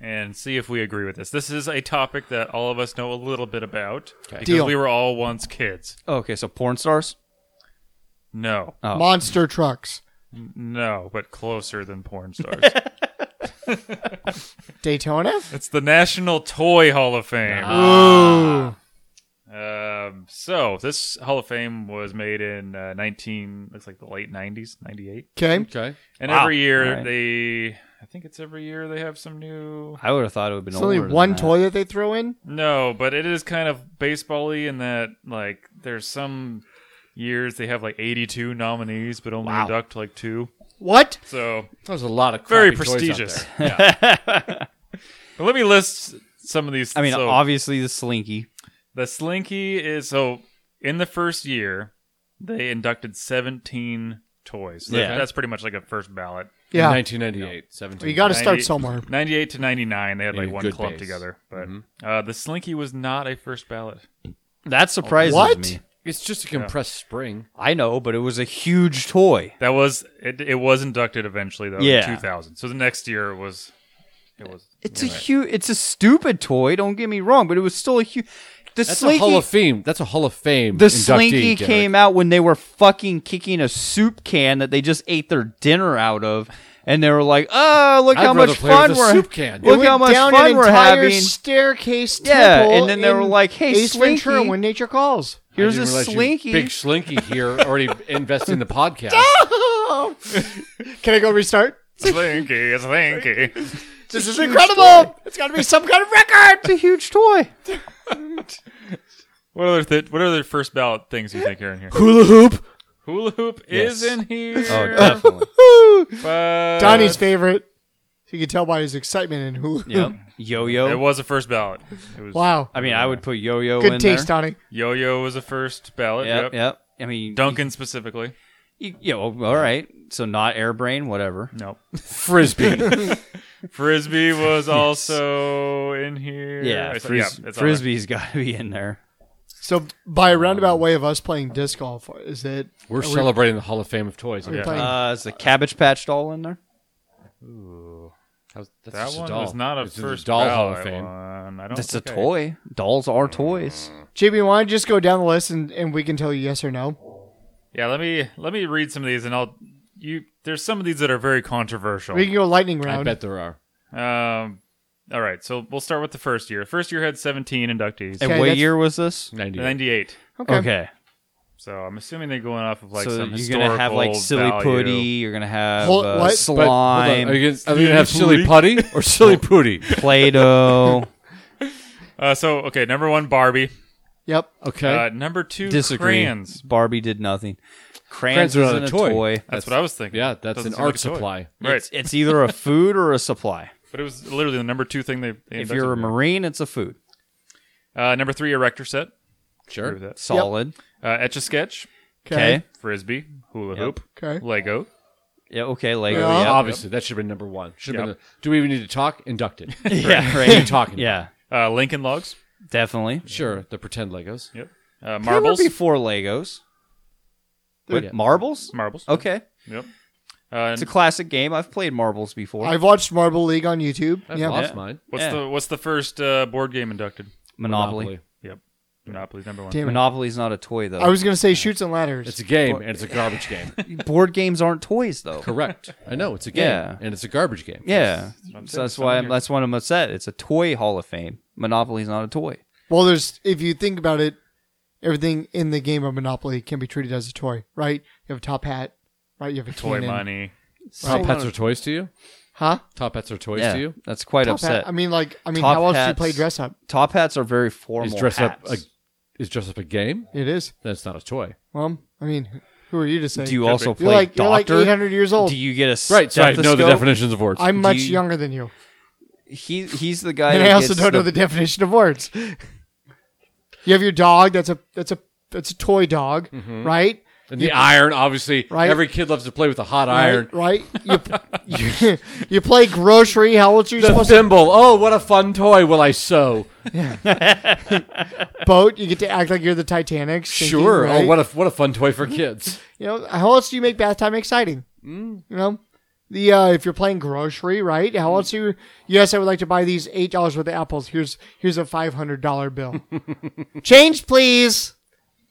Speaker 5: and see if we agree with this. This is a topic that all of us know a little bit about because
Speaker 1: Deal.
Speaker 5: we were all once kids.
Speaker 2: Okay, so porn stars?
Speaker 5: No,
Speaker 1: Uh.
Speaker 2: Oh.
Speaker 1: Monster trucks,
Speaker 5: no, but closer than porn stars.
Speaker 1: Daytona.
Speaker 5: it's the National Toy Hall of Fame.
Speaker 1: Ooh.
Speaker 5: Um, so this Hall of Fame was made in uh, 19, looks like the late 90s, 98.
Speaker 1: Okay.
Speaker 3: Okay.
Speaker 5: And
Speaker 2: Wow.
Speaker 5: every year
Speaker 2: Alright.
Speaker 5: they, I think it's every year they have some new.
Speaker 2: I would have thought it would have been
Speaker 1: It's only
Speaker 2: older than
Speaker 1: one
Speaker 2: that.
Speaker 1: toy that they throw in.
Speaker 5: No, but it is kind of baseball-y in that like there's some years they have like 82 nominees, but only induct like two.
Speaker 1: What?
Speaker 5: So
Speaker 3: There's a lot of crappy
Speaker 5: very
Speaker 3: toys out
Speaker 5: prestigious.
Speaker 3: there.
Speaker 5: But let me list some of these.
Speaker 2: I mean,
Speaker 5: so,
Speaker 2: obviously the slinky.
Speaker 5: the Slinky is so in the first year they inducted 17 toys. So
Speaker 2: Yeah.
Speaker 5: that's pretty much like a first ballot.
Speaker 1: Yeah.
Speaker 3: 1998, 17.
Speaker 1: You got to start
Speaker 5: 90
Speaker 1: somewhere.
Speaker 5: 98 to 99, they had
Speaker 3: Yeah,
Speaker 5: like one
Speaker 3: good
Speaker 5: clump
Speaker 3: base. Mm-hmm.
Speaker 5: together. But uh, the Slinky was not a first ballot.
Speaker 3: Oh,
Speaker 2: That surprises
Speaker 1: What?
Speaker 2: me.
Speaker 3: It's just a compressed spring.
Speaker 2: I know, but it was a huge toy.
Speaker 5: That was it. It was inducted eventually though.
Speaker 2: Yeah.
Speaker 5: in 2000. So the next year it was. It was.
Speaker 2: It's a huge. It's a stupid toy. Don't get me wrong, but it was still a huge. The
Speaker 3: That's
Speaker 2: slinky.
Speaker 3: a Hall of Fame. That's a Hall of Fame.
Speaker 2: the
Speaker 3: inductee,
Speaker 2: slinky
Speaker 3: Garrett.
Speaker 2: came out when they were fucking kicking a soup can that they just ate their dinner out of, and they were like, "Oh, look
Speaker 3: I'd
Speaker 2: how much
Speaker 3: rather play with
Speaker 2: fun
Speaker 3: a
Speaker 2: we're
Speaker 3: soup can." It
Speaker 2: look
Speaker 1: It
Speaker 2: how
Speaker 1: went
Speaker 2: much
Speaker 1: down
Speaker 2: fun
Speaker 1: an
Speaker 2: we're
Speaker 1: entire
Speaker 2: having."
Speaker 1: Staircase.
Speaker 2: Yeah,
Speaker 1: temple
Speaker 2: and then they were
Speaker 1: in
Speaker 2: like, "Hey,
Speaker 1: Ace
Speaker 2: Slinky."
Speaker 1: Ventura: When Nature Calls."
Speaker 3: I
Speaker 2: Here's a
Speaker 3: didn't realize you
Speaker 2: slinky.
Speaker 3: Big slinky here already investing the podcast.
Speaker 1: Can I go restart?
Speaker 5: Slinky, Slinky.
Speaker 1: This is incredible. It's got to be some kind of record.
Speaker 2: it's a huge toy.
Speaker 5: What other th- what other first ballot things you think are in here?
Speaker 1: Hula hoop.
Speaker 5: Hula hoop is
Speaker 2: Yes.
Speaker 5: in here.
Speaker 2: Oh, definitely.
Speaker 5: but
Speaker 1: Donnie's favorite. You can tell by his excitement in hula hoop.
Speaker 2: yep. Yo-yo.
Speaker 5: It was a first ballot. It was
Speaker 1: Wow.
Speaker 2: I mean, I would put yo-yo in
Speaker 1: Good taste,
Speaker 2: there.
Speaker 1: Donnie.
Speaker 5: Yo-Yo was a first ballot.
Speaker 2: yep,
Speaker 5: Yep.
Speaker 2: yep. I mean,
Speaker 5: Duncan specifically.
Speaker 2: You, you, know, all right. So not airbrain, whatever.
Speaker 5: Nope.
Speaker 3: Frisbee.
Speaker 5: Frisbee was also in here.
Speaker 2: Yeah,
Speaker 5: I said-
Speaker 2: fris-
Speaker 5: it's all right.
Speaker 2: frisbee's got to be in there.
Speaker 1: So, by a roundabout way of us playing disc golf, is it?
Speaker 3: We're celebrating the Hall of Fame of toys.
Speaker 1: Are we
Speaker 5: Oh, Yeah.
Speaker 1: playing-
Speaker 2: Uh, is the Cabbage Patch doll in there?
Speaker 3: How's- that's
Speaker 5: That
Speaker 3: just a
Speaker 5: one
Speaker 3: doll.
Speaker 5: was not a
Speaker 3: It's
Speaker 5: first
Speaker 3: doll
Speaker 5: ballot
Speaker 3: Hall of Fame.
Speaker 5: One. I don't
Speaker 2: That's a
Speaker 5: think I-
Speaker 2: toy. Dolls are toys.
Speaker 1: JB, why don't you just go down the list and, and we can tell you yes or no?
Speaker 5: Yeah, let me let me read some of these, and I'll you. There's some of these that are very controversial.
Speaker 1: We can go lightning
Speaker 3: I
Speaker 1: round.
Speaker 3: bet there are.
Speaker 5: Um, all right, so we'll start with the first year. First year had 17 inductees.
Speaker 2: And
Speaker 1: Okay,
Speaker 2: what
Speaker 1: that's-
Speaker 2: year was this?
Speaker 3: 90.
Speaker 5: 98.
Speaker 1: Okay.
Speaker 5: So I'm assuming they're going off of like
Speaker 2: so
Speaker 5: some
Speaker 2: you're gonna have like
Speaker 5: historical
Speaker 2: silly
Speaker 5: value.
Speaker 2: putty. You're gonna have
Speaker 1: Hold-
Speaker 2: uh,
Speaker 1: what? But-
Speaker 3: But, hold on,
Speaker 2: slime,
Speaker 3: Are you gonna, are you gonna have silly putty or silly pooty?
Speaker 2: Play-Doh.
Speaker 5: Uh, so okay, number one Barbie.
Speaker 1: Yep.
Speaker 3: Okay.
Speaker 5: Uh, number two
Speaker 2: Disagree.
Speaker 5: crayons.
Speaker 2: Barbie did nothing. Crayons,
Speaker 3: Crayons are
Speaker 2: isn't
Speaker 3: not a
Speaker 2: a
Speaker 3: toy.
Speaker 2: toy.
Speaker 5: That's, what I was thinking.
Speaker 3: yeah, that's an
Speaker 5: Doesn't seem like
Speaker 3: art
Speaker 5: a toy.
Speaker 3: supply.
Speaker 5: Right,
Speaker 2: It's, it's either a food or a supply.
Speaker 5: but it was literally the number two thing they. they
Speaker 2: If
Speaker 5: inducted
Speaker 2: you're a
Speaker 5: here.
Speaker 2: marine, it's a food.
Speaker 5: uh, number three erector set. Agree
Speaker 3: Sure.
Speaker 5: with that.
Speaker 2: Solid.
Speaker 5: Uh, Etch a sketch,
Speaker 2: Okay.
Speaker 5: frisbee, hula
Speaker 2: Yep.
Speaker 5: hoop,
Speaker 1: Okay.
Speaker 5: Lego.
Speaker 2: Yeah. Okay. Lego.
Speaker 1: Yeah.
Speaker 2: Yeah.
Speaker 3: Uh, Obviously, that should have been number one. Should have
Speaker 5: Yep.
Speaker 3: been. A, do we even need to talk? Inducted. What
Speaker 2: Yeah.
Speaker 3: are you
Speaker 2: Right.
Speaker 3: talking? about?
Speaker 2: yeah.
Speaker 5: Uh, Lincoln Logs.
Speaker 2: Definitely.
Speaker 3: Sure. The pretend Legos.
Speaker 5: Yep. Uh,
Speaker 2: There were
Speaker 5: marbles.
Speaker 2: before Legos. Wait,
Speaker 3: Yeah.
Speaker 2: marbles?
Speaker 5: Marbles.
Speaker 2: Okay.
Speaker 5: Yep. Uh,
Speaker 2: It's a classic game. I've played marbles before.
Speaker 1: I've watched Marble League on YouTube.
Speaker 3: I've
Speaker 1: yeah.
Speaker 3: lost
Speaker 2: Yeah.
Speaker 3: mine.
Speaker 5: what's
Speaker 2: yeah.
Speaker 5: the what's the first uh, board game inducted?
Speaker 2: Monopoly.
Speaker 5: Yep. Monopoly's number one.
Speaker 1: Damn it.
Speaker 2: Monopoly's not a toy though.
Speaker 1: I was going to say Shoots and Ladders.
Speaker 3: It's a game and it's a garbage game.
Speaker 2: Board games aren't toys though.
Speaker 3: Correct. I know it's a game
Speaker 2: Yeah.
Speaker 3: and it's a garbage game.
Speaker 2: Yeah.
Speaker 5: I'm
Speaker 2: so
Speaker 5: saying.
Speaker 2: that's
Speaker 5: Some
Speaker 2: why
Speaker 5: in
Speaker 2: I'm,
Speaker 5: here.
Speaker 2: that's why I'm upset. It's a toy Hall of Fame. Monopoly's not a toy.
Speaker 1: Well, there's if you think about it, everything in the game of Monopoly can be treated as a toy, right? You have a top hat, right? You have a
Speaker 5: Toy
Speaker 1: cannon.
Speaker 5: money.
Speaker 3: Top hats are toys to you.
Speaker 1: huh?
Speaker 3: Top hats are toys
Speaker 2: yeah.
Speaker 3: to you.
Speaker 2: That's quite
Speaker 1: Top
Speaker 2: upset.
Speaker 1: hat. I mean, like, I mean,
Speaker 2: Top
Speaker 1: how else do you
Speaker 2: hats.
Speaker 1: play dress up?
Speaker 2: Top hats are very formal.
Speaker 3: Is dress up
Speaker 2: hats.
Speaker 3: a is dress up a game?
Speaker 1: It is.
Speaker 3: That's not a toy.
Speaker 1: Well, I mean, who are you to say?
Speaker 2: Do you also play
Speaker 1: You're like
Speaker 2: doctor?
Speaker 1: you're like 800 years old.
Speaker 2: Do you get a
Speaker 3: Right. So I know the
Speaker 2: stethoscope?
Speaker 3: definitions of words.
Speaker 1: I'm much
Speaker 2: you-
Speaker 1: younger than you.
Speaker 2: he he's the guy.
Speaker 1: and
Speaker 2: that
Speaker 1: I also
Speaker 2: gets
Speaker 1: don't know the definition of words. You have your dog. That's a that's a that's a toy dog,
Speaker 2: Mm-hmm.
Speaker 1: right?
Speaker 3: And the iron, obviously,
Speaker 1: Right.
Speaker 3: every kid loves to play with a hot iron.
Speaker 1: Right? right? You, you, you play grocery. How else are you
Speaker 3: The
Speaker 1: supposed to
Speaker 3: thimble. Oh, what a fun toy! Will I sew?
Speaker 1: boat? You get to act like you're the Titanic. sinking,
Speaker 3: Sure.
Speaker 1: right?
Speaker 3: Oh, what a what a fun toy for kids.
Speaker 1: you know, how else do you make bath time exciting? You know, the uh, if you're playing grocery, right? How else do you? Yes, I would like to buy these eight dollars worth of apples. Here's here's a five hundred dollar bill. Change, please.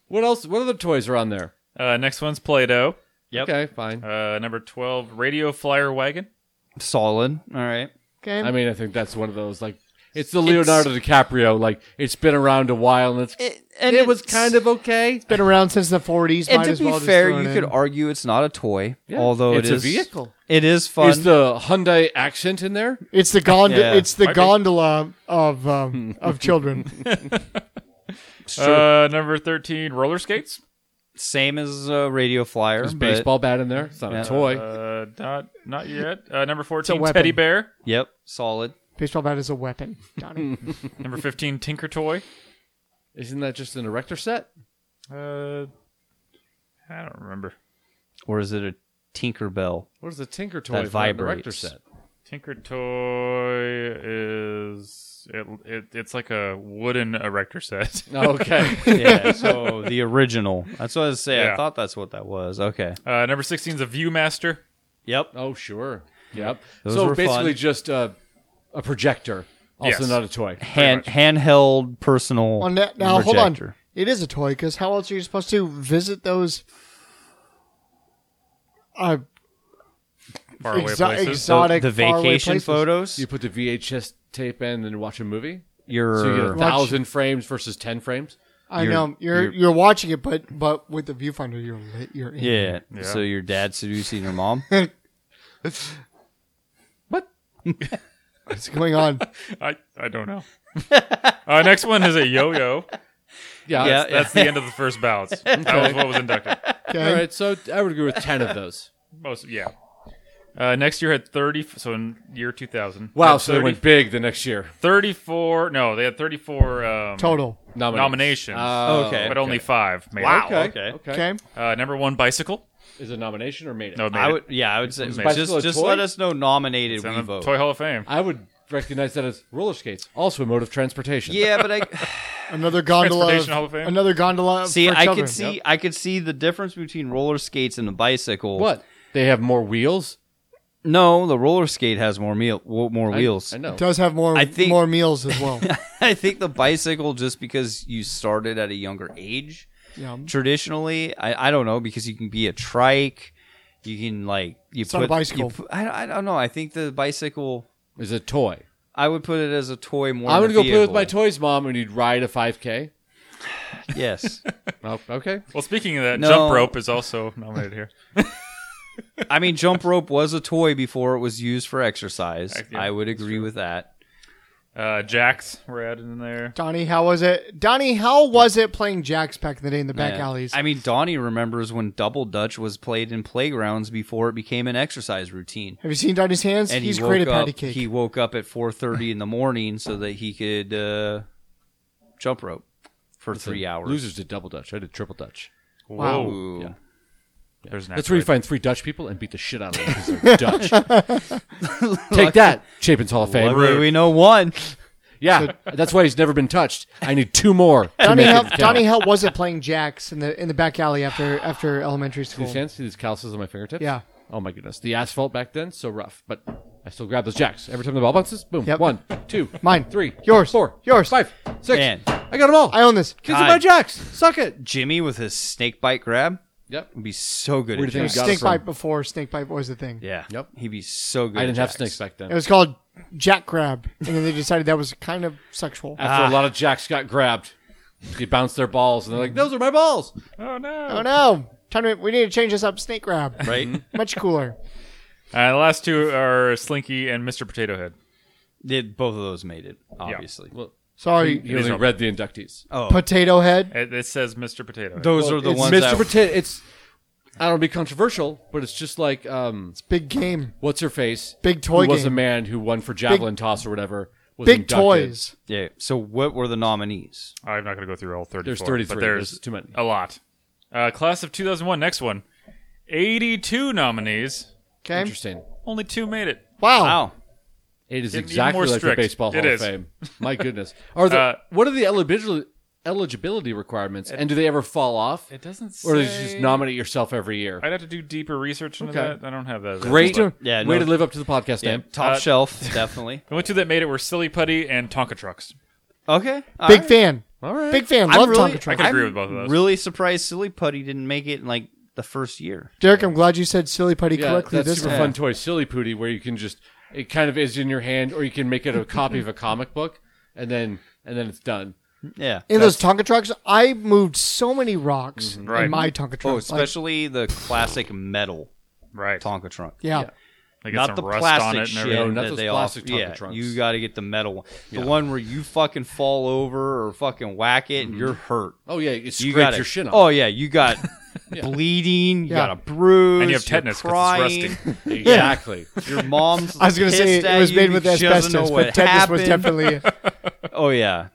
Speaker 3: What else? What other toys are on there?
Speaker 5: Uh, next one's Play-Doh.
Speaker 2: Yep.
Speaker 3: Okay, fine.
Speaker 5: Uh, number twelve, Radio Flyer Wagon.
Speaker 2: solid. All right.
Speaker 1: Okay,
Speaker 3: I mean, I think that's one of those like it's the Leonardo DiCaprio. Like it's been around a while, and it's
Speaker 2: and
Speaker 3: it was kind of okay.
Speaker 1: been around since the forties.
Speaker 2: And
Speaker 1: might
Speaker 2: to
Speaker 1: as
Speaker 2: be
Speaker 1: well just
Speaker 2: fair,
Speaker 1: throw it
Speaker 2: you
Speaker 1: in.
Speaker 2: could argue it's not a toy,
Speaker 3: Yeah.
Speaker 2: although it
Speaker 3: it's
Speaker 2: is-
Speaker 3: a vehicle.
Speaker 2: It is fun.
Speaker 3: Is the Hyundai accent in there?
Speaker 1: It's the gondola.
Speaker 2: Yeah.
Speaker 1: It's the
Speaker 5: Might be.
Speaker 1: gondola of um, of children.
Speaker 5: Uh, number thirteen, roller skates.
Speaker 2: Same as uh, Radio Flyer.
Speaker 3: There's a
Speaker 2: but-
Speaker 3: baseball bat in there. It's not
Speaker 2: Yeah.
Speaker 3: a toy.
Speaker 5: Uh, not not yet. Uh, number fourteen,
Speaker 1: weapon.
Speaker 5: Teddy Bear.
Speaker 2: Yep. Solid.
Speaker 1: Baseball bat is a weapon. Donnie.
Speaker 5: Number fifteen, Tinker Toy.
Speaker 3: Isn't that just an erector set?
Speaker 5: Uh, I don't remember.
Speaker 2: Or is it a Tinkerbell?
Speaker 3: What is the Tinker toy?
Speaker 2: That
Speaker 3: if not an erector
Speaker 2: vibrates.
Speaker 3: set.
Speaker 5: Tinker Toy is it, it? It's like a wooden erector set.
Speaker 3: Oh, Okay.
Speaker 2: Yeah. so the original. That's what I was saying.
Speaker 5: Yeah.
Speaker 2: I thought that's what that was. Okay.
Speaker 5: Uh, number sixteen is a ViewMaster.
Speaker 2: Yep.
Speaker 3: Oh, sure. Yep.
Speaker 2: Those
Speaker 3: so
Speaker 2: were
Speaker 3: basically,
Speaker 2: fun.
Speaker 3: just uh, a projector, also
Speaker 5: Yes.
Speaker 3: not a toy.
Speaker 2: Hand handheld personal.
Speaker 1: on that, now, hold on.
Speaker 2: projector.
Speaker 1: It is a toy because how else are you supposed to visit those? Uh,
Speaker 5: Far away
Speaker 1: exo-
Speaker 5: places.
Speaker 2: The-
Speaker 1: exotic
Speaker 2: the,
Speaker 1: faraway
Speaker 2: vacation
Speaker 1: places.
Speaker 2: photos.
Speaker 3: You put the VHS tape in and watch a movie.
Speaker 2: Your
Speaker 3: So you get a
Speaker 1: Watch-
Speaker 3: thousand frames versus ten frames.
Speaker 1: I
Speaker 2: You're-
Speaker 1: know you're, you're
Speaker 2: you're-
Speaker 1: watching it, but but with the viewfinder, you're lit. You're in.
Speaker 2: yeah.
Speaker 5: Yeah.
Speaker 2: So your dad seducing your mom.
Speaker 1: What's going on?
Speaker 5: I I don't know. uh, next one is a yo-yo.
Speaker 3: Yeah.
Speaker 2: Uh, Yeah.
Speaker 3: it's-
Speaker 5: That's the end of the first bounce. That was what was inducted.
Speaker 1: Okay,
Speaker 3: All right. So I would agree with ten of those.
Speaker 5: Most yeah. Uh, next year had thirty. So in year two thousand.
Speaker 3: Wow. So they went big the next year.
Speaker 5: thirty-four. No, they had thirty-four um,
Speaker 1: total.
Speaker 3: Nominations.
Speaker 5: nominations,
Speaker 3: Oh,
Speaker 2: Ah, Okay.
Speaker 5: but only five. Made it.
Speaker 2: Wow.
Speaker 3: Okay.
Speaker 2: okay.
Speaker 3: Okay.
Speaker 1: Okay,
Speaker 5: Uh, number one, bicycle.
Speaker 3: Is it nomination or made it?
Speaker 5: No, made
Speaker 2: I
Speaker 5: it.
Speaker 2: would, yeah, I would say
Speaker 5: Bicycle
Speaker 3: a
Speaker 2: just just
Speaker 3: toy?
Speaker 2: let us know nominated
Speaker 5: It's
Speaker 2: we
Speaker 5: on the
Speaker 2: vote.
Speaker 5: Toy Hall of Fame.
Speaker 3: I would recognize that as roller skates, also a mode of transportation.
Speaker 2: Yeah, but I
Speaker 1: another gondola. Of,
Speaker 5: Transportation Hall of Fame?
Speaker 1: Another gondola. of-
Speaker 2: see.
Speaker 1: for
Speaker 2: I
Speaker 1: children.
Speaker 2: could see I could see the difference between roller skates and a bicycle.
Speaker 3: What? They have more wheels.
Speaker 2: No, the roller skate has more meal, wo- more wheels. I,
Speaker 3: I, I know.
Speaker 1: It does have more
Speaker 2: I think-
Speaker 1: more meals as well.
Speaker 2: think the bicycle, just because you started at a younger age,
Speaker 1: yeah,
Speaker 2: traditionally, I, I don't know because you can be a trike, you can like you
Speaker 1: not
Speaker 2: put
Speaker 1: a bicycle.
Speaker 2: you put- I, I don't know. I think the bicycle.
Speaker 3: Is a toy.
Speaker 2: I would put it as a toy more.
Speaker 3: I'm
Speaker 2: than
Speaker 3: gonna
Speaker 2: a
Speaker 3: go play with my
Speaker 2: vehicle.
Speaker 3: toys, mom, and you'd ride a 5k.
Speaker 2: Yes,
Speaker 3: Oh, okay.
Speaker 5: Well, speaking of that,
Speaker 2: No.
Speaker 5: jump rope is also nominated here.
Speaker 2: I mean jump rope was a toy before it was used for exercise.
Speaker 5: Ac- yeah,
Speaker 2: I would agree with that.
Speaker 5: Uh, Jacks were added in there.
Speaker 1: Donnie, how was it? Donnie, how was it playing jacks back in the day in the back
Speaker 2: Yeah.
Speaker 1: alleys?
Speaker 2: I mean, Donnie remembers when double dutch was played in playgrounds before it became an exercise routine.
Speaker 1: Have you seen Donnie's hands?
Speaker 2: And
Speaker 1: He's
Speaker 2: he
Speaker 1: great
Speaker 2: woke
Speaker 1: at patty
Speaker 2: up.
Speaker 1: cake.
Speaker 2: He woke up at four thirty in the morning so that he could uh, jump rope for three hours.
Speaker 3: Losers did double dutch. I did triple dutch.
Speaker 5: Whoa.
Speaker 2: Ooh.
Speaker 5: There's an
Speaker 3: That's where you
Speaker 5: asteroid.
Speaker 3: find three Dutch people and beat the shit out of them because they're Dutch. Take that, Chapin's Hall of Fame.
Speaker 2: Luckily, we know one.
Speaker 3: Yeah, that's why he's never been touched. I need two more. To
Speaker 1: Donnie,
Speaker 3: make
Speaker 1: how,
Speaker 3: it count.
Speaker 1: Donnie, how was it playing jacks in the in the back alley after after elementary
Speaker 3: See
Speaker 1: school?
Speaker 3: these hands? See these calluses on my fingertips?
Speaker 1: Yeah.
Speaker 3: Oh my goodness. The asphalt back then so rough, but I still grab those jacks every time the ball bounces. Boom.
Speaker 1: Yep.
Speaker 3: One, two,
Speaker 1: Mine.
Speaker 3: three,
Speaker 1: Yours.
Speaker 3: four,
Speaker 1: Yours.
Speaker 3: five, six.
Speaker 2: Man.
Speaker 3: I got them all.
Speaker 1: I own this.
Speaker 3: Kids are my
Speaker 2: God.
Speaker 3: jacks. Suck it.
Speaker 2: Jimmy with his snake bite grab
Speaker 3: Yep.
Speaker 2: would be so good.
Speaker 3: Where
Speaker 2: at
Speaker 3: do you think
Speaker 2: jacks.
Speaker 3: Got it
Speaker 1: Snake
Speaker 3: from-
Speaker 1: bite before snake bite was the thing.
Speaker 2: Yeah.
Speaker 3: Yep.
Speaker 2: He'd be so good.
Speaker 3: I
Speaker 2: at
Speaker 3: didn't have
Speaker 2: jacks.
Speaker 3: snakes back then.
Speaker 1: It was called Jack Grab, and then they decided that was kind of sexual.
Speaker 3: After
Speaker 2: Ah.
Speaker 3: a lot of jacks got grabbed, they bounced their balls and they're like, "Those are my balls."
Speaker 5: Oh no!
Speaker 1: oh no! Time to, we need to change this up. Snake Grab,
Speaker 5: Mm-hmm.
Speaker 2: Right?
Speaker 1: much cooler.
Speaker 5: Uh, the last two are Slinky and Mr. Potato Head.
Speaker 2: Did both of those made it? Obviously.
Speaker 1: Sorry,
Speaker 3: You only
Speaker 5: are-
Speaker 3: read the inductees.
Speaker 2: Oh,
Speaker 1: Potato Head.
Speaker 5: It, it says Mr. Potato Head.
Speaker 2: those
Speaker 1: Well,
Speaker 2: are the
Speaker 1: it's
Speaker 2: ones.
Speaker 3: Mr.
Speaker 2: That,
Speaker 3: Potato. It's I don't know, be controversial, but it's just like um,
Speaker 1: It's big game.
Speaker 3: what's her face?
Speaker 1: Big toy
Speaker 3: who was
Speaker 1: game.
Speaker 3: a man who won for javelin toss or whatever. Was
Speaker 1: Big
Speaker 3: inducted.
Speaker 1: toys.
Speaker 2: Yeah. So what were the nominees?
Speaker 5: I'm not going to go through all 34.
Speaker 3: There's
Speaker 5: But
Speaker 3: 33.
Speaker 5: there's,
Speaker 3: There's too many.
Speaker 5: A lot. Uh, class of 2001. Next one. 82 nominees.
Speaker 1: Okay.
Speaker 3: Interesting.
Speaker 5: Only two made it.
Speaker 1: Wow.
Speaker 2: Wow.
Speaker 3: It is
Speaker 5: Even
Speaker 3: exactly
Speaker 5: more
Speaker 3: like
Speaker 5: strict.
Speaker 3: the baseball hall
Speaker 5: It is.
Speaker 3: of fame. My goodness. Are the
Speaker 5: Uh,
Speaker 3: what are the eligibility eligibility requirements, and do they ever fall off,
Speaker 5: It doesn't say.
Speaker 3: or do you just nominate yourself every year?
Speaker 5: I'd have to do deeper research into
Speaker 3: Okay.
Speaker 5: that. I don't have that.
Speaker 3: Great,
Speaker 5: But
Speaker 2: Yeah,
Speaker 3: way
Speaker 2: no-
Speaker 3: to live up to the podcast name.
Speaker 2: Top
Speaker 5: Uh,
Speaker 2: shelf, definitely.
Speaker 5: The only two that made it were Silly Putty and Tonka Trucks.
Speaker 2: Okay. all
Speaker 1: Big
Speaker 2: right.
Speaker 1: fan.
Speaker 3: All right,
Speaker 1: Big fan.
Speaker 2: I'm
Speaker 1: Love
Speaker 2: really,
Speaker 1: Tonka
Speaker 5: I
Speaker 1: Truck.
Speaker 5: can agree
Speaker 2: I'm
Speaker 5: with both of those.
Speaker 2: Really surprised Silly Putty didn't make it in like the first year.
Speaker 1: Derek, I'm glad you said silly putty
Speaker 3: yeah,
Speaker 1: correctly
Speaker 3: that
Speaker 1: this
Speaker 3: super
Speaker 1: time.
Speaker 3: fun toy, Silly Pooty, where you can just it kind of is in your hand, or you can make it a copy of a comic book, and then and then it's done.
Speaker 2: Yeah.
Speaker 1: In those Tonka trucks, I moved so many rocks
Speaker 3: Mm-hmm.
Speaker 5: Right.
Speaker 1: in my Tonka truck.
Speaker 2: Oh,
Speaker 1: Like,
Speaker 2: especially the classic metal
Speaker 5: Right.
Speaker 2: Tonka trunk.
Speaker 1: yeah.
Speaker 5: They got
Speaker 2: Not the
Speaker 5: some rust
Speaker 2: plastic
Speaker 5: on it and
Speaker 2: shit.
Speaker 5: everything.
Speaker 3: No, not
Speaker 2: that
Speaker 3: those
Speaker 2: they
Speaker 3: plastic
Speaker 2: off-
Speaker 3: Tonka
Speaker 2: yeah,
Speaker 3: trunks.
Speaker 2: You got to get the metal one. The one where you fucking fall over or fucking whack it
Speaker 5: Mm-hmm.
Speaker 2: and you're hurt.
Speaker 3: Oh yeah, it
Speaker 2: you
Speaker 3: scrapes
Speaker 2: got
Speaker 3: your shin off.
Speaker 2: Oh yeah, you got bleeding. You
Speaker 1: Yeah.
Speaker 2: got a bruise.
Speaker 5: And you
Speaker 2: you're
Speaker 5: have tetanus 'cause it's
Speaker 2: crying.
Speaker 3: exactly.
Speaker 2: Your mom's.
Speaker 1: I was gonna say
Speaker 2: pissed at
Speaker 1: it was
Speaker 2: you,
Speaker 1: made with
Speaker 2: she doesn't know
Speaker 1: asbestos, but
Speaker 2: what
Speaker 1: tetanus was
Speaker 2: happened.
Speaker 1: definitely
Speaker 2: Oh yeah,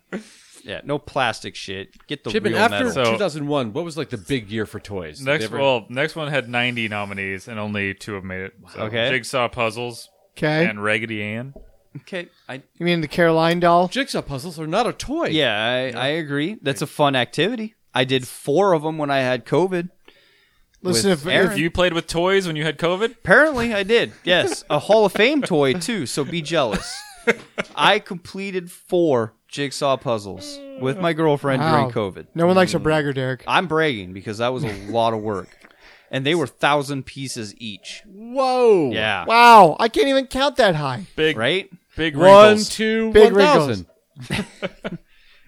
Speaker 2: yeah. No plastic shit. Get the
Speaker 3: Chip, and
Speaker 2: real
Speaker 3: after
Speaker 2: metal.
Speaker 5: So-
Speaker 3: 2001, what was like the big year for toys? Did they
Speaker 5: Next,
Speaker 3: ever-
Speaker 5: well, next one had 90 nominees and only two have made it. So,
Speaker 2: Okay.
Speaker 5: Jigsaw Puzzles
Speaker 1: okay.
Speaker 5: and Raggedy Ann.
Speaker 2: okay, I
Speaker 1: you mean the Caroline doll?
Speaker 3: jigsaw puzzles are not a toy.
Speaker 2: yeah, I, I agree. That's a fun activity. I did four of them when I had COVID.
Speaker 1: Listen,
Speaker 2: with
Speaker 1: if,
Speaker 2: Aaron.
Speaker 1: if
Speaker 5: You played with toys when you had COVID?
Speaker 2: Apparently, I did. Yes, a Hall of Fame toy too. So be jealous. I completed four jigsaw puzzles with my girlfriend
Speaker 1: Wow.
Speaker 2: during COVID. Mm.
Speaker 1: no one likes a bragger, Derek.
Speaker 2: I'm bragging because that was a lot of work, and they were thousand pieces each.
Speaker 3: Whoa.
Speaker 2: Yeah,
Speaker 1: Wow, I can't even count that high.
Speaker 5: Big,
Speaker 2: right.
Speaker 5: big
Speaker 3: One,
Speaker 5: wrinkles.
Speaker 3: two,
Speaker 1: Big
Speaker 3: one thousand.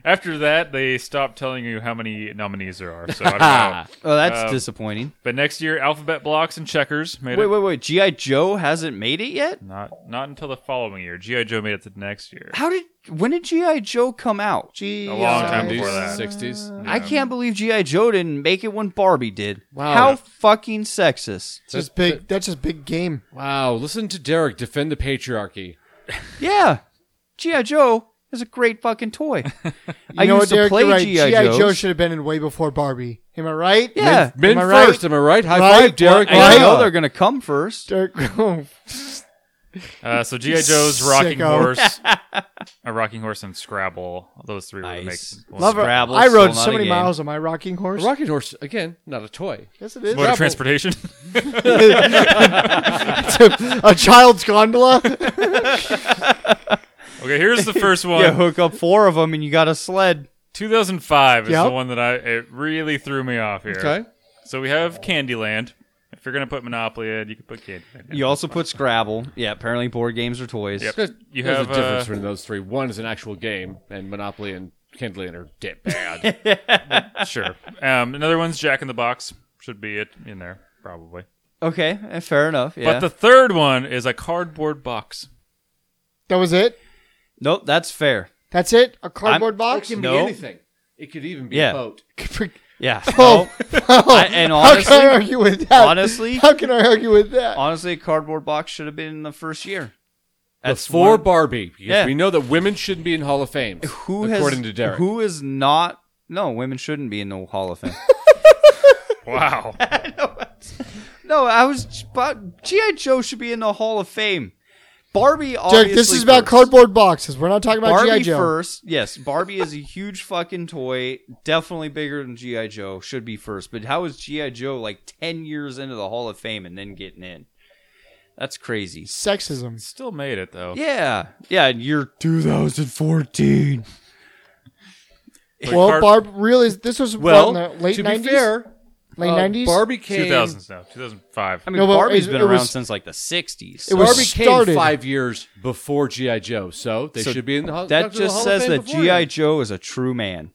Speaker 5: After that, they stopped telling you how many nominees there are. So I don't
Speaker 1: Ah.
Speaker 5: know.
Speaker 2: Oh, that's disappointing.
Speaker 5: But next year, Alphabet Blocks and Checkers made
Speaker 2: Wait,
Speaker 5: Um, it.
Speaker 2: wait, wait. GI Joe hasn't made it yet.
Speaker 5: Not not until the following year. GI Joe made it the next year.
Speaker 2: How did? When did GI Joe come out?
Speaker 1: Gee,
Speaker 5: A long time
Speaker 1: guys.
Speaker 5: before that.
Speaker 3: 60s.
Speaker 2: I can't believe GI Joe didn't make it when Barbie did.
Speaker 1: Wow.
Speaker 2: How fucking sexist.
Speaker 1: It's just big. That's just big game.
Speaker 3: Wow, listen to Derek defend the patriarchy.
Speaker 2: Yeah, GI Joe is a great fucking toy. I
Speaker 1: You know what,
Speaker 2: used to
Speaker 1: Derek?
Speaker 2: play
Speaker 1: You're right.
Speaker 2: GI
Speaker 1: GI
Speaker 2: Joes.
Speaker 1: Joe should have been in way before Barbie. Am I right?
Speaker 2: Yeah.
Speaker 3: Men
Speaker 1: Am I
Speaker 3: first,
Speaker 1: right?
Speaker 3: am I right? High
Speaker 1: Right?
Speaker 3: five, Derek.
Speaker 2: And I
Speaker 1: Right?
Speaker 2: know they're gonna come first.
Speaker 1: Derek. oh,
Speaker 5: Uh, so GI Joe's Rocking
Speaker 1: Sicko.
Speaker 5: Horse, a Rocking Horse and Scrabble. Those three would
Speaker 2: Nice.
Speaker 5: make
Speaker 1: love her.
Speaker 2: Scrabble's
Speaker 1: I rode
Speaker 2: still not
Speaker 1: so
Speaker 2: a
Speaker 1: many
Speaker 2: game.
Speaker 1: miles on my rocking horse.
Speaker 3: Rocket horse again, not a toy.
Speaker 1: yes, it is.
Speaker 5: mode of transportation.
Speaker 1: a child's gondola.
Speaker 5: okay, here's the first one.
Speaker 2: Yeah, hook up four of them and you got a sled.
Speaker 5: 2005 is
Speaker 1: Yep.
Speaker 5: the one that I it really threw me off here.
Speaker 3: Okay.
Speaker 5: So we have Candyland. If you're gonna put Monopoly in, you can put Candyland. in.
Speaker 2: You also put Scrabble. Yeah, apparently board games are toys.
Speaker 5: Yep.
Speaker 3: There's,
Speaker 5: You
Speaker 3: there's
Speaker 5: have,
Speaker 3: a difference
Speaker 5: uh,
Speaker 3: between those three. One is an actual game, and Monopoly and Kindling are dip bad.
Speaker 5: Sure. Um, another one's Jack in the Box. Should be it in there probably.
Speaker 2: Okay, eh, fair enough. Yeah.
Speaker 5: But the third one is a cardboard box.
Speaker 1: that was it.
Speaker 2: nope, that's fair.
Speaker 1: That's it. A cardboard box.
Speaker 2: be No.
Speaker 3: anything. It could even be
Speaker 2: Yeah.
Speaker 3: a boat.
Speaker 2: Yeah.
Speaker 1: Oh.
Speaker 2: no. I- and
Speaker 1: How
Speaker 2: honestly,
Speaker 1: can I argue with that?
Speaker 2: honestly,
Speaker 1: How can I argue with that?
Speaker 2: honestly, a cardboard box should have been in the first year. That's
Speaker 3: Before
Speaker 2: one-
Speaker 3: Barbie, because
Speaker 2: Yeah.
Speaker 3: we know that women shouldn't be in Hall of Fame.
Speaker 2: who has-
Speaker 3: according to Derek.
Speaker 2: who is not. No, women shouldn't be in the Hall of Fame.
Speaker 5: Wow.
Speaker 2: no, I was. But GI Joe should be in the Hall of Fame. Barbie.
Speaker 1: Derek, this
Speaker 2: obviously
Speaker 1: is about
Speaker 2: first.
Speaker 1: cardboard boxes. We're not talking about
Speaker 2: Barbie
Speaker 1: GI Joe.
Speaker 2: first. Yes, Barbie is a huge fucking toy. Definitely bigger than GI Joe. Should be first. But how is GI Joe like ten years into the Hall of Fame and then getting in? That's crazy.
Speaker 1: Sexism.
Speaker 5: Still made it though.
Speaker 2: Yeah, yeah. And you're 2014.
Speaker 5: But
Speaker 1: Well,
Speaker 5: card-
Speaker 1: Barb really. This was
Speaker 3: Well,
Speaker 1: what, in the late
Speaker 3: to
Speaker 1: 90s.
Speaker 3: be fair,
Speaker 1: late
Speaker 3: uh,
Speaker 1: 90s.
Speaker 3: Barbie came.
Speaker 5: 2000s now. 2005.
Speaker 2: I mean,
Speaker 1: No, but
Speaker 2: Barbie's
Speaker 1: it-
Speaker 2: been
Speaker 1: it
Speaker 2: around
Speaker 1: was-
Speaker 2: since like the 60s.
Speaker 1: It was
Speaker 3: Barbie
Speaker 1: started-
Speaker 3: came five years before GI Joe, so they
Speaker 2: So
Speaker 3: should be in the Hall.
Speaker 2: that
Speaker 3: inducted to the
Speaker 2: just
Speaker 3: Hall of
Speaker 2: says
Speaker 3: Fame
Speaker 2: that
Speaker 3: before
Speaker 2: GI
Speaker 3: then.
Speaker 2: Joe is a true man.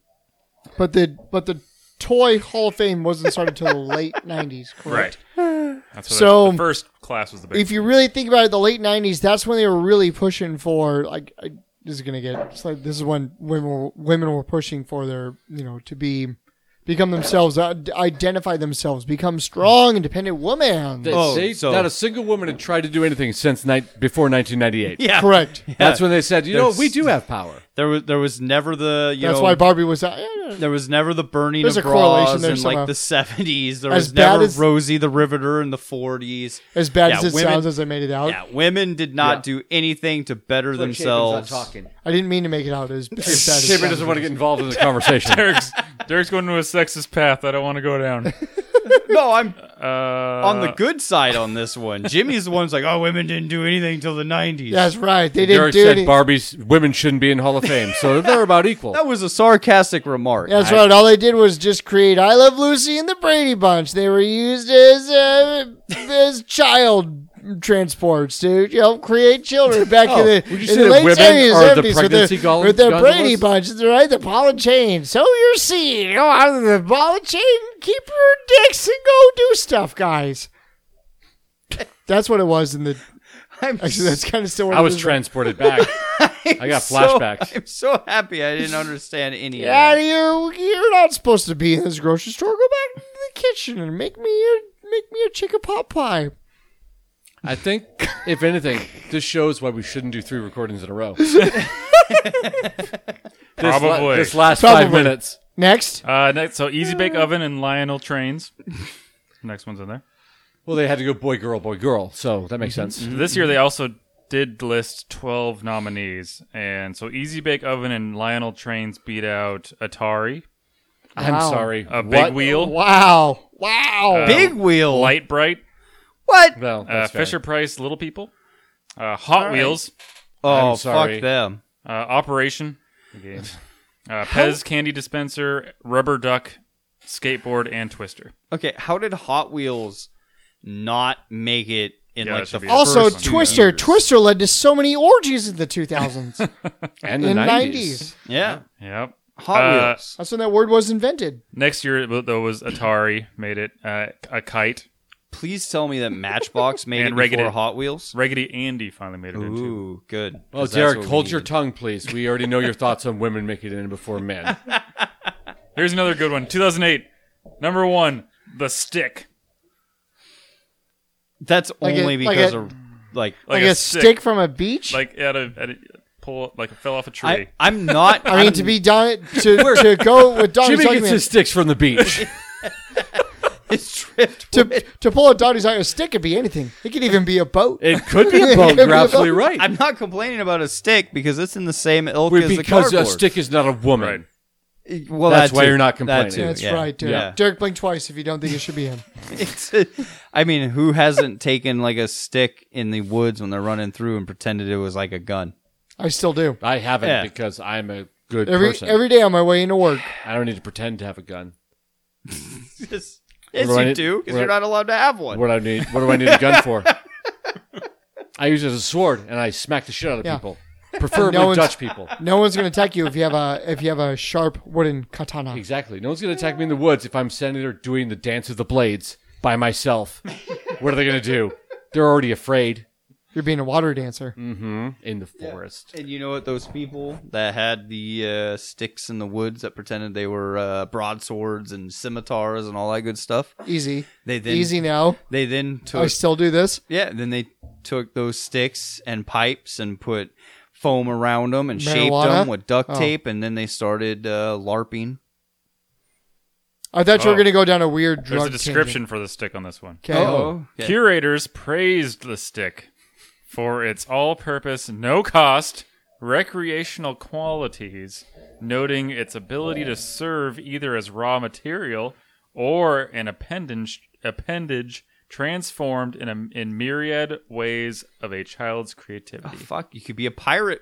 Speaker 1: but the but the toy Hall of Fame wasn't started until the late 90s. Correct.
Speaker 5: right. That's what
Speaker 1: So-
Speaker 5: I- the first class was the big.
Speaker 1: If you really think about it, the late 90s. That's when they were really pushing for like. I, this is gonna get. It's like, this is when women were, women were pushing for their you know to be become themselves, uh, identify themselves, become strong, independent women.
Speaker 3: They,
Speaker 2: Oh,
Speaker 3: they-
Speaker 2: so-
Speaker 3: not a single woman had tried to do anything since night before 1998.
Speaker 2: Yeah,
Speaker 1: Oh, Correct.
Speaker 3: That's when they said, you know,
Speaker 2: There's-
Speaker 3: we do have power.
Speaker 2: There was there was never the you
Speaker 1: That's
Speaker 2: know
Speaker 1: why Barbie was. Uh,
Speaker 2: there was never the burning
Speaker 1: There's
Speaker 2: of
Speaker 1: a correlation
Speaker 2: bras
Speaker 1: there
Speaker 2: in
Speaker 1: somehow.
Speaker 2: like the seventies. There
Speaker 1: As
Speaker 2: was
Speaker 1: bad
Speaker 2: never
Speaker 1: as-
Speaker 2: Rosie the Riveter in the forties.
Speaker 1: as bad
Speaker 2: Yeah,
Speaker 1: as it
Speaker 2: women-
Speaker 1: sounds, as I made it out,
Speaker 2: Yeah, women did not do anything to better themselves.
Speaker 1: I didn't mean to make it out. As, as bad as it
Speaker 3: Shaver
Speaker 1: sounds.
Speaker 3: doesn't want to get involved in the conversation.
Speaker 5: Derek's, Derek's going to a sexist path. I don't want to go down.
Speaker 2: No, I'm
Speaker 5: Uh,
Speaker 2: on the good side on this one. Jimmy's the one's like, oh, women didn't do anything till the nineties.
Speaker 1: That's right. They didn't
Speaker 3: Derek
Speaker 1: do
Speaker 3: said
Speaker 1: it.
Speaker 3: Barbie's women shouldn't be in Hall of Fame, so they're about equal.
Speaker 2: That was a sarcastic remark.
Speaker 1: That's right. All they did was just create "I Love Lucy" and the Brady Bunch. They were used as uh, as child transports to you know create children back
Speaker 3: Oh,
Speaker 1: in the,
Speaker 3: would
Speaker 1: in
Speaker 3: you say
Speaker 1: the
Speaker 3: that
Speaker 1: late
Speaker 3: women
Speaker 1: seventies,
Speaker 3: are the
Speaker 1: seventies with
Speaker 3: pregnancy
Speaker 1: their,
Speaker 3: gone-
Speaker 1: with their
Speaker 3: gondolas?
Speaker 1: Brady Bunch, right? The ball and chain. So you're seeing, you know, out of the ball and chain, keep your dicks and go do stuff, guys. That's what it was in the.
Speaker 2: I'm
Speaker 1: Actually, that's kind of still what
Speaker 3: I
Speaker 1: it
Speaker 3: was
Speaker 1: is.
Speaker 3: transported back. I got
Speaker 2: so-
Speaker 3: flashbacks.
Speaker 2: I'm so happy I didn't understand any
Speaker 1: Get out
Speaker 2: of
Speaker 1: of
Speaker 2: that.
Speaker 1: here! You're not supposed to be in this grocery store. Go back to the kitchen and make me a make me a chicken pot pie.
Speaker 3: I think, if anything, this shows why we shouldn't do three recordings in a row. This, la-
Speaker 5: Probably.
Speaker 3: this last five
Speaker 1: Probably.
Speaker 3: minutes.
Speaker 1: Next,
Speaker 5: uh, next, so Easy Bake Oven and Lionel Trains. Next one's in there.
Speaker 3: Well, they had to go boy, girl, boy, girl. So that makes sense.
Speaker 5: This year they also did list 12 nominees. And so Easy Bake Oven and Lionel Trains beat out Atari,
Speaker 3: I'm
Speaker 1: Wow.
Speaker 3: sorry.
Speaker 5: A Big
Speaker 3: What?
Speaker 5: Wheel, uh,
Speaker 1: wow, wow,
Speaker 2: Big wheel.
Speaker 5: Light Bright,
Speaker 2: What?
Speaker 3: Well,
Speaker 5: uh,
Speaker 3: that's fair.
Speaker 5: Fisher Price, Little People, uh, Hot Wheels,
Speaker 2: Oh,
Speaker 3: I'm sorry.
Speaker 2: fuck them.
Speaker 5: uh, Operation, uh, Pez Candy Dispenser, Rubber Duck, Skateboard, and Twister.
Speaker 2: Okay, how did Hot Wheels not make it in
Speaker 5: Yeah,
Speaker 2: like
Speaker 5: it should
Speaker 2: the
Speaker 5: be a
Speaker 2: first
Speaker 1: also,
Speaker 5: first
Speaker 2: two
Speaker 1: Twister.
Speaker 2: years?
Speaker 1: Twister led to so many orgies in the 2000s
Speaker 3: And the
Speaker 1: and
Speaker 3: 90s.
Speaker 1: 90s.
Speaker 2: Yeah,
Speaker 5: Yep.
Speaker 2: Hot
Speaker 5: Uh,
Speaker 2: Wheels.
Speaker 1: That's when that word was invented.
Speaker 5: Next year, it wa- though, was Atari made it. Uh, a kite.
Speaker 2: Please tell me that Matchbox made it
Speaker 5: And
Speaker 2: before
Speaker 5: Raggedy-
Speaker 2: Hot Wheels.
Speaker 5: Raggedy Andy finally made it into.
Speaker 2: Ooh, good.
Speaker 3: Well,
Speaker 2: 'Cause that's
Speaker 3: Derek,
Speaker 2: what we
Speaker 3: hold your
Speaker 2: needed.
Speaker 3: tongue, please. We already know your thoughts on women making it in before men.
Speaker 5: Here's another good one. 2008, number one, The Stick.
Speaker 2: That's
Speaker 1: Like a-
Speaker 2: only
Speaker 1: like
Speaker 2: because
Speaker 1: a-
Speaker 2: of like.
Speaker 1: Like, a stick, from a beach.
Speaker 5: like at a, at a pull, like it fell off a tree.
Speaker 2: I, I'm not.
Speaker 1: I mean, to be done to, to go with Donnie
Speaker 3: Jimmy gets
Speaker 1: Zuckerman
Speaker 3: his sticks from the beach.
Speaker 2: It's tripped.
Speaker 1: to, to pull a Donnie Zuckerman a stick could be anything. It could even be a boat.
Speaker 3: it could be a boat. You're absolutely right.
Speaker 2: I'm not complaining about a stick because it's in the same ilk as the
Speaker 3: because
Speaker 2: cardboard.
Speaker 3: a stick is not a woman.
Speaker 5: Right.
Speaker 2: Well,
Speaker 3: That's
Speaker 2: that
Speaker 3: why
Speaker 2: too.
Speaker 3: you're not
Speaker 2: That
Speaker 3: complaining.
Speaker 2: too,
Speaker 1: That's
Speaker 2: yeah.
Speaker 1: right, Derek.
Speaker 2: Yeah.
Speaker 1: Derek, blink twice if you don't think it should be him.
Speaker 2: It's- I mean, who hasn't taken like a stick in the woods when they're running through and pretended it was like a gun?
Speaker 1: I still do.
Speaker 3: I haven't
Speaker 2: Yeah.
Speaker 3: because I'm a good
Speaker 1: Every
Speaker 3: person.
Speaker 1: every day on my way into work,
Speaker 3: I don't need to pretend to have a gun.
Speaker 2: Yes, yes
Speaker 3: Right.
Speaker 2: you do, because
Speaker 3: Right.
Speaker 2: you're not allowed to have one.
Speaker 3: What do I need? What do I need a gun for? I use it as a sword, and I smack the shit out of
Speaker 1: Yeah.
Speaker 3: people, preferably
Speaker 1: No one's-
Speaker 3: Dutch people.
Speaker 1: no one's going to attack you if you have a if you have a sharp wooden katana.
Speaker 3: Exactly. No one's gonna attack me in the woods if I'm standing there doing the dance of the blades by myself. what are they gonna do? They're already afraid
Speaker 1: You're being a water dancer.
Speaker 3: in the forest.
Speaker 2: And you know what? Those people that had the uh, sticks in the woods that pretended they were uh, broadswords and scimitars and all that good stuff.
Speaker 1: Easy,
Speaker 2: They then
Speaker 1: easy now.
Speaker 2: They then took
Speaker 1: I still do this.
Speaker 2: yeah. Then they took those sticks and pipes and put foam around them and shaped
Speaker 1: Marijuana?
Speaker 2: them with duct
Speaker 1: Oh.
Speaker 2: tape, and then they started uh, larping.
Speaker 1: I thought you were
Speaker 5: Oh.
Speaker 1: going to go down a weird drug.
Speaker 5: There's a description for the stick on this one.
Speaker 1: Okay.
Speaker 2: okay.
Speaker 5: Curators praised the stick for its all purpose, no cost, recreational qualities, noting its ability to serve either as raw material or an appendage, appendage transformed in, a, in myriad ways of a child's
Speaker 2: Oh,
Speaker 5: creativity.
Speaker 2: fuck, you could be a pirate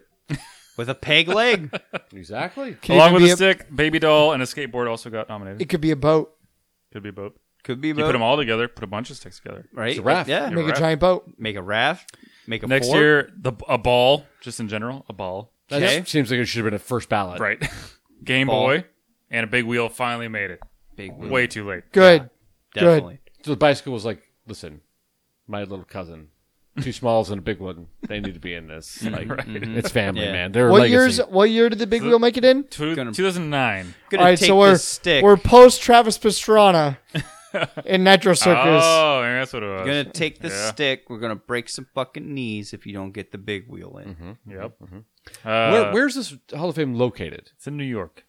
Speaker 2: with a peg leg.
Speaker 3: Exactly.
Speaker 1: Could
Speaker 5: Along
Speaker 1: even
Speaker 5: with
Speaker 1: be
Speaker 5: a stick, baby doll, and a skateboard also got nominated.
Speaker 1: It could be a boat.
Speaker 5: Could be both.
Speaker 2: Could be
Speaker 5: You put
Speaker 2: boat,
Speaker 5: them all together, put a bunch of sticks together.
Speaker 2: right?
Speaker 3: It's a raft.
Speaker 2: Yeah,
Speaker 5: You're
Speaker 1: Make
Speaker 5: right.
Speaker 1: a giant boat.
Speaker 2: make a raft. Make a
Speaker 5: Next
Speaker 2: fort.
Speaker 5: year, the a ball, just in general, a ball.
Speaker 3: That
Speaker 2: Okay.
Speaker 3: seems like it should have been a first ballot.
Speaker 5: Right. Game
Speaker 2: Ball.
Speaker 5: Boy and a big wheel finally made it.
Speaker 2: big wheel.
Speaker 5: Way too late.
Speaker 1: Good.
Speaker 2: definitely.
Speaker 3: So the bicycle was like, listen, my little cousin. two smalls and a big one. They need to be in this. Like it's family,
Speaker 2: Yeah.
Speaker 3: man. They're
Speaker 1: what
Speaker 3: legacy.
Speaker 1: years? What year did the big wheel make it in?
Speaker 5: Two,
Speaker 2: Gonna-
Speaker 5: 2009.
Speaker 2: Gonna
Speaker 1: All right,
Speaker 2: take
Speaker 1: so we're
Speaker 2: this stick.
Speaker 1: we're post Travis Pastrana in Nitro Circus.
Speaker 5: Oh, maybe that's what it was.
Speaker 2: gonna take the
Speaker 5: Yeah.
Speaker 2: stick. We're gonna break some fucking knees if you don't get the big wheel in.
Speaker 1: Mm-hmm.
Speaker 5: Yep. Uh,
Speaker 3: Where, where's this Hall of Fame located?
Speaker 5: It's in New York.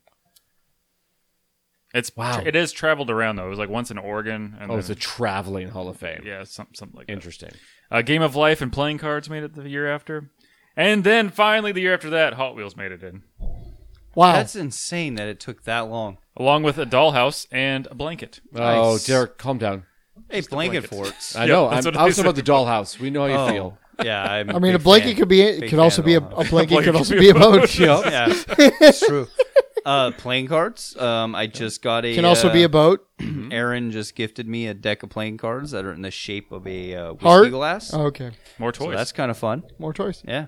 Speaker 5: It's
Speaker 3: Wow.
Speaker 5: wow. It is traveled around though. It was like once in Oregon. And
Speaker 3: Oh, it's a
Speaker 5: then-
Speaker 3: traveling Hall of Fame.
Speaker 5: yeah, something, something like that.
Speaker 3: Interesting.
Speaker 5: Uh, Game of Life and Playing Cards made it the year after, and then finally the year after that, Hot Wheels made it in,
Speaker 1: wow,
Speaker 2: That's insane that it took that long.
Speaker 5: along with a Dollhouse and a blanket.
Speaker 3: Oh,
Speaker 2: Nice.
Speaker 3: Derek, calm down.
Speaker 2: Hey, blanket,
Speaker 5: blanket.
Speaker 2: forts.
Speaker 3: I
Speaker 5: Yep,
Speaker 3: know. I'm,
Speaker 5: that's what
Speaker 3: I was
Speaker 5: I
Speaker 3: talking about the dollhouse. We know how you
Speaker 2: Oh,
Speaker 3: feel.
Speaker 2: Yeah, I'm
Speaker 1: I mean, a
Speaker 2: big
Speaker 1: blanket
Speaker 2: fan.
Speaker 1: could be
Speaker 2: Big
Speaker 1: it. Could
Speaker 2: fan
Speaker 1: also
Speaker 2: of
Speaker 1: be a,
Speaker 2: all
Speaker 1: a blanket. Could
Speaker 5: could
Speaker 1: also
Speaker 5: be
Speaker 1: be a
Speaker 5: a
Speaker 1: boat.
Speaker 3: Yep.
Speaker 2: Yeah, it's true. Uh, playing cards. Um, I just got a.
Speaker 1: Can also
Speaker 2: uh,
Speaker 1: be a boat.
Speaker 3: Hmm?
Speaker 2: Aaron just gifted me a deck of playing cards that are in the shape of a uh, whiskey
Speaker 1: Heart?
Speaker 2: glass.
Speaker 1: Oh, okay,
Speaker 5: More
Speaker 2: so
Speaker 5: toys.
Speaker 2: that's kind of fun.
Speaker 1: more toys.
Speaker 2: Yeah.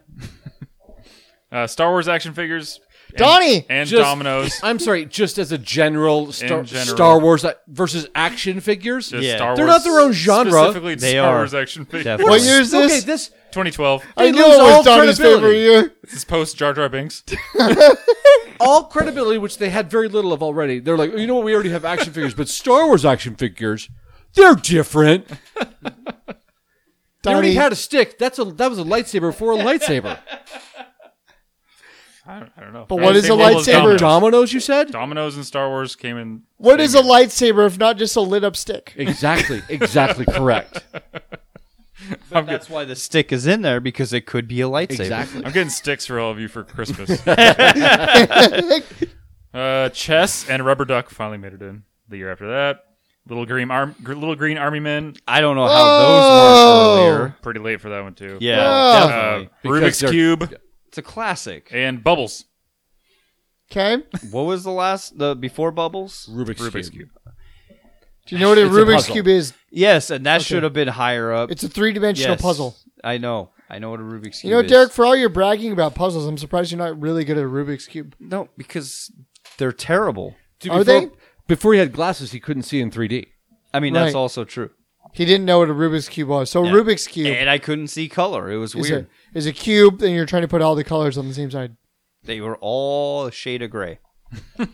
Speaker 5: uh, Star Wars action figures. and-
Speaker 1: Donnie!
Speaker 5: and
Speaker 3: Just-
Speaker 5: Dominoes.
Speaker 3: I'm sorry. Just as a general, Star,
Speaker 5: In general.
Speaker 3: Star Wars uh, versus action figures.
Speaker 5: Just
Speaker 2: Yeah.
Speaker 5: Star
Speaker 3: They're
Speaker 5: Wars-
Speaker 3: not their own genre.
Speaker 5: Specifically,
Speaker 2: They
Speaker 5: Star
Speaker 2: are.
Speaker 5: Wars action figures.
Speaker 2: Definitely.
Speaker 1: What year is this?
Speaker 3: Okay, this
Speaker 5: 2012.
Speaker 1: I
Speaker 3: They
Speaker 1: knew it
Speaker 3: lose
Speaker 1: was
Speaker 3: all
Speaker 1: Donnie's favorite
Speaker 3: credibility.
Speaker 1: year.
Speaker 5: This is post Jar Jar Binks.
Speaker 3: all credibility, which they had very little of already. They're like, you know what? We already have action figures, but Star Wars action figures, they're different. They already
Speaker 1: Donnie-
Speaker 3: had a stick. That's a that was a lightsaber before a lightsaber.
Speaker 5: I don't, I don't know.
Speaker 1: But
Speaker 5: I
Speaker 1: what
Speaker 5: would
Speaker 1: is
Speaker 5: say
Speaker 1: a
Speaker 5: World of
Speaker 1: lightsaber?
Speaker 5: Dominoes.
Speaker 3: Dominoes, you said?
Speaker 5: Dominoes and Star Wars came in.
Speaker 1: What is a lightsaber if not just a lit up stick?
Speaker 3: Exactly, exactly correct.
Speaker 5: I'm, get-
Speaker 2: That's why the stick is in there because it could be a lightsaber.
Speaker 3: Exactly.
Speaker 5: I'm getting sticks for all of you for Christmas. uh, chess and Rubber Duck finally made it in the year after that. Little Green Arm, Gr- Little Green Army Men.
Speaker 2: I don't know how
Speaker 1: Oh!
Speaker 2: those weren't earlier.
Speaker 5: Pretty late for that one too.
Speaker 2: Yeah,
Speaker 1: Yeah.
Speaker 5: Uh,
Speaker 2: definitely.
Speaker 3: Because
Speaker 5: Rubik's
Speaker 3: they're-
Speaker 5: Cube
Speaker 2: It's a classic.
Speaker 5: and Bubbles.
Speaker 1: Okay.
Speaker 2: What was the last the before bubbles?
Speaker 3: Rubik's,
Speaker 5: Rubik's
Speaker 3: cube.
Speaker 5: Cube.
Speaker 1: Do you know what a
Speaker 3: It's a
Speaker 1: Rubik's
Speaker 3: puzzle.
Speaker 1: cube is?
Speaker 2: Yes, and that should have been higher up.
Speaker 1: It's a three dimensional
Speaker 2: Yes.
Speaker 1: puzzle.
Speaker 2: I know. I know what a Rubik's
Speaker 1: You
Speaker 2: cube
Speaker 1: know,
Speaker 2: is.
Speaker 1: Derek, for all your bragging about puzzles, I'm surprised you're not really good at a Rubik's cube.
Speaker 2: No, because they're terrible.
Speaker 3: Dude,
Speaker 1: Are
Speaker 3: before,
Speaker 1: they?
Speaker 3: Before he had glasses, he couldn't see in 3D.
Speaker 2: I mean, that's
Speaker 1: Right.
Speaker 2: also true.
Speaker 1: He didn't know what a Rubik's cube was. So Rubik's cube
Speaker 2: And I couldn't see color. It was
Speaker 1: is
Speaker 2: Eh, weird.
Speaker 1: a, is a cube, and you're trying to put all the colors on the same side.
Speaker 2: They were all a shade of gray.
Speaker 5: I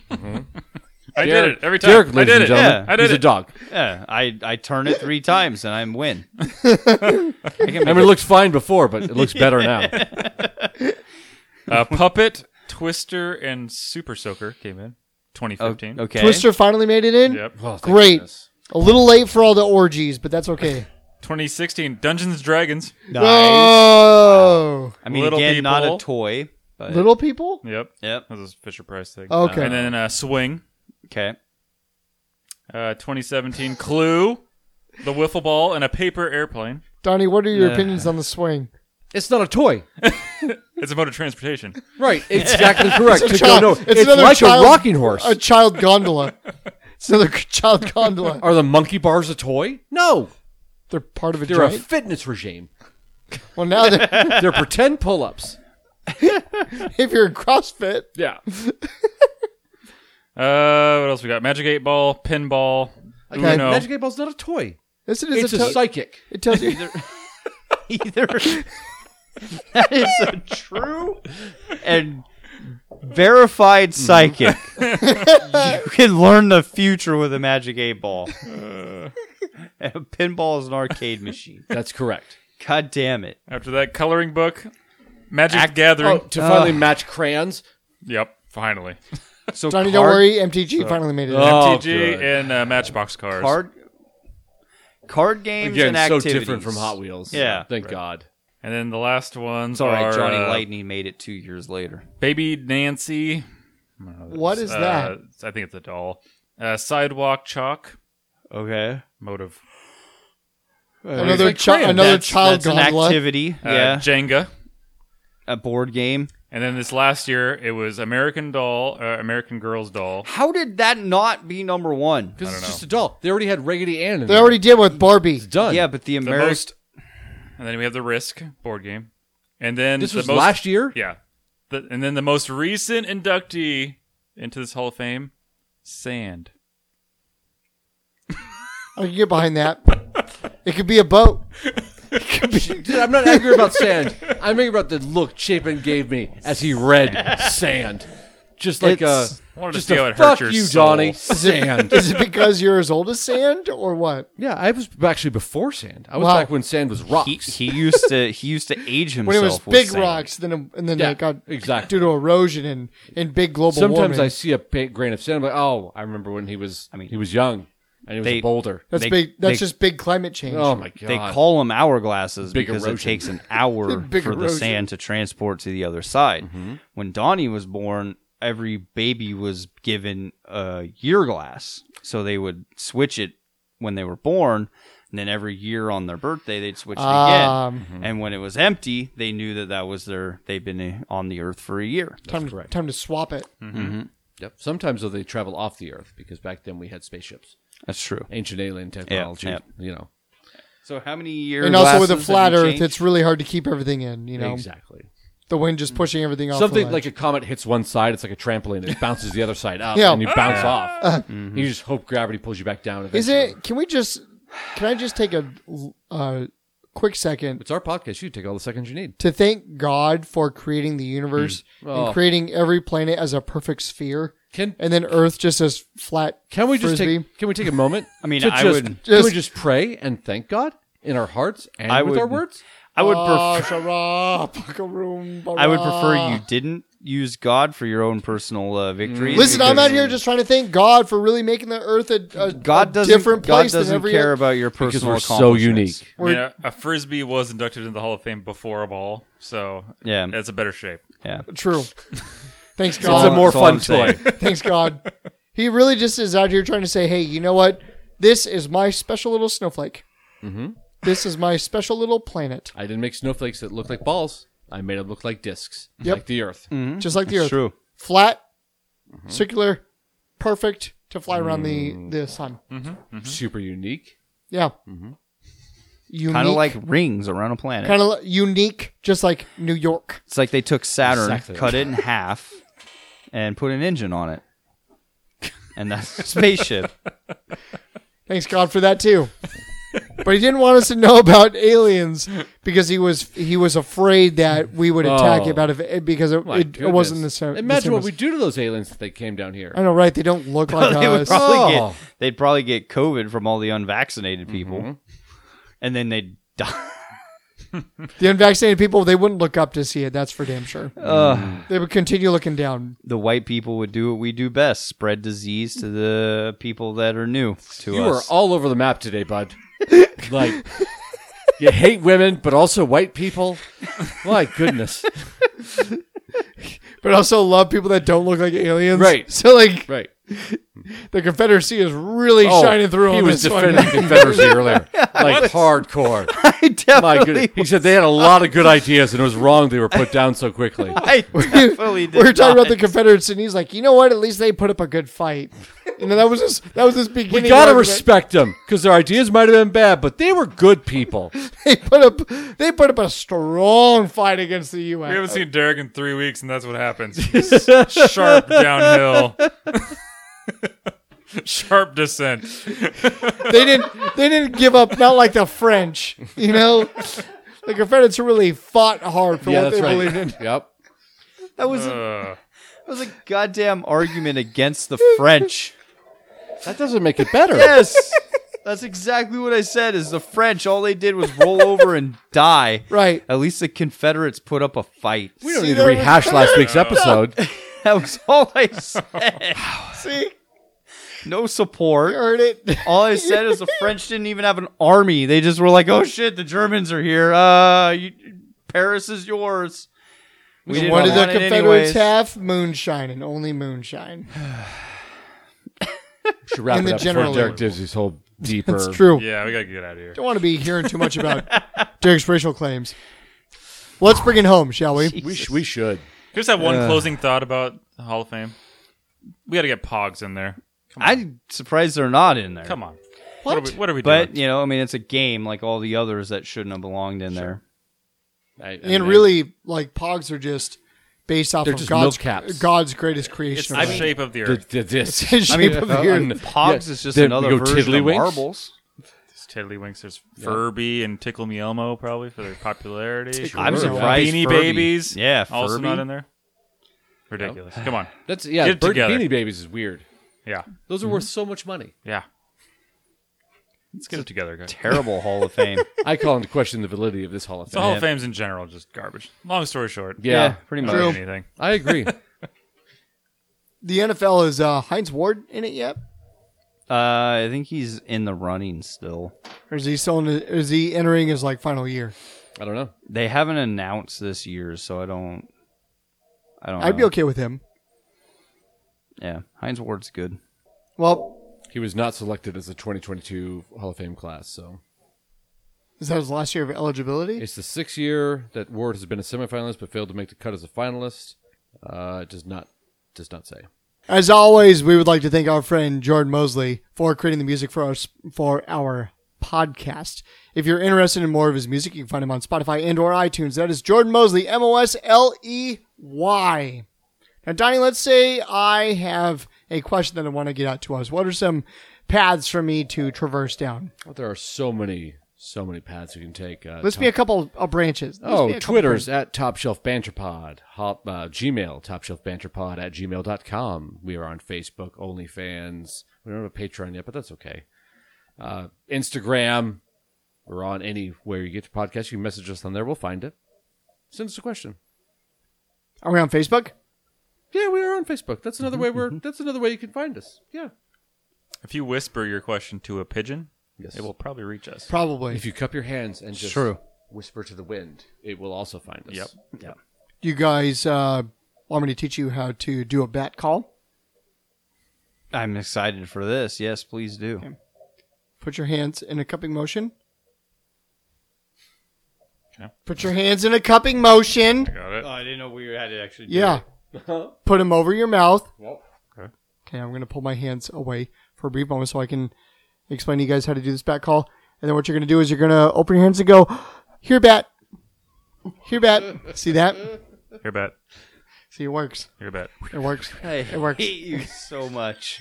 Speaker 5: did
Speaker 3: Derek-
Speaker 5: it every time.
Speaker 3: Derek,
Speaker 5: I
Speaker 3: ladies
Speaker 5: did
Speaker 3: and
Speaker 5: it.
Speaker 3: gentlemen,
Speaker 2: Yeah.
Speaker 5: I did
Speaker 3: he's a
Speaker 5: it.
Speaker 3: dog.
Speaker 2: Yeah, I, I turn it three times and I'm win. I can
Speaker 3: I
Speaker 2: make
Speaker 3: mean, it looked fine before, but it looks better now.
Speaker 5: Uh, Puppet, Twister, and Super Soaker came in
Speaker 2: Oh,
Speaker 5: 2015.
Speaker 2: okay.
Speaker 1: Twister finally made it in.
Speaker 5: Yep.
Speaker 3: Oh, thank
Speaker 1: Great.
Speaker 3: goodness.
Speaker 1: A little late for all the orgies, but that's okay.
Speaker 5: 2016 Dungeons and Dragons.
Speaker 2: Nice.
Speaker 1: Oh,
Speaker 2: I mean,
Speaker 5: Little
Speaker 2: again, not a
Speaker 5: people.
Speaker 2: toy. But,
Speaker 1: little people.
Speaker 5: Yep.
Speaker 2: Yep.
Speaker 5: That was a Fisher Price thing.
Speaker 1: Okay.
Speaker 5: And then uh, Swing.
Speaker 2: Okay.
Speaker 5: Uh, 2017 Clue, the wiffle ball, and a paper airplane.
Speaker 1: Donnie, what are your
Speaker 2: Yeah.
Speaker 1: opinions on the swing?
Speaker 3: It's not a toy.
Speaker 5: It's a mode of transportation.
Speaker 3: Right, exactly correct.
Speaker 1: It's a
Speaker 3: To go,
Speaker 1: child-
Speaker 3: no,
Speaker 1: it's
Speaker 3: it's,
Speaker 1: another
Speaker 3: like
Speaker 1: child-
Speaker 3: a rocking horse.
Speaker 1: A child gondola. it's another child gondola.
Speaker 3: Are the monkey bars a toy? No,
Speaker 1: They're part of a
Speaker 3: they're a
Speaker 1: giant-
Speaker 3: fitness regime.
Speaker 1: well, now they're,
Speaker 3: They're pretend pull-ups.
Speaker 1: if you're in CrossFit,
Speaker 3: Yeah,
Speaker 5: Uh, what else we got? Magic eight ball, pinball,
Speaker 3: okay.
Speaker 5: Uno.
Speaker 3: Magic eight ball's not a toy.
Speaker 1: this is
Speaker 3: It's,
Speaker 1: a,
Speaker 3: a,
Speaker 1: tel-
Speaker 3: psychic.
Speaker 1: It tells you
Speaker 2: Either that is a true Mm-hmm. and verified psychic. you can learn the future with a magic eight ball. Uh. And a pinball is an arcade machine.
Speaker 3: That's correct.
Speaker 2: God damn it!
Speaker 5: After that, coloring book, Magic the Gathering.
Speaker 3: Oh, to finally match crayons.
Speaker 5: Yep, finally.
Speaker 2: So
Speaker 1: Donnie, don't
Speaker 2: card-
Speaker 1: worry. MTG finally made it.
Speaker 2: uh,
Speaker 1: in.
Speaker 3: Oh,
Speaker 5: MTG
Speaker 3: good.
Speaker 5: and uh, Matchbox cars.
Speaker 2: card card games
Speaker 3: Again,
Speaker 2: and
Speaker 3: so
Speaker 2: activities.
Speaker 3: different from Hot Wheels.
Speaker 2: Yeah.
Speaker 3: thank God.
Speaker 5: And then the last ones
Speaker 2: It's all right.
Speaker 5: are
Speaker 2: Johnny
Speaker 5: uh,
Speaker 2: Lightning made it two years later.
Speaker 5: Baby Nancy.
Speaker 1: What is
Speaker 5: uh,
Speaker 1: that?
Speaker 5: I think it's a doll. Uh, sidewalk chalk,
Speaker 2: Okay,
Speaker 5: mode of
Speaker 1: Another
Speaker 3: like
Speaker 1: chi-
Speaker 3: crayon.
Speaker 1: another
Speaker 2: that's,
Speaker 1: child
Speaker 2: that's an
Speaker 1: gondola.
Speaker 2: activity.
Speaker 5: uh,
Speaker 2: yeah,
Speaker 5: Jenga.
Speaker 2: a board game.
Speaker 5: And then this last year, it was American Doll, uh, American Girls Doll.
Speaker 2: How did that not be number one?
Speaker 3: Because it's
Speaker 5: don't
Speaker 3: just a doll. They already had Raggedy Ann. In
Speaker 1: They
Speaker 3: there.
Speaker 1: already did with Barbie.
Speaker 3: it's done.
Speaker 2: Yeah, but the
Speaker 5: The
Speaker 2: American
Speaker 5: most, and then we have the Risk board game, and then
Speaker 3: this
Speaker 5: the
Speaker 3: was
Speaker 5: most,
Speaker 3: last year.
Speaker 5: Yeah, The- and then the most recent inductee into this Hall of Fame, Sand.
Speaker 1: I can get behind that. it could be a boat.
Speaker 3: Dude, I'm not angry about sand. I'm angry about the look Chapin gave me as he read sand. Just like a
Speaker 2: It's-
Speaker 5: I wanted
Speaker 3: just
Speaker 5: to see
Speaker 3: a
Speaker 5: how it hurt
Speaker 3: fuck
Speaker 5: your
Speaker 3: you,
Speaker 5: soul.
Speaker 3: Johnny. Sand.
Speaker 1: Is it because you're as old as sand or what?
Speaker 3: yeah, I was actually before sand. I was
Speaker 1: Wow.
Speaker 3: back when sand was rocks.
Speaker 2: He, he used to he used to age himself.
Speaker 1: When it was
Speaker 2: with
Speaker 1: big
Speaker 2: sand.
Speaker 1: rocks, then it- and then
Speaker 3: Yeah,
Speaker 1: it got
Speaker 3: exactly.
Speaker 1: due to erosion and, and big global
Speaker 3: Sometimes
Speaker 1: warming.
Speaker 3: I see a big grain of sand. I'm like, oh, I remember when he was. I mean, he was young and he was
Speaker 2: They-
Speaker 3: a boulder.
Speaker 1: that's
Speaker 2: they-
Speaker 1: big. That's
Speaker 2: they-
Speaker 1: just big climate change.
Speaker 3: Oh my god!
Speaker 2: They call them hourglasses
Speaker 3: Big
Speaker 2: because it
Speaker 3: erosion.
Speaker 2: takes an hour for
Speaker 1: Big
Speaker 2: the
Speaker 1: erosion. Mm-hmm.
Speaker 2: sand to transport to the other side. When Donnie was born, every baby was given a year glass, so they would switch it when they were born, and then every year on their birthday they'd switch it
Speaker 1: Um,
Speaker 2: again. And when it was empty, they knew that that was their they've been on the earth for a year.
Speaker 1: time, to,
Speaker 3: correct.
Speaker 1: time to swap it.
Speaker 2: Mm-hmm.
Speaker 3: Yep. Sometimes though they travel off the Earth because back then we had spaceships,
Speaker 2: That's true.
Speaker 3: ancient alien technology.
Speaker 2: yep.
Speaker 3: You know
Speaker 2: So how many years?
Speaker 1: And also with a flat Earth, it's really hard to keep everything in. You know,
Speaker 3: exactly.
Speaker 1: the wind just pushing everything off. the
Speaker 3: Mm-hmm. Something
Speaker 1: ledge.
Speaker 3: like a comet hits one side, it's like a trampoline. It bounces the other side up,
Speaker 1: Yeah.
Speaker 3: and you bounce
Speaker 2: Ah!
Speaker 3: off.
Speaker 2: Uh.
Speaker 3: You just hope gravity pulls you back down.
Speaker 1: Is
Speaker 3: eventually.
Speaker 1: it? Can we just? Can I just take a uh, quick second
Speaker 3: It's our podcast. You take all the seconds you need.
Speaker 1: to thank God for creating the universe
Speaker 3: Oh.
Speaker 2: Mm.
Speaker 1: and creating every planet as a perfect sphere,
Speaker 3: Can
Speaker 1: and then Earth just as flat.
Speaker 3: can we just
Speaker 1: frisbee.
Speaker 3: take can we take a moment?
Speaker 2: I mean,
Speaker 3: to
Speaker 2: I
Speaker 3: just,
Speaker 2: would-
Speaker 3: can we
Speaker 1: Just-
Speaker 3: just pray and thank God in our hearts and
Speaker 2: I
Speaker 3: with our
Speaker 2: would-
Speaker 3: words.
Speaker 2: I would prefer.
Speaker 1: Ah, sharab, bakaroom,
Speaker 2: I would prefer
Speaker 1: bara.
Speaker 2: you didn't use God for your own personal uh, victory.
Speaker 1: Mm. Listen, I'm out
Speaker 2: because
Speaker 1: here just trying to thank God for really making the Earth a, a,
Speaker 2: God
Speaker 1: a
Speaker 2: doesn't.
Speaker 1: different
Speaker 2: God
Speaker 1: place
Speaker 2: doesn't
Speaker 1: than every
Speaker 2: care about your personal
Speaker 3: Because we're so
Speaker 2: accomplishments.
Speaker 3: unique.
Speaker 5: I mean, a, a frisbee was inducted into the Hall of Fame before a ball, so
Speaker 2: Yeah.
Speaker 5: that's a better shape.
Speaker 2: Yeah,
Speaker 1: True. Thanks
Speaker 3: It's
Speaker 1: God.
Speaker 3: a more
Speaker 2: that's all I'm
Speaker 3: fun toy.
Speaker 2: saying.
Speaker 1: Thanks God. He really just is out here trying to say, "Hey, you know what? This is my special little snowflake. Mm-hmm. This is my special little planet,
Speaker 3: I didn't make snowflakes that look like balls. I made them look like discs,
Speaker 1: Yep.
Speaker 3: like the Earth.
Speaker 2: Mm-hmm.
Speaker 1: just like the
Speaker 2: it's
Speaker 1: Earth.
Speaker 2: true.
Speaker 1: Flat,
Speaker 3: Mm-hmm.
Speaker 1: circular, perfect to fly around the the sun.
Speaker 3: Super unique.
Speaker 1: Yeah.
Speaker 3: Mm-hmm.
Speaker 1: Unique,
Speaker 2: Kind of like rings around a planet.
Speaker 1: kind of unique, just like New York.
Speaker 2: It's like they took Saturn,
Speaker 3: Exactly.
Speaker 2: cut it in half, and put an engine on it, and that's a spaceship.
Speaker 1: Thanks God for that too. but he didn't want us to know about aliens because he was he was afraid that we would attack
Speaker 3: Oh.
Speaker 1: it about if because it,
Speaker 3: My
Speaker 1: it, it wasn't the
Speaker 3: goodness.
Speaker 1: same. the
Speaker 3: Imagine
Speaker 1: same
Speaker 3: what
Speaker 1: as-
Speaker 3: we do to those aliens if they came down here.
Speaker 1: I know, right? They don't look like
Speaker 2: they would
Speaker 1: us.
Speaker 2: probably
Speaker 3: Oh.
Speaker 2: get. They'd probably get COVID from all the unvaccinated people,
Speaker 3: Mm-hmm.
Speaker 2: and then they'd die.
Speaker 1: the unvaccinated people, they wouldn't look up to see it. That's for damn sure. They would continue looking down.
Speaker 2: the white people would do what we do best: spread disease to the people that are new to
Speaker 3: You are
Speaker 2: us.
Speaker 3: all over the map today, bud. like you hate women, but also white people. My goodness.
Speaker 1: But also love people that don't look like aliens.
Speaker 3: Right.
Speaker 1: So like
Speaker 3: Right.
Speaker 1: the Confederacy is really shining through
Speaker 3: Oh, He
Speaker 1: on
Speaker 3: was
Speaker 1: this one.
Speaker 3: defending Confederacy earlier, like hardcore.
Speaker 2: I
Speaker 3: My
Speaker 2: definitely,
Speaker 3: goodness. He said they had a lot of good ideas, and it was wrong they were put down so quickly.
Speaker 2: I definitely did.
Speaker 1: we were talking
Speaker 2: not.
Speaker 1: about the Confederates, and he's like, you know what? At least they put up a good fight. You know, that was his, that was his
Speaker 3: We
Speaker 1: beginning.
Speaker 3: gotta
Speaker 1: argument.
Speaker 3: respect them because their ideas might have been bad, but they were good people.
Speaker 1: They put up they put up a strong fight against the U.S.
Speaker 5: We haven't seen Derek in three weeks, and that's what happens. Sharp downhill. Sharp descent.
Speaker 1: they didn't they didn't give up not like the french you know the confederates really fought hard for
Speaker 3: Yeah,
Speaker 1: what they
Speaker 3: that's right.
Speaker 1: believed in
Speaker 3: Yep.
Speaker 2: That was a,
Speaker 5: Uh,
Speaker 2: that was a goddamn argument against the French.
Speaker 3: That doesn't make it better.
Speaker 2: Yes, that's exactly what I said. Is the French all they did was roll over and die?
Speaker 1: right
Speaker 2: At least the Confederates put up a fight.
Speaker 3: We don't need to rehash last week's episode.
Speaker 2: That was all I said.
Speaker 1: see
Speaker 2: No support.
Speaker 1: heard it
Speaker 2: All I said is the French didn't even have an army. They just were like, "Oh shit, the Germans are here. Uh, you, Paris is yours." We didn't
Speaker 1: what did the
Speaker 2: want it
Speaker 1: confederates
Speaker 2: anyways.
Speaker 1: have moonshine and only moonshine
Speaker 3: Should wrap
Speaker 1: In
Speaker 3: it
Speaker 1: the
Speaker 3: up
Speaker 1: general-
Speaker 3: before Derek gives his whole deeper.
Speaker 1: it's true
Speaker 5: yeah, we gotta get out of here.
Speaker 1: don't want to be hearing too much about derek's racial claims let's bring it home shall we
Speaker 3: We, sh- we should.
Speaker 5: Here's that one closing thought about the Hall of Fame. We gotta get Pogs in there.
Speaker 2: I'm surprised they're not in there.
Speaker 5: Come on. What, are we, what are we
Speaker 2: But
Speaker 5: doing?
Speaker 2: you know, I mean, it's a game like all the others that shouldn't have belonged in there.
Speaker 3: I- I mean,
Speaker 1: and really like pogs are just based off
Speaker 3: They're
Speaker 1: of
Speaker 3: just
Speaker 1: god's,
Speaker 3: milk caps.
Speaker 1: god's greatest
Speaker 5: It's
Speaker 1: creation
Speaker 5: the
Speaker 1: of man.
Speaker 5: shape of the
Speaker 3: the,
Speaker 5: earth.
Speaker 3: the, this.
Speaker 1: Shape of the
Speaker 3: I mean,
Speaker 2: uh,
Speaker 3: uh,
Speaker 2: Pogs
Speaker 3: yeah,
Speaker 2: is just
Speaker 3: there
Speaker 2: another
Speaker 3: we go,
Speaker 2: version of
Speaker 3: tiddlywinks.
Speaker 2: marbles.
Speaker 5: Tiddlywinks. There's Furby and Tickle Me Elmo probably for their popularity.
Speaker 3: Tickle
Speaker 2: I'm
Speaker 3: Furby.
Speaker 2: surprised.
Speaker 5: Beanie
Speaker 2: Furby-
Speaker 5: Babies.
Speaker 2: Yeah,
Speaker 5: Also
Speaker 2: Furby.
Speaker 5: not in there. Ridiculous. Come on.
Speaker 3: That's yeah.
Speaker 5: Get it
Speaker 3: Bird
Speaker 5: together.
Speaker 3: Beanie Babies is weird.
Speaker 5: Yeah.
Speaker 3: Those are worth so much money.
Speaker 5: Yeah. Let's get it together, guys.
Speaker 2: Terrible Hall of Fame.
Speaker 3: I call into question the validity of this Hall of
Speaker 5: The
Speaker 3: Fame.
Speaker 5: Hall of Fame's in general just garbage. Long story short.
Speaker 3: Yeah,
Speaker 2: pretty
Speaker 5: Not
Speaker 2: much.
Speaker 5: anything.
Speaker 3: I agree.
Speaker 1: The NFL is uh, Heinz Ward in it yet,
Speaker 2: Uh, I think he's in the running still.
Speaker 1: or is he still? In, is he entering his like final year?
Speaker 3: I don't know.
Speaker 2: They haven't announced this year, so I don't. I don't.
Speaker 1: I'd be
Speaker 3: Uh,
Speaker 2: know.
Speaker 1: okay with him.
Speaker 2: Yeah, Heinz Ward's good.
Speaker 1: Well,
Speaker 3: He was not selected as a 2022 Hall of Fame class, so
Speaker 1: is that his last year of eligibility?
Speaker 3: it's the sixth year that Ward has been a semifinalist but failed to make the cut as a finalist. Uh, it does not does not say.
Speaker 1: As always, we would like to thank our friend Jordan Mosley for creating the music for us for our podcast. If you're interested in more of his music, you can find him on Spotify and or iTunes. That is Jordan Mosley, M O S L E Y. Now, Donnie, let's say I have a question that I want to get out to us. What are some paths for me to traverse down?
Speaker 3: But there are so many so many paths you can take. Uh,
Speaker 1: Let's
Speaker 3: top-
Speaker 1: be a couple of branches. Let's be a
Speaker 3: Oh,
Speaker 1: couple
Speaker 3: Twitter's at Top Shelf Banter Pod. Hop, uh, Gmail, Top Shelf Banter Pod at gmail.com. We are on Facebook, OnlyFans. We don't have a Patreon yet, but that's okay. Uh, Instagram. We're on anywhere you get your podcast. You can message us on there. We'll find it. Send us a question.
Speaker 1: branches. Are we on Facebook?
Speaker 3: Yeah, we are on Facebook. That's
Speaker 5: Mm-hmm,
Speaker 3: another way we're. That's another way you can find us. Yeah.
Speaker 5: If you whisper your question to a pigeon,
Speaker 3: Yes.
Speaker 5: it will probably reach us.
Speaker 1: Probably.
Speaker 3: If you cup your hands and just
Speaker 2: True.
Speaker 3: whisper to the wind, it will also find us.
Speaker 5: Yep.
Speaker 1: Do you guys uh, want me to teach you how to do a bat call?
Speaker 2: I'm excited for this. Yes, please do.
Speaker 1: Put your hands in a cupping motion.
Speaker 5: Okay.
Speaker 1: Put your hands in a cupping motion.
Speaker 5: Got it.
Speaker 2: I didn't know we had to actually.
Speaker 1: Yeah. Put them over your mouth.
Speaker 3: Yep.
Speaker 5: Okay.
Speaker 1: Okay, I'm going to pull my hands away for a brief moment so I can explain to you guys how to do this bat call. And then what you're going to do is you're going to open your hands and go, here, bat. Here, bat. See that?
Speaker 5: Here bet.
Speaker 1: See, it works.
Speaker 5: Here bet.
Speaker 1: It works.
Speaker 2: it
Speaker 1: works.
Speaker 2: hate you so much.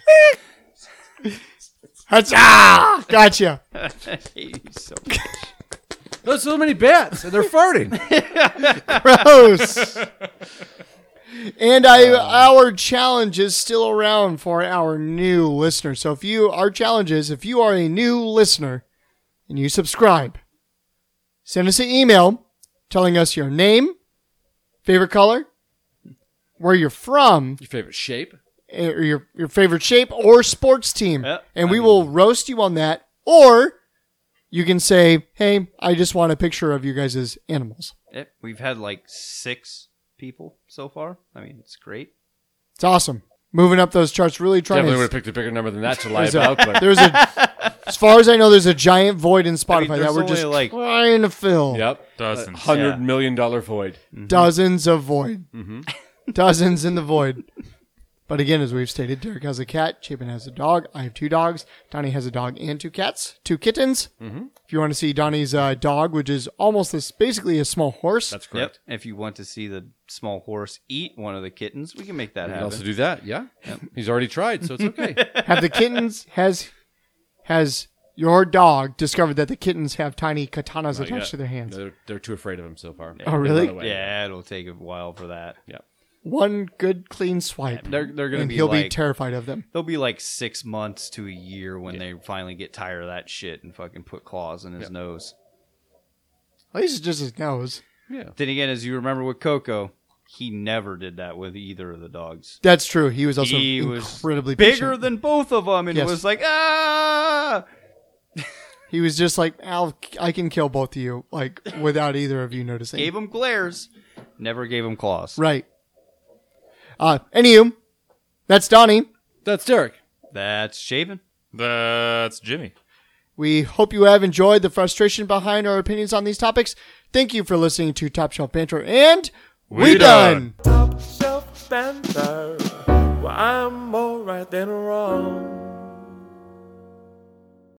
Speaker 1: That's, ah! Gotcha.
Speaker 2: I hate you so much.
Speaker 3: There's so many bats, and they're farting.
Speaker 1: Gross. and I, our challenge is still around for our new listeners. So if you, our challenge is if you are a new listener and you subscribe, send us an email telling us your name, favorite color, where you're from,
Speaker 3: Your favorite shape?
Speaker 1: eh, or your, your favorite shape or sports team.
Speaker 2: Yep.
Speaker 1: And we will roast you on that. Or you can say, hey, I just want a picture of you guys as animals.
Speaker 2: Yep, we've had like six people so far. I mean, it's great.
Speaker 1: It's awesome. Moving up those charts, really trying
Speaker 3: Definitely would
Speaker 1: to.
Speaker 3: have picked a bigger number than that to lie
Speaker 1: There's a-
Speaker 3: about. But
Speaker 1: There's a, as far as I know, there's a giant void in Spotify
Speaker 2: I mean,
Speaker 1: that
Speaker 2: there's
Speaker 1: we're
Speaker 2: only,
Speaker 1: just
Speaker 2: like-
Speaker 1: trying to fill.
Speaker 3: Yep.
Speaker 5: Dozens.
Speaker 2: Yeah. Mm-hmm.
Speaker 3: Hundred million dollar void.
Speaker 1: Dozens of void, dozens in the void. But again, as we've stated, Derek has a cat, Chapin has a dog. I have two dogs. Donnie has a dog and two cats, two kittens.
Speaker 2: Mm-hmm.
Speaker 1: If you want to see Donnie's uh, dog, which is almost this, basically a small horse,
Speaker 3: That's correct.
Speaker 2: Yep. If you want to see the small horse eat one of the kittens, we can make that
Speaker 3: You can
Speaker 2: happen.
Speaker 3: also do that. Yeah. He's already tried, so it's okay.
Speaker 1: have the kittens has has your dog discovered that the kittens have tiny katanas attached to their hands?
Speaker 3: No, they're, they're too afraid of him so far.
Speaker 1: Oh, really?
Speaker 2: yeah, it'll take a while for that.
Speaker 1: one good clean swipe.
Speaker 2: They're they're gonna
Speaker 1: and
Speaker 2: be
Speaker 1: he'll
Speaker 2: like
Speaker 1: be terrified of them.
Speaker 2: they'll be like six months to a year when they finally get tired of that shit and fucking put claws in his nose.
Speaker 1: At least it's just his nose.
Speaker 2: Then again, as you remember with Coco, he never did that with either of the dogs.
Speaker 1: That's true. He was also
Speaker 2: He was
Speaker 1: incredibly
Speaker 2: bigger
Speaker 1: patient.
Speaker 2: than both of them, and
Speaker 1: Yes.
Speaker 2: was like, ah.
Speaker 1: He was just like, "I'll, I can kill both of you, like without either of you noticing."
Speaker 2: Gave him glares, never gave him claws.
Speaker 1: right. Uh, anywho, that's Donnie.
Speaker 3: That's Derek.
Speaker 2: That's shaving.
Speaker 5: That's Jimmy.
Speaker 1: We hope you have enjoyed the frustration behind our opinions on these topics. Thank you for listening to Top Shelf Banter, and we,
Speaker 5: We
Speaker 1: done.
Speaker 5: done.
Speaker 4: top shelf banter. Well, I'm more right than wrong.